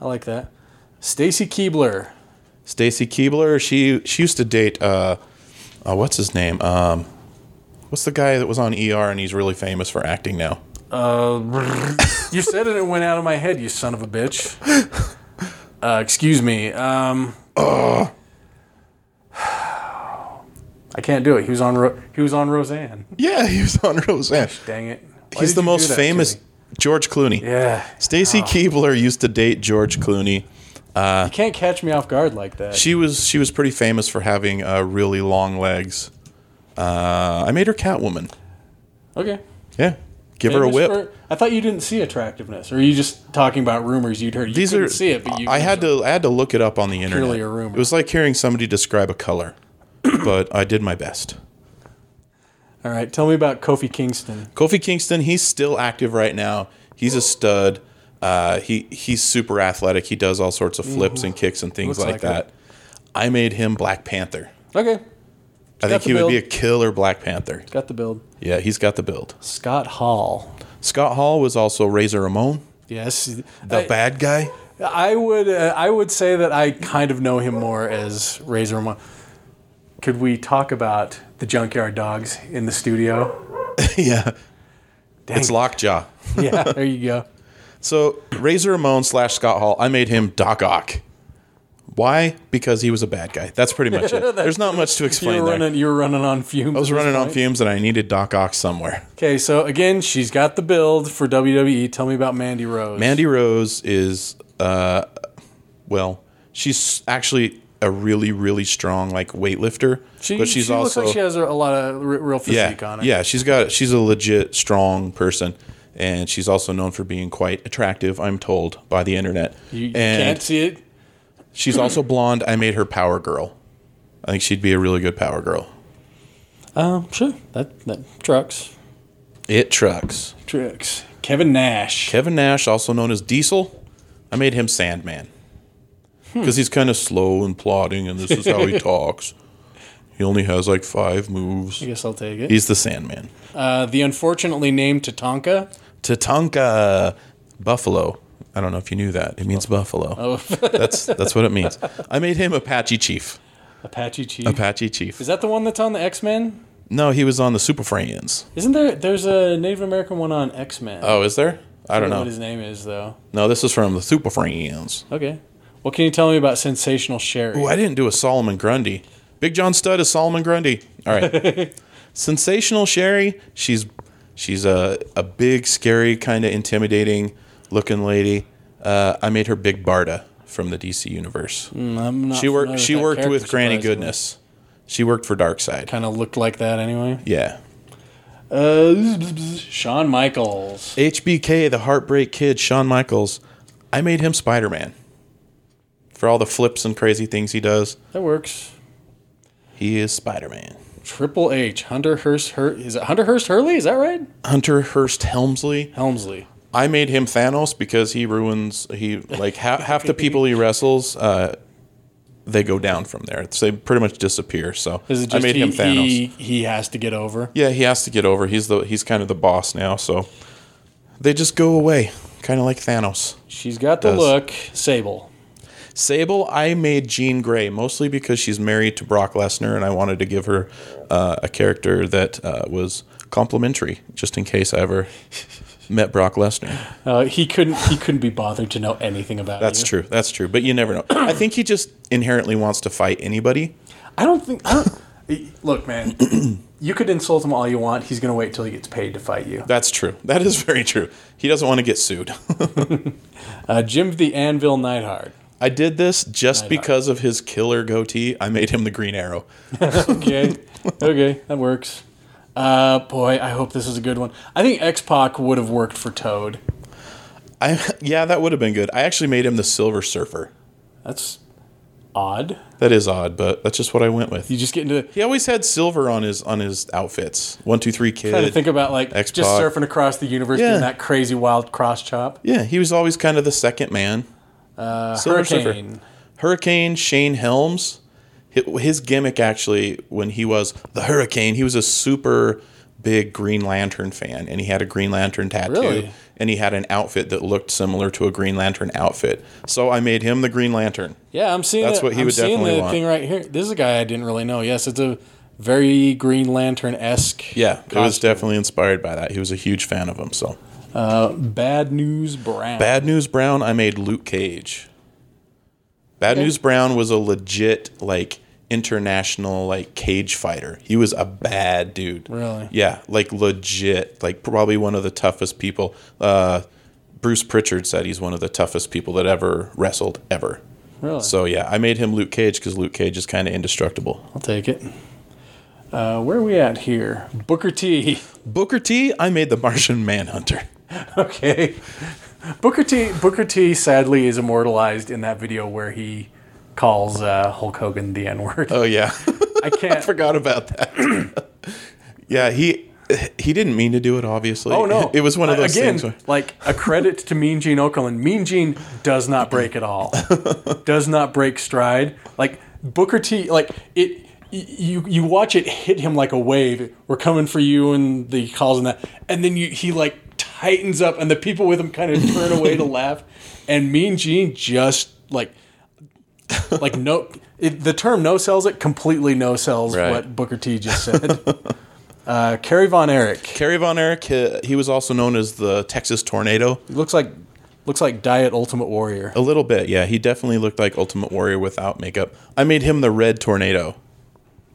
[SPEAKER 1] I like that. Stacy Keebler.
[SPEAKER 2] Stacy Keebler, she she used to date uh, uh what's his name? Um what's the guy that was on ER and he's really famous for acting now?
[SPEAKER 1] You said it and it went out of my head, you son of a bitch. Uh, excuse me. Um, I can't do it. He was on Ro- he was on Roseanne.
[SPEAKER 2] Yeah, he was on Roseanne.
[SPEAKER 1] Dang it. Why
[SPEAKER 2] He's
[SPEAKER 1] did
[SPEAKER 2] the
[SPEAKER 1] you do
[SPEAKER 2] most
[SPEAKER 1] that to
[SPEAKER 2] famous
[SPEAKER 1] me?
[SPEAKER 2] George Clooney.
[SPEAKER 1] Yeah. Oh.
[SPEAKER 2] Stacy Keebler used to date George Clooney. Ah.
[SPEAKER 1] You can't catch me off guard like that.
[SPEAKER 2] She was she was pretty famous for having uh, really long legs. Uh, I made her Catwoman.
[SPEAKER 1] Okay.
[SPEAKER 2] Yeah, give her a
[SPEAKER 1] Famous
[SPEAKER 2] whip.
[SPEAKER 1] for- I thought you didn't see attractiveness, or are you just talking about rumors you'd heard? You
[SPEAKER 2] These
[SPEAKER 1] couldn't
[SPEAKER 2] are
[SPEAKER 1] see it, but you
[SPEAKER 2] I had to I had to look it up on the internet.
[SPEAKER 1] Purely a rumor.
[SPEAKER 2] It was like hearing somebody describe a color, but I did my best.
[SPEAKER 1] All right, tell me about Kofi Kingston.
[SPEAKER 2] Kofi Kingston, he's still active right now. He's a stud. Uh, he he's super athletic. He does all sorts of flips and kicks and things
[SPEAKER 1] Mm-hmm. Looks
[SPEAKER 2] like,
[SPEAKER 1] like
[SPEAKER 2] that. I made him Black Panther.
[SPEAKER 1] Okay,
[SPEAKER 2] I think
[SPEAKER 1] the
[SPEAKER 2] he would be a
[SPEAKER 1] build.
[SPEAKER 2] killer Black Panther.
[SPEAKER 1] got the build.
[SPEAKER 2] Yeah, he's got the build.
[SPEAKER 1] Scott Hall.
[SPEAKER 2] Scott Hall was also Razor Ramon,
[SPEAKER 1] Yes,
[SPEAKER 2] the
[SPEAKER 1] I,
[SPEAKER 2] bad guy.
[SPEAKER 1] I would. Uh, I would say that I kind of know him more as Razor Ramon. Could we talk about the Junkyard Dogs in the studio?
[SPEAKER 2] yeah,
[SPEAKER 1] Dang.
[SPEAKER 2] it's Lockjaw.
[SPEAKER 1] yeah, there you go.
[SPEAKER 2] So Razor Ramon slash Scott Hall, I made him Doc Ock. Why? Because he was a bad guy. That's pretty much it. There's not much to
[SPEAKER 1] You
[SPEAKER 2] explain
[SPEAKER 1] were
[SPEAKER 2] there.
[SPEAKER 1] running. You were running on fumes.
[SPEAKER 2] I was running on fumes and I needed Doc Ock somewhere.
[SPEAKER 1] Okay, so again, she's got the build for WWE. Tell me about Mandy Rose.
[SPEAKER 2] Mandy Rose is, uh, well, she's actually a really, really strong like weightlifter,
[SPEAKER 1] she,
[SPEAKER 2] but she's
[SPEAKER 1] she
[SPEAKER 2] also
[SPEAKER 1] looks like she has a a lot of r- real physique
[SPEAKER 2] yeah,
[SPEAKER 1] on her.
[SPEAKER 2] Yeah, she's got she's a legit strong person, and she's also known for being quite attractive. I'm told by the internet.
[SPEAKER 1] you, you
[SPEAKER 2] and
[SPEAKER 1] can't see it.
[SPEAKER 2] she's also blonde. I made her Power Girl. I think she'd be a really good Power Girl.
[SPEAKER 1] Um, sure. That that trucks.
[SPEAKER 2] It trucks.
[SPEAKER 1] Tricks. Kevin Nash.
[SPEAKER 2] Kevin Nash, also known as Diesel, I made him Sandman
[SPEAKER 1] Hmm.
[SPEAKER 2] because he's kind of slow and plodding, and this is how he talks. He only has like five moves.
[SPEAKER 1] I guess I'll take it.
[SPEAKER 2] He's the Sandman.
[SPEAKER 1] Uh, the unfortunately named Tatanka.
[SPEAKER 2] Tatanka, buffalo. I don't know if you knew that. It means buffalo. that's that's what it means. I made him Apache Chief.
[SPEAKER 1] Apache Chief.
[SPEAKER 2] Apache Chief.
[SPEAKER 1] Is that the one that's on the X Men?
[SPEAKER 2] No, he was on the Super Friends.
[SPEAKER 1] Isn't there? There's a Native American one on X Men.
[SPEAKER 2] Oh, is there? I don't
[SPEAKER 1] know what
[SPEAKER 2] know.
[SPEAKER 1] his name is though.
[SPEAKER 2] No, this is from the Super Friends.
[SPEAKER 1] Okay. What can you tell me about Sensational Sherry?
[SPEAKER 2] Ooh, I didn't do a Solomon Grundy. Big John Studd is Solomon Grundy. All right. Sensational Sherry. She's she's a a big, scary, kind of intimidating looking lady. Uh, I made her Big Barda from the DC universe.
[SPEAKER 1] Hmm, I'm not
[SPEAKER 2] she
[SPEAKER 1] familiar
[SPEAKER 2] worked. She
[SPEAKER 1] that
[SPEAKER 2] worked
[SPEAKER 1] character,
[SPEAKER 2] with Granny
[SPEAKER 1] surprisingly.
[SPEAKER 2] Goodness. She worked for Darkseid.
[SPEAKER 1] Kind of looked like that anyway.
[SPEAKER 2] Yeah.
[SPEAKER 1] Uh, Shawn Michaels.
[SPEAKER 2] HBK, the Heartbreak Kid, Shawn Michaels. I made him Spider Man. For all the flips and crazy things he does,
[SPEAKER 1] That works.
[SPEAKER 2] he is Spider Man.
[SPEAKER 1] Triple H. Hunter Hearst. Hur- is it Hunter Hearst Hurley? Is that right?
[SPEAKER 2] Hunter Hurst Helmsley.
[SPEAKER 1] Helmsley.
[SPEAKER 2] I made him Thanos because he ruins he like half, half the people he wrestles. Uh, they go down from there. So they pretty much disappear. So
[SPEAKER 1] Is it
[SPEAKER 2] I
[SPEAKER 1] just
[SPEAKER 2] made
[SPEAKER 1] he,
[SPEAKER 2] him Thanos.
[SPEAKER 1] He, he has to get over.
[SPEAKER 2] Yeah, he has to get over. He's the he's kind of the boss now. So they just go away, kind of like Thanos.
[SPEAKER 1] She's got the
[SPEAKER 2] Does.
[SPEAKER 1] look. Sable.
[SPEAKER 2] Sable, I made Jean Grey mostly because she's married to Brock Lesnar, and I wanted to give her uh, a character that uh, was complimentary, just in case I ever met Brock Lesnar.
[SPEAKER 1] Uh, he couldn't. He couldn't be bothered to know anything about.
[SPEAKER 2] That's
[SPEAKER 1] you.
[SPEAKER 2] true. That's true. But you never know. I think he just inherently wants to fight anybody.
[SPEAKER 1] I don't think. I don't, look, man. You could insult him all you want. He's gonna wait till he gets paid to fight you.
[SPEAKER 2] That's true. That is very true. He doesn't want to get sued.
[SPEAKER 1] Uh, Jim the Anvil Neidhart.
[SPEAKER 2] I did this just
[SPEAKER 1] Night-Hawk.
[SPEAKER 2] because of his killer goatee. I made him the Green Arrow.
[SPEAKER 1] Okay. okay. That works. Uh, boy, I hope this is a good one. I think X Pac would have worked for Toad.
[SPEAKER 2] I yeah, that would have been good. I actually made him the Silver Surfer.
[SPEAKER 1] That's odd.
[SPEAKER 2] That is odd, but that's just what I went with.
[SPEAKER 1] You just get into the,
[SPEAKER 2] He always had silver on his on his outfits. One, two, three,
[SPEAKER 1] trying to
[SPEAKER 2] kid.
[SPEAKER 1] think about like just
[SPEAKER 2] X-Pac.
[SPEAKER 1] surfing across the universe
[SPEAKER 2] Yeah.
[SPEAKER 1] doing that crazy wild cross chop.
[SPEAKER 2] yeah, he was always kind of the second man. Uh,
[SPEAKER 1] Hurricane.
[SPEAKER 2] Hurricane Shane Helms. hi- His gimmick actually, when he was the Hurricane, he was a super big Green Lantern fan, and he had a Green Lantern tattoo.
[SPEAKER 1] Really?
[SPEAKER 2] and he had an outfit that looked similar to a Green Lantern outfit. So I made him the Green Lantern.
[SPEAKER 1] Yeah, I'm seeing
[SPEAKER 2] That's
[SPEAKER 1] it.
[SPEAKER 2] what he
[SPEAKER 1] I'm
[SPEAKER 2] would
[SPEAKER 1] seeing
[SPEAKER 2] definitely
[SPEAKER 1] the
[SPEAKER 2] want.
[SPEAKER 1] thing right here. This is a guy I didn't really know. Yes, it's a very Green Lantern esque.
[SPEAKER 2] Yeah, it was
[SPEAKER 1] Costume.
[SPEAKER 2] definitely inspired by that. He was a huge fan of him. So
[SPEAKER 1] Bad News Brown.
[SPEAKER 2] Bad News Brown, I made Luke Cage. Bad News Brown was a legit like international like cage fighter. He was a bad dude.
[SPEAKER 1] Really?
[SPEAKER 2] Yeah, like legit, like probably one of the toughest people. Uh, Bruce Pritchard said he's one of the toughest people that ever wrestled ever.
[SPEAKER 1] Really?
[SPEAKER 2] So yeah, I made him Luke Cage because Luke Cage is kind of indestructible.
[SPEAKER 1] I'll take it. Uh, where are we at here? Booker T.
[SPEAKER 2] Booker T, I made the Martian Manhunter.
[SPEAKER 1] okay. Booker T. Booker T. Sadly is immortalized in that video where he calls uh, Hulk Hogan the N word.
[SPEAKER 2] Oh yeah.
[SPEAKER 1] I can't.
[SPEAKER 2] forgot about that. yeah, he he didn't mean to do it. Obviously,
[SPEAKER 1] Oh no!
[SPEAKER 2] it was one of
[SPEAKER 1] Uh,
[SPEAKER 2] those
[SPEAKER 1] again,
[SPEAKER 2] things. Where,
[SPEAKER 1] like a credit to Mean Gene Okerlund. Mean Gene does not break at all. does not break stride. Like Booker T. Like it. y- You you watch it hit him like a wave. We're coming for you, and the calls and that, and then you he like tightens up, and the people with him kind of turn away to laugh, and Mean Gene just like like no. It, the term no sells it completely. No sells
[SPEAKER 2] Right.
[SPEAKER 1] what Booker T just said. uh, Kerry Von Erich.
[SPEAKER 2] Kerry Von Erich, he, he was also known as the Texas Tornado.
[SPEAKER 1] Looks like looks like Diet Ultimate Warrior.
[SPEAKER 2] A little bit, yeah. He definitely looked like Ultimate Warrior without makeup. I made him the Red Tornado.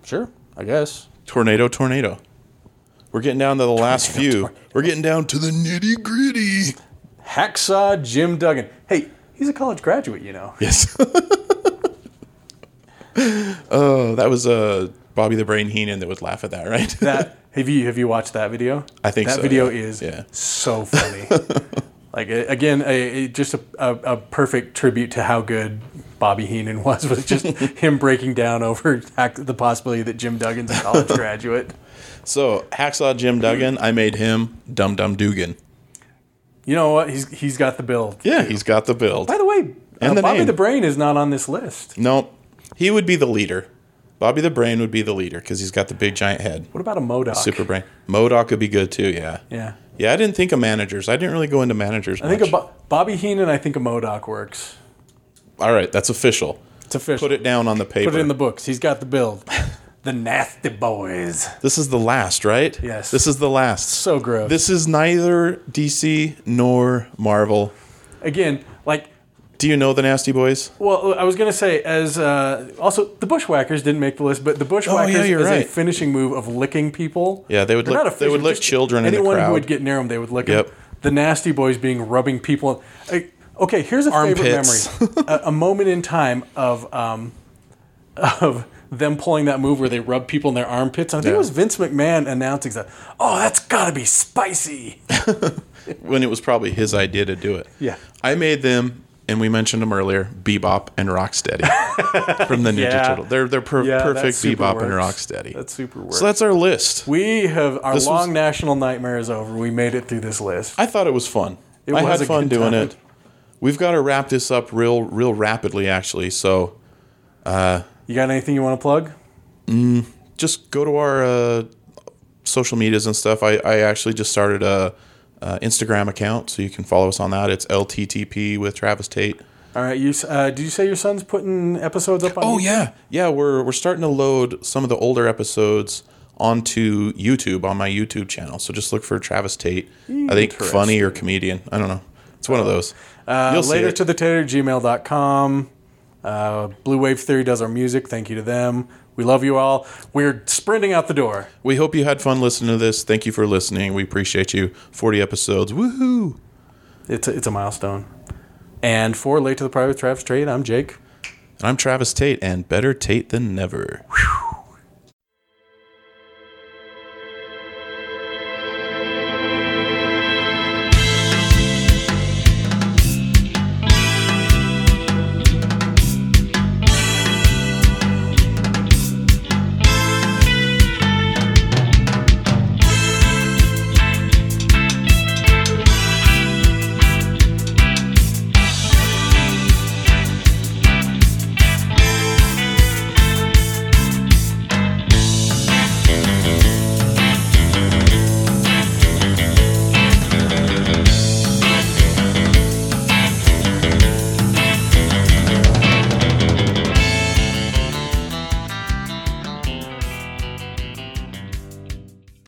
[SPEAKER 1] Sure, I guess.
[SPEAKER 2] Tornado, tornado. We're getting down to the last few. We're getting down to the nitty gritty.
[SPEAKER 1] Hacksaw Jim Duggan. Hey, he's a college graduate, you know.
[SPEAKER 2] Yes. oh, that was uh, Bobby the Brain Heenan that would laugh at that, right?
[SPEAKER 1] That have you have you watched that video?
[SPEAKER 2] I think
[SPEAKER 1] that
[SPEAKER 2] so,
[SPEAKER 1] video
[SPEAKER 2] yeah.
[SPEAKER 1] is
[SPEAKER 2] Yeah.
[SPEAKER 1] so funny. like a- again, a, a- just a, a, a perfect tribute to how good Bobby Heenan was with just him breaking down over hack- the possibility that Jim Duggan's a college graduate.
[SPEAKER 2] So hacksaw Jim Duggan, I made him Dum Dum Dugan.
[SPEAKER 1] You know what? He's he's got the build.
[SPEAKER 2] Yeah, he's got the build.
[SPEAKER 1] By the way,
[SPEAKER 2] And
[SPEAKER 1] uh,
[SPEAKER 2] the
[SPEAKER 1] Bobby
[SPEAKER 2] name.
[SPEAKER 1] the Brain is not on this list.
[SPEAKER 2] Nope, he would be the leader. Bobby the Brain would be the leader because he's got the big giant head,
[SPEAKER 1] What about a Modoc?
[SPEAKER 2] super brain. Modoc would be good too. Yeah.
[SPEAKER 1] Yeah.
[SPEAKER 2] Yeah, I didn't think of managers. I didn't really go into managers.
[SPEAKER 1] I think a Bo- Bobby Heenan. I think a Modoc works.
[SPEAKER 2] All right, that's official.
[SPEAKER 1] It's official.
[SPEAKER 2] Put it down on the paper.
[SPEAKER 1] Put it in the books. He's got the build. the nasty boys.
[SPEAKER 2] This is the last, right?
[SPEAKER 1] Yes.
[SPEAKER 2] This is the last.
[SPEAKER 1] So gross.
[SPEAKER 2] this is neither DC nor Marvel.
[SPEAKER 1] Again, like,
[SPEAKER 2] Do you know the Nasty Boys?
[SPEAKER 1] well, uh, I was gonna say as uh, also the Bushwhackers didn't make the list, but the Bushwhackers
[SPEAKER 2] you're
[SPEAKER 1] is a
[SPEAKER 2] right.
[SPEAKER 1] finishing move of licking people.
[SPEAKER 2] Yeah, they would
[SPEAKER 1] Or
[SPEAKER 2] lick-
[SPEAKER 1] not
[SPEAKER 2] they would lick
[SPEAKER 1] just
[SPEAKER 2] children in the
[SPEAKER 1] Anyone who
[SPEAKER 2] crowd.
[SPEAKER 1] would get near them, they would lick
[SPEAKER 2] Yep.
[SPEAKER 1] them. The nasty boys being rubbing people. I- okay, here's a
[SPEAKER 2] Armpits.
[SPEAKER 1] favorite memory, a, a moment in time of um, of them pulling that move where they rub people in their armpits. I think
[SPEAKER 2] Yeah.
[SPEAKER 1] it was Vince McMahon announcing that. Oh, that's gotta be spicy.
[SPEAKER 2] When it was probably his idea to do it.
[SPEAKER 1] Yeah.
[SPEAKER 2] I made them, and we mentioned them earlier, Bebop and Rocksteady from the Ninja
[SPEAKER 1] Yeah.
[SPEAKER 2] Turtle. They're they're per-
[SPEAKER 1] Yeah, that
[SPEAKER 2] perfect
[SPEAKER 1] super
[SPEAKER 2] Bebop and
[SPEAKER 1] works.
[SPEAKER 2] Rocksteady.
[SPEAKER 1] That super works.
[SPEAKER 2] so that's our list.
[SPEAKER 1] we have our
[SPEAKER 2] This was-
[SPEAKER 1] long national nightmare is over. We made it through this list.
[SPEAKER 2] I thought it was fun.
[SPEAKER 1] It
[SPEAKER 2] I
[SPEAKER 1] was a
[SPEAKER 2] had fun
[SPEAKER 1] good
[SPEAKER 2] doing
[SPEAKER 1] time.
[SPEAKER 2] it. We've got to wrap this up real real rapidly actually. So
[SPEAKER 1] You got anything you want to plug?
[SPEAKER 2] just go to our uh, social medias and stuff. I, I actually just started a, uh Instagram account, so you can follow us on that. It's LTTP with Travis Tate.
[SPEAKER 1] All right. You s- uh, did you say your son's putting episodes up on?
[SPEAKER 2] Oh
[SPEAKER 1] YouTube?
[SPEAKER 2] yeah, yeah. We're we're starting to load some of the older episodes onto YouTube on my YouTube channel. So just look for Travis Tate.
[SPEAKER 1] Hmm,
[SPEAKER 2] I think funny or comedian. I don't know. It's one of those.
[SPEAKER 1] Uh,
[SPEAKER 2] You'll see
[SPEAKER 1] later
[SPEAKER 2] it.
[SPEAKER 1] to the tater gmail.com. Uh, Blue Wave Theory does our music. Thank you to them. We love you all. We're sprinting out the door.
[SPEAKER 2] We hope you had fun listening to this. Thank you for listening. We appreciate you. Forty episodes. Woohoo!
[SPEAKER 1] It's a, it's a milestone. And for late to the private Travis trade, I'm Jake.
[SPEAKER 2] And I'm Travis Tate, and better Tate than never.